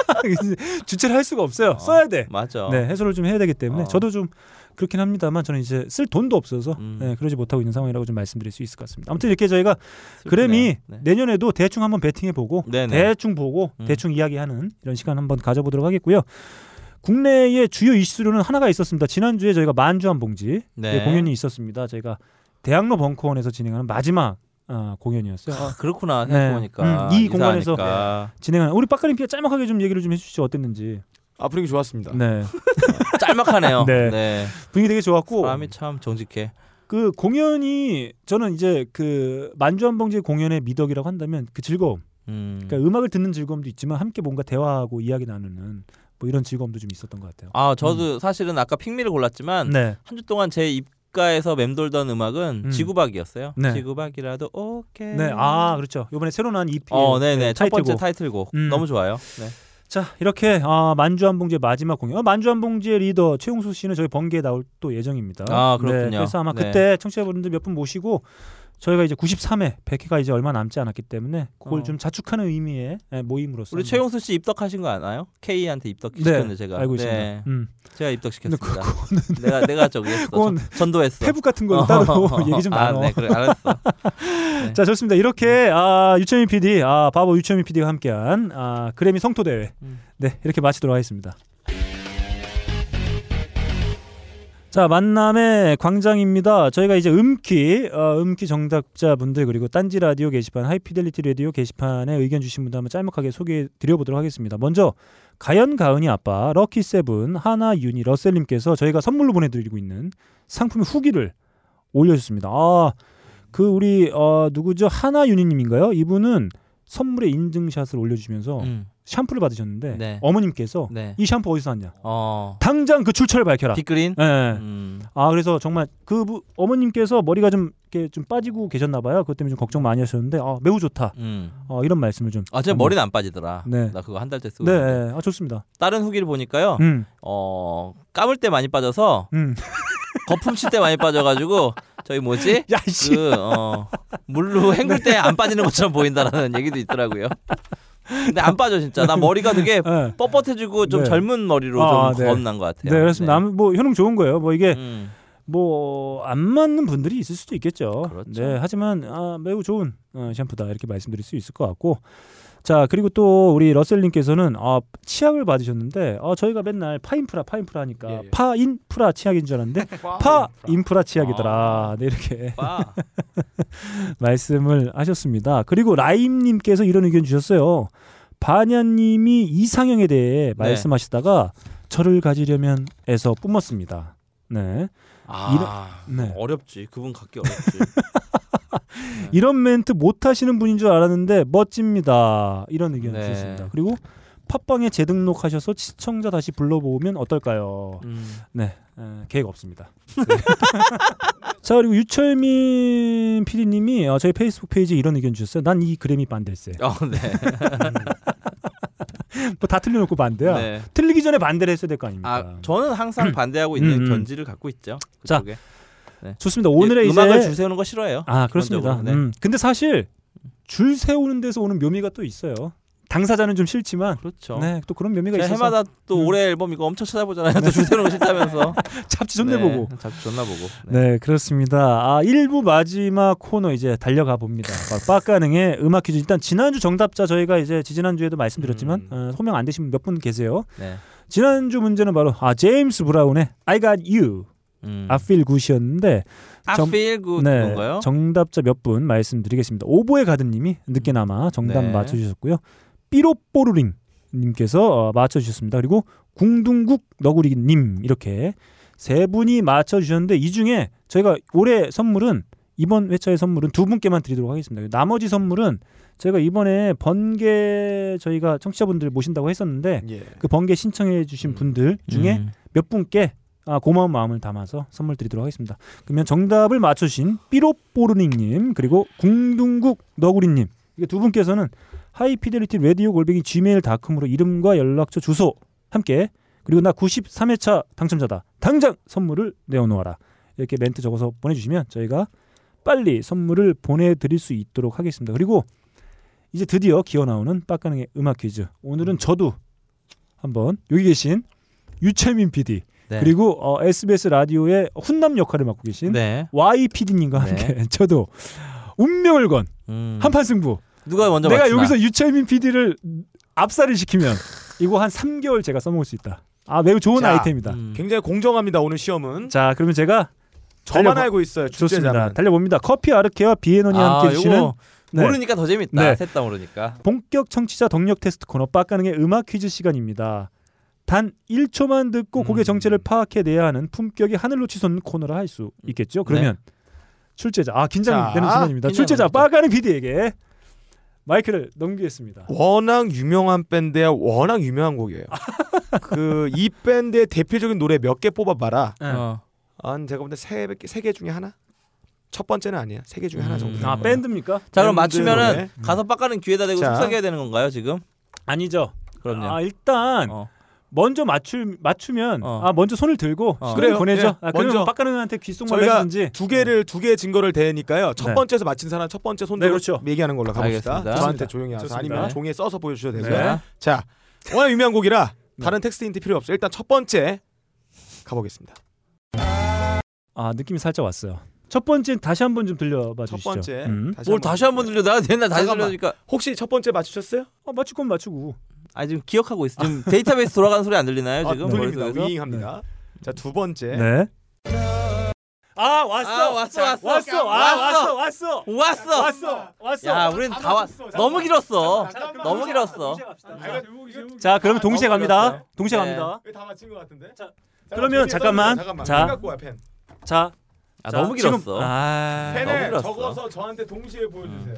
Speaker 1: 주체를 할 수가 없어요. 써야 돼.
Speaker 3: 맞아.
Speaker 1: 네, 해소를 좀 해야 되기 때문에
Speaker 3: 어.
Speaker 1: 저도 좀 그렇긴 합니다만 저는 이제 쓸 돈도 없어서
Speaker 3: 음.
Speaker 1: 네, 그러지 못하고 있는 상황이라고 좀 말씀드릴 수 있을 것 같습니다. 아무튼 이렇게 저희가
Speaker 3: 슬프네요.
Speaker 1: 그래미
Speaker 3: 네.
Speaker 1: 내년에도 대충 한번 배팅해 보고
Speaker 3: 네네.
Speaker 1: 대충 보고
Speaker 3: 음.
Speaker 1: 대충 이야기하는 이런 시간 한번 가져보도록 하겠고요. 국내의 주요 이슈로는 하나가 있었습니다. 지난주에 저희가 만주한 봉지
Speaker 3: 네.
Speaker 1: 예, 공연이 있었습니다. 저희가 대학로 벙커원에서 진행하는 마지막 어, 공연이었어요.
Speaker 3: 아, 그렇구나
Speaker 1: 네.
Speaker 3: 생각해보니까
Speaker 1: 음, 이
Speaker 3: 이사하니까.
Speaker 1: 공간에서 진행하는 우리 빡가림 피가 짤막하게 좀 얘기를 좀 해주시죠 어땠는지.
Speaker 2: 아, 분위기 좋았습니다.
Speaker 1: 네.
Speaker 3: 짤막하네요.
Speaker 1: 네.
Speaker 3: 네.
Speaker 1: 분위기 되게 좋았고
Speaker 3: 사람이 참 정직해.
Speaker 1: 그 공연이 저는 이제 그 만주한 봉지 공연의 미덕이라고 한다면 그 즐거움.
Speaker 3: 음.
Speaker 1: 그러니까 음악을 듣는 즐거움도 있지만 함께 뭔가 대화하고 이야기 나누는 뭐 이런 즐거움도 좀 있었던 것 같아요.
Speaker 3: 아 저도
Speaker 1: 음.
Speaker 3: 사실은 아까 핑미를 골랐지만
Speaker 1: 네.
Speaker 3: 한 주 동안 제 입가에서 맴돌던 음악은
Speaker 1: 음.
Speaker 3: 지구박이었어요.
Speaker 1: 네.
Speaker 3: 지구박이라도 오케이.
Speaker 1: 네. 아 그렇죠. 이번에 새로 나온 EP. 의
Speaker 3: 어, 네네. 첫 번째
Speaker 1: 타이틀곡.
Speaker 3: 타이틀곡.
Speaker 1: 음.
Speaker 3: 너무 좋아요. 네.
Speaker 1: 자 이렇게 아, 만주한봉제 마지막 공연 아, 만주한봉제 리더 최용수 씨는 저희 번개에 나올 또 예정입니다.
Speaker 3: 아, 그렇군요.
Speaker 1: 네, 그래서 아마
Speaker 3: 네.
Speaker 1: 그때 청취자분들 몇 분 모시고 저희가 이제 93회 100회가 이제 얼마 남지 않았기 때문에 그걸
Speaker 3: 어.
Speaker 1: 좀 자축하는 의미의 예, 모임으로서
Speaker 3: 우리
Speaker 1: 한번-
Speaker 3: 최용수 씨 입덕하신 거 아나요? K한테 입덕시켰는데
Speaker 1: 네
Speaker 3: 제가.
Speaker 1: 알고
Speaker 3: 네.
Speaker 1: 있습니다. 음.
Speaker 3: 제가
Speaker 1: 근데
Speaker 3: 입덕시켰습니다.
Speaker 1: 그거는
Speaker 3: 내가 내가 저기 했어.
Speaker 1: 그건
Speaker 3: 전- 전도했어.
Speaker 1: 페북 같은 거 따로 얘기 좀
Speaker 3: 아,
Speaker 1: 나눠.
Speaker 3: 네, 그래 알았어.
Speaker 1: 자 좋습니다. 이렇게 아, 유채민 PD, 아, 바보 유채민 PD가 함께한 아, 그래미 성토 대회,
Speaker 3: 음.
Speaker 1: 네 이렇게 마치도록 하겠습니다. 자 만남의 광장입니다. 저희가 이제 음키, 어, 음키 정답자분들 그리고 딴지 라디오 게시판, 하이피델리티 라디오 게시판에 의견 주신 분들 한번 짤막하게 소개해 드려보도록 하겠습니다. 먼저 가연 가은이 아빠 럭키 세븐 하나 유니 러셀님께서 저희가 선물로 보내드리고 있는 상품의 후기를 올려주셨습니다. 아, 그 우리 어 누구죠 하나 유니님인가요? 이분은 선물의 인증샷을 올려주면서
Speaker 3: 음,
Speaker 1: 샴푸를 받으셨는데
Speaker 3: 네.
Speaker 1: 어머님께서
Speaker 3: 네.
Speaker 1: 이 샴푸 어디서 샀냐?
Speaker 3: 어.
Speaker 1: 당장 그 출처를 밝혀라.
Speaker 3: 빅그린.
Speaker 1: 예, 예.
Speaker 3: 음.
Speaker 1: 아 그래서 정말 그 부- 어머님께서 머리가 좀 이렇게 좀 빠지고 계셨나 봐요. 그것 때문에 좀 걱정 많이 하셨는데 아, 매우 좋다.
Speaker 3: 음.
Speaker 1: 어, 이런 말씀을 좀.
Speaker 3: 아, 제
Speaker 1: 한번-
Speaker 3: 머리는 안 빠지더라.
Speaker 1: 네.
Speaker 3: 나 그거 한 달째 쓰고.
Speaker 1: 네,
Speaker 3: 있는데.
Speaker 1: 예. 아 좋습니다.
Speaker 3: 다른 후기를 보니까요.
Speaker 1: 음,
Speaker 3: 어, 까물 때 많이 빠져서
Speaker 1: 음.
Speaker 3: 거품 칠 때 많이 빠져가지고 저희 뭐지?
Speaker 1: 야 씨. 예.
Speaker 3: 그 어, 물로 헹굴 때 안 빠지는 것처럼 보인다라는 얘기도 있더라고요. 근데 안 빠져 진짜. 나 머리가 되게
Speaker 1: 예.
Speaker 3: 뻣뻣해지고 좀
Speaker 1: 네.
Speaker 3: 젊은 머리로
Speaker 1: 아,
Speaker 3: 좀
Speaker 1: 네.
Speaker 3: 거듭난 것 같아요.
Speaker 1: 네, 그렇습니다. 아무- 뭐 효능 좋은 거예요. 뭐 이게
Speaker 3: 음.
Speaker 1: 뭐 안 맞는 분들이 있을 수도 있겠죠.
Speaker 3: 그렇죠.
Speaker 1: 네, 하지만 아, 매우 좋은 어, 샴푸다 이렇게 말씀드릴 수 있을 것 같고. 자 그리고 또 우리 러셀님께서는 아, 치약을 받으셨는데 아, 저희가 맨날 파인프라 파인프라 하니까
Speaker 2: 예, 예.
Speaker 1: 파인프라 치약인 줄 알았는데 파인프라 치약이더라 네, 이렇게
Speaker 3: 빠.
Speaker 1: 말씀을 하셨습니다. 그리고 라임님께서 이런 의견 주셨어요. 반야님이 이상형에 대해 말씀하시다가 저를 가지려면 에서 뿜었습니다. 네.
Speaker 3: 아,
Speaker 1: 네.
Speaker 3: 어렵지. 그분 갖기 어렵지.
Speaker 1: 이런 멘트 못 하시는 분인 줄 알았는데 멋집니다. 이런 의견 을
Speaker 3: 네.
Speaker 1: 주셨습니다. 그리고 팟빵에 재등록하셔서 시청자 다시 불러보면 어떨까요?
Speaker 3: 음.
Speaker 1: 네, 에, 계획 없습니다. 네. 자 그리고 유철민 PD님이 어, 저희 페이스북 페이지에 이런 의견 주셨어요. 난 이 그래미 반댈세.
Speaker 3: 어, 네.
Speaker 1: 뭐 다 틀려놓고 반대야.
Speaker 3: 네.
Speaker 1: 틀리기 전에 반대를 했어야 될 거 아닙니까?
Speaker 3: 아, 저는 항상 반대하고 있는
Speaker 1: 음, 음.
Speaker 3: 견지를 갖고 있죠.
Speaker 1: 자,
Speaker 3: 그쪽에.
Speaker 1: 좋습니다. 오늘의
Speaker 3: 이-
Speaker 1: 이제
Speaker 3: 음악을 예, 주세우는 거 싫어해요.
Speaker 1: 아 그렇습니다.
Speaker 3: 기본적으로. 네.
Speaker 1: 음, 근데 사실 줄 세우는 데서 오는 묘미가 또 있어요. 당사자는 좀 싫지만
Speaker 3: 그렇죠.
Speaker 1: 네, 또 그런 묘미가
Speaker 3: 제가
Speaker 1: 있어서
Speaker 3: 해마다 또
Speaker 1: 음.
Speaker 3: 올해 앨범 이거 엄청 찾아보잖아요. 또 주세는 거 싫다면서.
Speaker 1: 잡지 존내보고
Speaker 3: 네, 자꾸 존나 보고. 네.
Speaker 1: 네, 그렇습니다. 아, 1부 마지막 코너 이제 달려가 봅니다. 빡가능의 음악 퀴즈. 일단 지난주 정답자 저희가 이제 지난주에도 말씀드렸지만
Speaker 3: 음.
Speaker 1: 어, 소명 안 되신 몇 분 계세요.
Speaker 3: 네.
Speaker 1: 지난주 문제는 바로 아, 제임스 브라운의 I got you.
Speaker 3: 음.
Speaker 1: I feel good이었는데
Speaker 3: I
Speaker 1: 정-
Speaker 3: feel good
Speaker 1: 아, 네,
Speaker 3: 그건가요?
Speaker 1: 정답자 몇 분 말씀드리겠습니다. 오보의 가든님이 늦게나마 정답
Speaker 3: 네.
Speaker 1: 맞춰주셨고요. 삐로뽀르링 님께서 어, 맞춰주셨습니다. 그리고 궁둥국 너구리님 이렇게 세 분이 맞춰주셨는데 이 중에 저희가 올해 선물은 이번 회차의 선물은 두 분께만 드리도록 하겠습니다. 나머지 선물은 저희가 이번에 번개 저희가 청취자분들 모신다고 했었는데
Speaker 2: 예.
Speaker 1: 그 번개 신청해주신 분들 중에
Speaker 3: 네. 음.
Speaker 1: 몇 분께 아, 고마운 마음을 담아서 선물 드리도록 하겠습니다. 그러면 정답을 맞추신 삐로뽀르닝님 그리고 궁둥국 너구리님 이게 두 분께서는 하이피델리티 라디오 골뱅이 gmail.com으로 이름과 연락처 주소 함께 그리고 나 93회차 당첨자다 당장 선물을 내어놓아라 이렇게 멘트 적어서 보내주시면 저희가 빨리 선물을 보내드릴 수 있도록 하겠습니다. 그리고 이제 드디어 기어 나오는 빡가능의 음악 퀴즈 오늘은 저도 한번 여기 계신 유채민 PD
Speaker 3: 네.
Speaker 1: 그리고 어, SBS 라디오의 훈남 역할을 맡고 계신
Speaker 3: 네.
Speaker 1: Y PD님과
Speaker 3: 네.
Speaker 1: 함께 저도 운명을 건
Speaker 3: 음.
Speaker 1: 한판 승부.
Speaker 3: 누가 먼저
Speaker 1: 내가
Speaker 3: 맞추나? 음.
Speaker 1: 여기서 유채민 PD를 압살을 시키면 이거 한 3개월 제가 써먹을 수 있다. 아 매우 좋은
Speaker 2: 자,
Speaker 1: 아이템이다.
Speaker 3: 음.
Speaker 2: 굉장히 공정합니다 오늘 시험은.
Speaker 1: 자 그러면 제가
Speaker 2: 저만
Speaker 1: 달려보-
Speaker 2: 알고 있어요.
Speaker 1: 좋습니다.
Speaker 2: 출제자는.
Speaker 1: 달려봅니다. 커피 아르케와 비에논이
Speaker 3: 아,
Speaker 1: 함께 주시는
Speaker 3: 요거
Speaker 1: 네.
Speaker 3: 모르니까 더 재밌다.
Speaker 1: 네.
Speaker 3: 셋다 모르니까.
Speaker 1: 본격 청취자 덕력 테스트 코너 빡가능의 음악 퀴즈 시간입니다. 단 1초만 듣고 곡의
Speaker 3: 음.
Speaker 1: 정체를 파악해내야 하는 품격의 하늘로 치솟는 코너라 할 수 있겠죠. 그러면 출제자 아 긴장되는
Speaker 2: 자,
Speaker 1: 시간입니다.
Speaker 3: 네. 긴장됩니다.
Speaker 1: 출제자 빡가능 PD에게 마이크를 넘기겠습니다.
Speaker 2: 워낙 유명한 밴드야 워낙 유명한 곡이에요. 그 이 밴드의 대표적인 노래 몇 개 뽑아봐라.
Speaker 3: 어.
Speaker 2: 한 제가 볼때 세개 중에 하나. 첫 번째는 아니야. 세 개 중에 하나 정도.
Speaker 3: 음.
Speaker 1: 아 밴드입니까?
Speaker 3: 자 그럼
Speaker 2: 밴드
Speaker 3: 맞추면은
Speaker 1: 네.
Speaker 2: 노래.
Speaker 1: 음.
Speaker 3: 가서 빡가는 귀에다 대고
Speaker 2: 자.
Speaker 3: 속삭여야 되는 건가요 지금?
Speaker 1: 아니죠.
Speaker 3: 그럼요.
Speaker 1: 아 일단
Speaker 3: 어.
Speaker 1: 먼저 맞추 맞추면
Speaker 3: 어.
Speaker 1: 아 먼저 손을 들고
Speaker 3: 어.
Speaker 1: 그래
Speaker 2: 그래요.
Speaker 1: 보내죠.
Speaker 2: 예,
Speaker 1: 아, 그러면
Speaker 2: 먼저.
Speaker 1: 빡가능한테 귓속말
Speaker 2: 저희가
Speaker 1: 해주든지
Speaker 2: 두 개를 두 개의 증거를 대니까요. 첫
Speaker 1: 뭐 네.
Speaker 2: 번째에서 맞힌 사람 첫 번째 손들고
Speaker 1: 네, 그렇죠.
Speaker 2: 얘기하는 걸로 가봅시다.
Speaker 3: 알겠습니다.
Speaker 2: 저한테 조용히 하세요.
Speaker 1: 좋습니다.
Speaker 2: 아니면 종이에 써서 보여주셔도 되고요.
Speaker 1: 네.
Speaker 2: 자, 워낙 유명한 곡이라 다른 텍스트 힌트 필요 없어요. 일단 첫 번째 가보겠습니다.
Speaker 1: 아 느낌이 살짝 왔어요. 첫 번째 다시 한번 좀 들려봐
Speaker 2: 첫
Speaker 1: 주시죠.
Speaker 2: 번째
Speaker 1: 음.
Speaker 2: 다시
Speaker 3: 뭘
Speaker 2: 한번.
Speaker 3: 다시 한번 들려 나 옛날 다시
Speaker 2: 잠깐만.
Speaker 3: 들려니까
Speaker 2: 혹시 첫 번째 맞추셨어요?
Speaker 1: 아, 맞출 건 맞추고.
Speaker 3: 아 지금 기억하고 있어. 지금 데이터베이스 돌아가는 소리 안 들리나요
Speaker 2: 아,
Speaker 3: 지금?
Speaker 2: 들립니다.
Speaker 3: 머릿속에서?
Speaker 2: 위잉합니다. 자, 두 번째.
Speaker 1: 네. 아 왔어
Speaker 3: 아, 왔어, 왔어.
Speaker 1: 왔어 아, 왔어 왔어
Speaker 3: 왔어.
Speaker 1: 왔어 왔어.
Speaker 3: 야, 우린 다 왔. 너무 길었어. 너무 길었어.
Speaker 2: 아,
Speaker 1: 아, 자 그러면 동시에
Speaker 2: 너무
Speaker 1: 갑니다.
Speaker 2: 어려웠어요.
Speaker 1: 동시에
Speaker 3: 네.
Speaker 1: 갑니다.
Speaker 2: 다 맞힌 것 같은데. 자,
Speaker 1: 그러면 잠깐만. 자.
Speaker 2: 자, 갖고 와 펜.
Speaker 1: 자,
Speaker 3: 아,
Speaker 1: 자,
Speaker 3: 너무
Speaker 1: 지금-
Speaker 3: 길었어. 아,
Speaker 1: 아,
Speaker 3: 펜에-
Speaker 2: 펜을
Speaker 3: 길었어. 음.
Speaker 2: 적어서 저한테 동시에 보여주세요.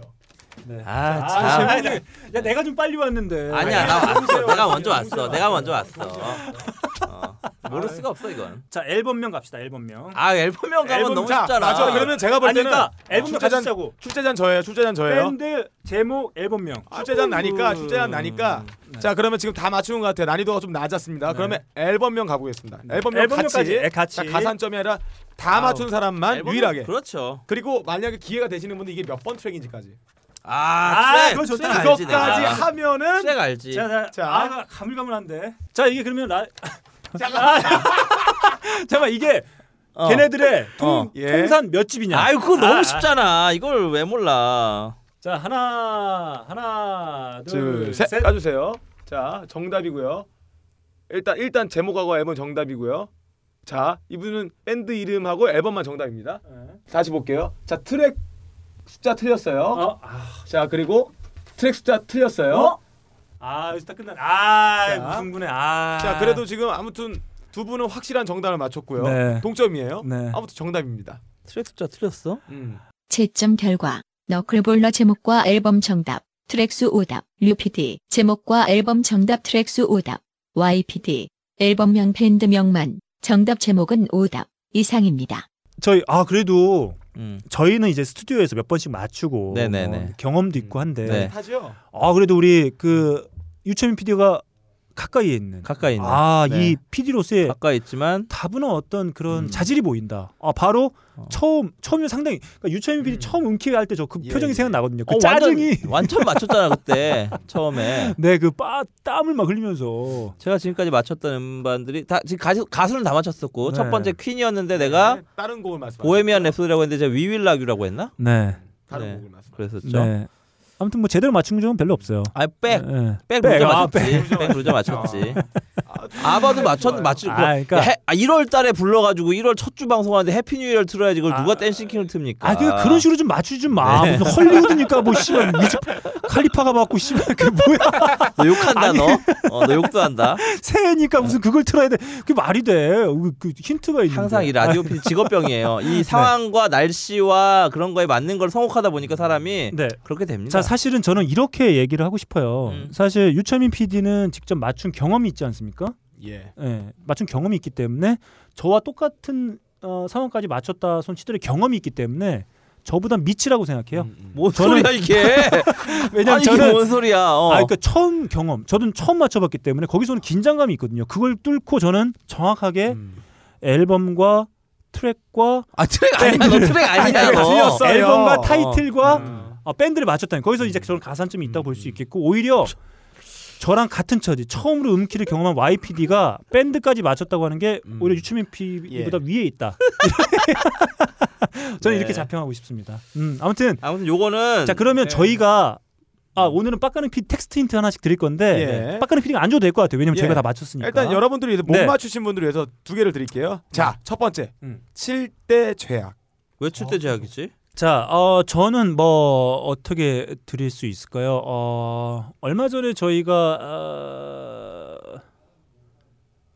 Speaker 1: 아,
Speaker 3: 참.
Speaker 1: 제목이- 야 내가 좀 빨리 왔는데.
Speaker 3: 아니야, 나 왔어.
Speaker 2: 보세요.
Speaker 3: 내가 먼저 왔어.
Speaker 2: 보세요.
Speaker 3: 내가 먼저 왔어. 어. 모를 수가 없어 이건.
Speaker 1: 자 앨범명 갑시다 앨범명.
Speaker 3: 아 앨범명 가면
Speaker 2: 앨범
Speaker 3: 너무
Speaker 2: 자,
Speaker 3: 쉽잖아.
Speaker 2: 맞아. 그러면 제가 볼
Speaker 1: 아니
Speaker 2: 때는
Speaker 1: 그러니까 앨범명
Speaker 2: 출제자-
Speaker 1: 같이 짜고
Speaker 2: 출제자는 저예요. 출제자는 저예요.
Speaker 1: 밴드 아, 제목 앨범명.
Speaker 2: 출제자는 나니까 출제자는 나니까.
Speaker 3: 음, 네.
Speaker 2: 자, 그러면 지금 다 맞춘 것 같아요. 난이도가 좀 낮았습니다. 그러면 앨범명 가보겠습니다.
Speaker 3: 네.
Speaker 2: 앨범명
Speaker 1: 앨범명까지
Speaker 2: 같이.
Speaker 1: 예, 같이.
Speaker 2: 그러니까 가산점이 아니라 다 맞춘 사람만
Speaker 3: 앨범-
Speaker 2: 유일하게.
Speaker 3: 그렇죠.
Speaker 2: 그리고 만약에 기회가 되시는 분은 이게 몇 번 트랙인지까지.
Speaker 3: 아,
Speaker 1: 아,
Speaker 3: 트랙,
Speaker 1: 그거 좋다.
Speaker 3: 트랙 알지,
Speaker 2: 그것까지
Speaker 3: 내가.
Speaker 2: 하면은
Speaker 3: 트랙 알지.
Speaker 1: 자, 자,
Speaker 2: 자.
Speaker 1: 아, 가물가물한데. 자, 이게 그러면 라. 아, 잠깐. 잠깐 이게
Speaker 3: 어.
Speaker 1: 걔네들의 통,
Speaker 3: 어.
Speaker 2: 예.
Speaker 1: 통산 몇 집이냐?
Speaker 3: 아유 그거
Speaker 1: 아, 아.
Speaker 3: 너무 쉽잖아. 이걸 왜 몰라?
Speaker 1: 자, 하나, 하나, 둘, 셋.
Speaker 2: 둘셋 까주세요. 자 정답이고요. 일단 일단 제목하고 앨범 정답이고요. 자 이분은 밴드 이름하고 앨범만 정답입니다. 다시 볼게요. 자 트랙 숫자 틀렸어요.
Speaker 1: 어, 아,
Speaker 2: 자 그리고 트랙 숫자 틀렸어요.
Speaker 1: 어? 아, 여기서 다 끝난. 아,
Speaker 2: 자.
Speaker 1: 무슨 분에 아.
Speaker 2: 자 그래도 지금 아무튼 두 분은 확실한 정답을 맞췄고요.
Speaker 1: 네.
Speaker 2: 동점이에요.
Speaker 1: 네.
Speaker 2: 아무튼 정답입니다.
Speaker 3: 트랙 숫자 틀렸어?
Speaker 2: 음.
Speaker 11: 채점 결과 너클볼러 제목과 앨범 정답 트랙수 오답 류PD 제목과 앨범 정답 트랙수 오답 YPD 앨범명 밴드명만 정답 제목은 오답 이상입니다.
Speaker 1: 저희 아 그래도
Speaker 3: 음.
Speaker 1: 저희는 이제 스튜디오에서 몇 번씩 맞추고
Speaker 3: 네네네.
Speaker 1: 경험도 있고 한데
Speaker 3: 네.
Speaker 2: 타죠.
Speaker 1: 아 그래도 우리 그 유채민 PD가 가까이에 있는.
Speaker 3: 가까이 있는.
Speaker 1: 아,
Speaker 3: 네.
Speaker 1: 이 PD로서의
Speaker 3: 가까이 음. 있지만
Speaker 1: 다분한 어떤 그런 자질이 보인다. 아, 바로
Speaker 3: 어.
Speaker 1: 처음 처음에 상당히 그러니까 유철민 PD 처음 은퇴할 때 저 그 표정이 생각나거든요. 그
Speaker 3: 예, 어,
Speaker 1: 짜증이
Speaker 3: 완전, 완전 맞췄잖아 그때 처음에.
Speaker 1: 네, 그 빠, 땀을 막 흘리면서
Speaker 3: 제가 지금까지 맞췄던 음반들이 다 지금 가수, 가수는 다 맞췄었고
Speaker 1: 네.
Speaker 3: 첫 번째 퀸이었는데 내가
Speaker 2: 네, 다른 곡을 말씀.
Speaker 3: 보헤미안 랩소디라고 했는데 제가 위윌라규라고 했나?
Speaker 1: 네.
Speaker 2: 다른
Speaker 3: 네.
Speaker 2: 곡을 말씀.
Speaker 3: 그랬었죠.
Speaker 1: 네. 아무튼 뭐 제대로 맞춘 점은 별로 없어요.
Speaker 3: 아니 백.
Speaker 1: 네.
Speaker 3: 백
Speaker 1: 백,
Speaker 3: 루저
Speaker 1: 아,
Speaker 3: 맞췄지. 백 루저 맞췄지. 아바도 맞췄 맞추
Speaker 1: 아,
Speaker 3: 고
Speaker 1: 그러니까.
Speaker 3: 1월 달에 불러 가지고 1월 첫 주 방송하는데 해피 뉴 이어를 틀어야지 그걸 누가 댄싱킹을 틉니까?
Speaker 1: 아, 그 그런 식으로 좀 맞추지 마.
Speaker 3: 네.
Speaker 1: 무슨 헐리우드니까 뭐 씨발 미집 칼리파가 받고 씨발 그 뭐야
Speaker 3: 너 욕한다 너. 어, 너 욕도 한다.
Speaker 1: 새해니까 무슨 그걸 틀어야 돼. 그게 말이 돼. 그, 그 힌트가 있는.
Speaker 3: 항상 이 라디오 PD 직업병이에요.
Speaker 1: 네.
Speaker 3: 이 상황과 날씨와 그런 거에 맞는 걸 성혹하다 보니까 사람이
Speaker 1: 네.
Speaker 3: 그렇게 됩니다.
Speaker 1: 자, 사실은 저는 이렇게 얘기를 하고 싶어요.
Speaker 3: 음.
Speaker 1: 사실 유철민 PD는 직접 맞춘 경험이 있지 않습니까?
Speaker 2: 예.
Speaker 1: 예, 맞춘 경험이 있기 때문에 저와 똑같은 어, 상황까지 맞췄다 손치들의 경험이 있기 때문에 저보다 미치라고 생각해요.
Speaker 2: 음,
Speaker 3: 뭔
Speaker 1: 저는-
Speaker 3: 소리야 이게?
Speaker 1: 왜냐면
Speaker 3: 음. 아니,
Speaker 1: 저는
Speaker 3: 이게 뭔 소리야? 어.
Speaker 1: 아, 그러니까 처음 경험. 저는 처음 맞춰봤기 때문에 거기서는 긴장감이 있거든요. 그걸 뚫고 저는 정확하게
Speaker 3: 음.
Speaker 1: 앨범과 트랙과
Speaker 3: 아 트랙
Speaker 1: 네.
Speaker 3: 아니야 너 트랙 아니야 너.
Speaker 2: 틀렸어. 맞아요.
Speaker 1: 앨범과
Speaker 2: 어.
Speaker 1: 타이틀과 아, 밴드를 맞췄다니 거기서
Speaker 2: 음.
Speaker 1: 이제 저는 가산점이 있다고 볼 수 있겠고 오히려 저랑 같은 처지 처음으로 음키를 경험한 YPD가 밴드까지 맞췄다고 하는 게
Speaker 2: 음.
Speaker 1: 오히려 유추민 PD보다
Speaker 2: 예.
Speaker 1: 위에 있다. 저는
Speaker 3: 네.
Speaker 1: 이렇게 자평하고 싶습니다. 음, 아무튼
Speaker 3: 아무튼 요거는
Speaker 1: 자
Speaker 2: 네.
Speaker 1: 그러면 저희가 아 오늘은 빡가는 피 텍스트 힌트 하나씩 드릴 건데
Speaker 2: 예.
Speaker 1: 빡가는 피디가 안 줘도 될 것 같아요. 왜냐면
Speaker 2: 예.
Speaker 1: 저희가 다 맞췄으니까.
Speaker 2: 일단 여러분들이 못
Speaker 1: 그러니까. 네.
Speaker 2: 맞추신 분들 위해서 두 개를 드릴게요. 자, 첫 번째.
Speaker 1: 음.
Speaker 2: 칠 대 죄악.
Speaker 3: 왜출대 제약이지?
Speaker 1: 자, 어, 저는 뭐 어떻게 드릴 수 있을까요? 어, 얼마 전에 저희가 어,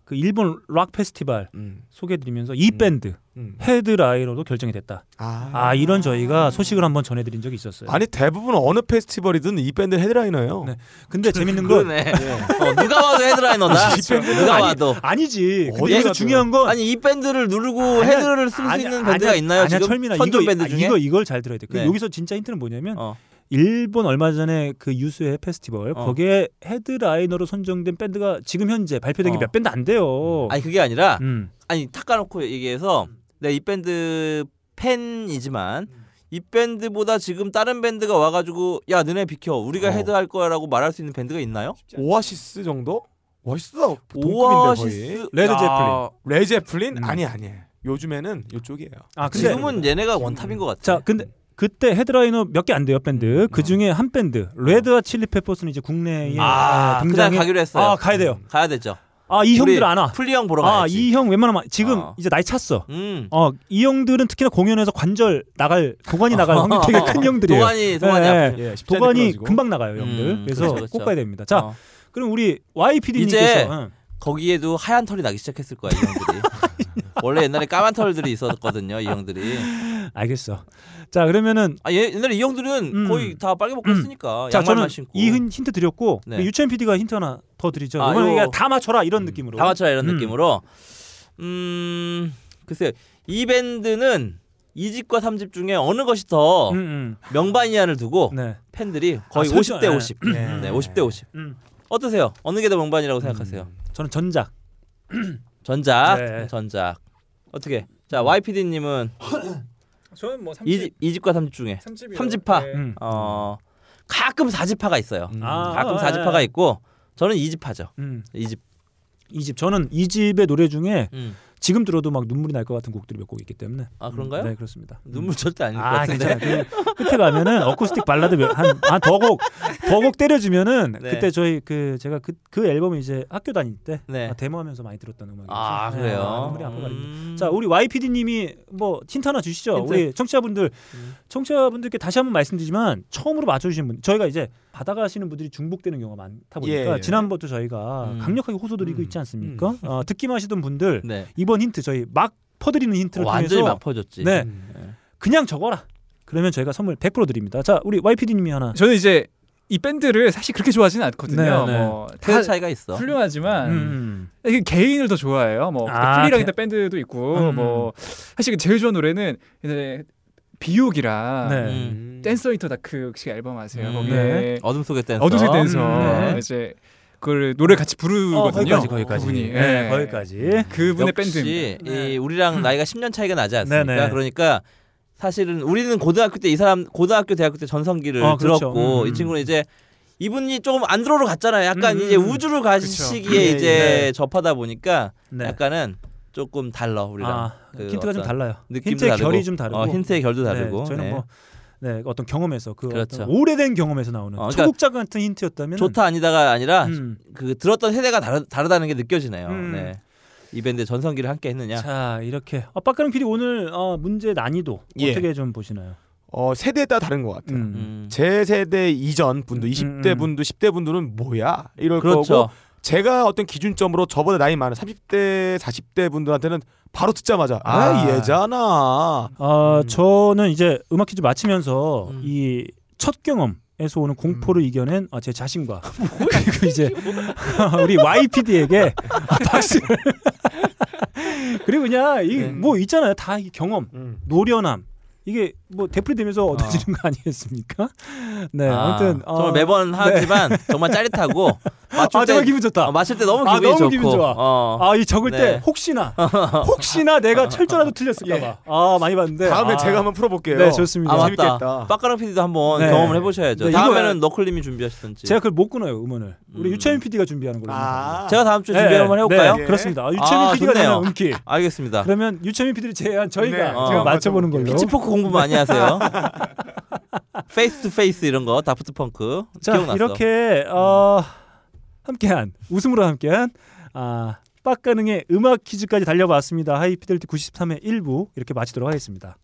Speaker 1: 그 일본 락 페스티벌
Speaker 2: 음.
Speaker 1: 소개드리면서 이 밴드
Speaker 2: 음.
Speaker 1: 헤드라이너로 결정이 됐다.
Speaker 2: 아.
Speaker 1: 아, 이런 저희가 소식을 한번 전해드린 적이 있었어요.
Speaker 2: 아니 대부분 어느 페스티벌이든 이 밴드 헤드라이너예요.
Speaker 1: 네. 근데 재밌는 건
Speaker 3: 그러네. 어, 누가 와도
Speaker 1: 아,
Speaker 3: 헤드라이너다. 누가 와도.
Speaker 1: 아니지.
Speaker 2: 어디
Speaker 1: 근데 여기서
Speaker 2: 가도요?
Speaker 1: 중요한 건
Speaker 3: 아니 이 밴드를 누르고
Speaker 1: 아니야,
Speaker 3: 헤드를 쓸 수
Speaker 1: 아니,
Speaker 3: 있는
Speaker 1: 아니,
Speaker 3: 밴드가 있나요
Speaker 1: 아니야,
Speaker 3: 지금?
Speaker 1: 철민아,
Speaker 3: 선전
Speaker 1: 이거,
Speaker 3: 밴드
Speaker 1: 아,
Speaker 3: 중에?
Speaker 1: 이거 이걸 잘 들어야 돼. 그
Speaker 3: 네.
Speaker 1: 여기서 진짜 힌트는 뭐냐면
Speaker 3: 어.
Speaker 1: 일본 얼마 전에 그 유수의 페스티벌
Speaker 3: 어.
Speaker 1: 거기에 헤드라이너로 선정된 밴드가 지금 현재 발표된 게
Speaker 3: 어.
Speaker 1: 몇 밴드 안 돼요.
Speaker 3: 아니 그게 아니라
Speaker 1: 음.
Speaker 3: 아니 탁 까놓고 얘기해서 내가 이 밴드 팬이지만
Speaker 1: 음.
Speaker 3: 이 밴드보다 지금 다른 밴드가 와가지고 야 너네 비켜 우리가
Speaker 2: 어.
Speaker 3: 헤드할 거야라고 말할 수 있는 밴드가 있나요?
Speaker 2: 오아시스 정도? 오아시스가 동급인데 거의.
Speaker 3: 오아시스
Speaker 1: 레드
Speaker 3: 야,
Speaker 1: 제플린.
Speaker 2: 레제플린?
Speaker 1: 음.
Speaker 2: 아니 아니. 요즘에는 요쪽이에요.
Speaker 1: 아 근데
Speaker 3: 지금은 얘네가 음. 원탑인 것 같아.
Speaker 1: 자 근데 그때 헤드라이너 몇 개 안 돼요 밴드. 그 중에 한 밴드 레드와 칠리페퍼스는 이제 국내에
Speaker 3: 어. 아, 그날
Speaker 1: 등장해.
Speaker 3: 가기로 했어요.
Speaker 1: 아 가야 돼요.
Speaker 3: 가야 되죠.
Speaker 1: 아 이
Speaker 3: 우리
Speaker 1: 형들 안 와.
Speaker 3: 플리 형 보러 가야지.
Speaker 1: 아이 형 웬만하면 지금
Speaker 3: 어.
Speaker 1: 이제 나이 찼어.
Speaker 3: 음.
Speaker 1: 어, 이 형들은 특히나 공연에서 관절 나갈 아, 도관이 나갈 확률 되게 큰 형들이에요.
Speaker 3: 동환이 동환이
Speaker 1: 예,
Speaker 3: 앞에.
Speaker 1: 예.
Speaker 2: 예, 십자인대
Speaker 1: 도관이
Speaker 2: 끊어지고.
Speaker 1: 금방 나가요 형들.
Speaker 3: 음,
Speaker 1: 그래서
Speaker 3: 그렇죠, 그렇죠.
Speaker 1: 꼭 가야 됩니다. 자
Speaker 3: 어.
Speaker 1: 그럼 우리 YPD님께서
Speaker 3: 이제 거기에도 하얀 털이 나기 시작했을 거야 이 형들이. 원래 옛날에 까만 털들이 있었거든요 이 형들이.
Speaker 1: 알겠어. 자 그러면은
Speaker 3: 아 예, 옛날에 이 형들은
Speaker 1: 음.
Speaker 3: 거의 다 빨개 벗고 했으니까
Speaker 1: 자
Speaker 3: 양말만
Speaker 1: 저는
Speaker 3: 신고.
Speaker 1: 이 힌- 힌트 드렸고
Speaker 3: 네.
Speaker 1: 그 유채민 PD가 힌트 하나 더 드리죠.
Speaker 3: 아,
Speaker 1: 이번에
Speaker 3: 요-
Speaker 1: 그냥 다 맞춰라 이런 느낌으로.
Speaker 3: 다 맞춰라 이런
Speaker 1: 음.
Speaker 3: 느낌으로. 음 글쎄 요이 밴드는 2집과 3집 중에 어느 것이 더
Speaker 1: 음, 음.
Speaker 3: 명반이냐를 두고
Speaker 1: 네.
Speaker 3: 팬들이 거의
Speaker 1: 아,
Speaker 3: 50대
Speaker 1: 설정,
Speaker 3: 50. 네. 50대 50.
Speaker 1: 음.
Speaker 3: 어떠세요? 어느 게 더 명반이라고 생각하세요?
Speaker 1: 저는 전작.
Speaker 3: 전작.
Speaker 1: 네. 음.
Speaker 3: 전작. 어떻게? 자, YPD 님은
Speaker 4: 저는 뭐
Speaker 3: 2집, 2집과 3집 중에 삼집파.
Speaker 4: 네.
Speaker 1: 음.
Speaker 3: 어 가끔 4집파가 있어요. 음,
Speaker 1: 아,
Speaker 3: 가끔
Speaker 1: 아,
Speaker 3: 사 4집파가
Speaker 1: 예.
Speaker 3: 있고 저는 2집파죠.
Speaker 1: 음.
Speaker 3: 2집.
Speaker 1: 이 집 저는 이 집의 노래 중에
Speaker 3: 음.
Speaker 1: 지금 들어도 막 눈물이 날 것 같은 곡들이 몇 곡 있기 때문에.
Speaker 3: 아, 그런가요?
Speaker 1: 네 그렇습니다.
Speaker 3: 눈물 절대 아닐 것
Speaker 1: 아,
Speaker 3: 같은데.
Speaker 1: 괜찮아요. 그 끝에 가면은 어쿠스틱 발라드 한한더곡더곡 때려주면은
Speaker 3: 네.
Speaker 1: 그때 저희 그 제가 그, 그 앨범을 이제 학교 다닐 때
Speaker 3: 네.
Speaker 1: 아, 데모하면서 많이 들었던 음악이에요.
Speaker 3: 아, 그래요.
Speaker 1: 눈물이 앞으로 가립니다.
Speaker 3: 음.
Speaker 1: 자, 우리 YPD님이 뭐 힌트 하나 주시죠.
Speaker 3: 힌트.
Speaker 1: 우리 청취자분들,
Speaker 3: 음.
Speaker 1: 청취자분들께 다시 한번 말씀드리지만 처음으로 맞춰주신 분, 저희가 이제 받아가시는 분들이 중복되는 경우가 많다 보니까
Speaker 2: 예, 예.
Speaker 1: 지난번부터 저희가
Speaker 3: 음.
Speaker 1: 강력하게 호소드리고 있지 않습니까? 어, 듣기만 하시던 분들
Speaker 3: 네. 어,
Speaker 1: 이번 힌트 저희 막 퍼드리는 힌트를
Speaker 3: 완전히
Speaker 1: 통해서
Speaker 3: 막 퍼졌지.
Speaker 1: 네.
Speaker 2: 음.
Speaker 1: 그냥 적어라. 그러면 저희가 선물 100% 드립니다. 자, 우리 YPD님이 하나.
Speaker 4: 저는 이제 이 밴드를 사실 그렇게 좋아하지는 않거든요.
Speaker 1: 네, 네.
Speaker 4: 뭐
Speaker 3: 태도
Speaker 4: 다
Speaker 3: 차이가 있어.
Speaker 4: 훌륭하지만
Speaker 1: 음.
Speaker 4: 이게 개인을 더 좋아해요. 뭐
Speaker 1: 아,
Speaker 4: 플리랑
Speaker 1: 개-
Speaker 4: 했던 밴드도 있고
Speaker 1: 음.
Speaker 4: 뭐 사실 제일 좋아하는 노래는 이제 비옥이랑
Speaker 1: 네.
Speaker 3: 음.
Speaker 4: 댄서 인터 다크 혹시 앨범 아세요?
Speaker 3: 음.
Speaker 4: 거기에
Speaker 1: 네.
Speaker 3: 어둠 속의 댄서.
Speaker 4: 어둠색 댄서
Speaker 1: 음, 네.
Speaker 4: 이제 그 노래 같이 부르거든요.
Speaker 1: 어, 거기까지, 거기까지.
Speaker 4: 그분이.
Speaker 1: 네,
Speaker 4: 예.
Speaker 1: 거기까지.
Speaker 3: 음.
Speaker 4: 그분의
Speaker 3: 역시
Speaker 4: 밴드입니다.
Speaker 3: 이 우리랑 나이가 10년 차이가 나지 않습니까?
Speaker 1: 네. 음. 네네.
Speaker 3: 그러니까 사실은 우리는 고등학교 때 이 사람 고등학교 대학교 때 전성기를
Speaker 1: 아, 그렇죠.
Speaker 3: 들었고
Speaker 1: 음.
Speaker 3: 이 친구는 이제 이분이 조금 안드로로 갔잖아요. 약간
Speaker 1: 음,
Speaker 3: 이제 우주를 가신
Speaker 1: 그쵸.
Speaker 3: 시기에
Speaker 1: 예,
Speaker 3: 이제
Speaker 1: 예.
Speaker 3: 접하다 보니까
Speaker 1: 네.
Speaker 3: 약간은 조금 달라 우리랑
Speaker 1: 아,
Speaker 3: 그
Speaker 1: 힌트가 좀
Speaker 3: 어떤
Speaker 1: 달라요.
Speaker 3: 느낌도
Speaker 1: 힌트의
Speaker 3: 다르고.
Speaker 1: 결이 좀 다르고.
Speaker 3: 어, 힌트의 결도
Speaker 1: 네,
Speaker 3: 다르고
Speaker 1: 저희는
Speaker 3: 네.
Speaker 1: 뭐 네, 어떤 경험에서 그
Speaker 3: 그렇죠.
Speaker 1: 어떤 오래된 경험에서 나오는
Speaker 3: 어, 그러니까
Speaker 1: 초국작 같은 힌트였다면
Speaker 3: 좋다 아니다가 아니라
Speaker 1: 음.
Speaker 3: 그 들었던 세대가 다르, 다르다는 게 느껴지네요.
Speaker 1: 음.
Speaker 3: 네. 이 밴드 전성기를 함께 했느냐?
Speaker 1: 자 이렇게 아, 빡가는 PD 오늘 어, 문제 난이도
Speaker 2: 예.
Speaker 1: 어떻게 좀 보시나요?
Speaker 2: 어 세대에 따라 다른 것 같아요.
Speaker 1: 음.
Speaker 2: 제 세대 이전 분들, 20대
Speaker 1: 음.
Speaker 2: 분들, 10대 분들은 뭐야 이럴
Speaker 3: 그렇죠.
Speaker 2: 거고 제가 어떤 기준점으로 저보다 나이 많은 30대, 40대 분들한테는 바로 듣자마자 아,
Speaker 1: 아.
Speaker 2: 얘잖아.
Speaker 1: 아 저는 이제 음악 퀴즈 마치면서 이 첫 경험에서 오는 공포를 이겨낸 아, 제 자신과 그리고 이제 우리 YPD에게 박수를 그리고 그냥 이 뭐 있잖아요 다 이 경험
Speaker 2: 음.
Speaker 1: 노련함 이게 뭐 대풀이되면서 얻어지는 거 아니겠습니까? 네 아, 무튼
Speaker 3: 정말 매번 하지만 정말 짜릿하고 맞출
Speaker 1: 아
Speaker 3: 때
Speaker 1: 정말 기분 좋다.
Speaker 3: 어, 맞출 때 너무
Speaker 1: 아,
Speaker 3: 기분이
Speaker 1: 너무
Speaker 3: 좋고
Speaker 1: 기분 좋아.
Speaker 3: 어.
Speaker 1: 아 이 적을
Speaker 3: 네.
Speaker 1: 때 혹시나 혹시나 내가 철저라도 틀렸을까봐 아 많이 봤는데
Speaker 2: 다음에
Speaker 1: 아.
Speaker 2: 제가 한번 풀어볼게요.
Speaker 1: 네 좋습니다.
Speaker 3: 아
Speaker 2: 재밌겠다.
Speaker 3: 맞다. 빠까랑 PD도 한번
Speaker 1: 네.
Speaker 3: 경험을 해보셔야죠.
Speaker 1: 네,
Speaker 3: 다음에는 너클님이 준비하시든지.
Speaker 1: 제가 그걸 못 끊어요 음원을 우리 유채민 PD가 준비하는 걸로
Speaker 2: 아,
Speaker 3: 제가 다음 주에 준비 한번 해볼까요?
Speaker 1: 네, 그렇습니다 아, 유채민
Speaker 3: 아,
Speaker 1: PD가
Speaker 3: 좋네요.
Speaker 1: 되면 음키
Speaker 3: 알겠습니다.
Speaker 1: 그러면 유채민 PD를 제외한 저희가
Speaker 2: 네,
Speaker 1: 지금
Speaker 3: 제가
Speaker 1: 맞춰보는 걸로
Speaker 3: 피치포크 공부 많이 하세요. 페이스 투 페이스 이런 거 다프트 펑크
Speaker 1: 자
Speaker 3: 기억났어. 음.
Speaker 1: 이렇게 어, 함께한 웃음으로 함께한 아, 빡가능의 음악 퀴즈까지 달려봤습니다 하이피델리티 93회 1부 이렇게 마치도록 하겠습니다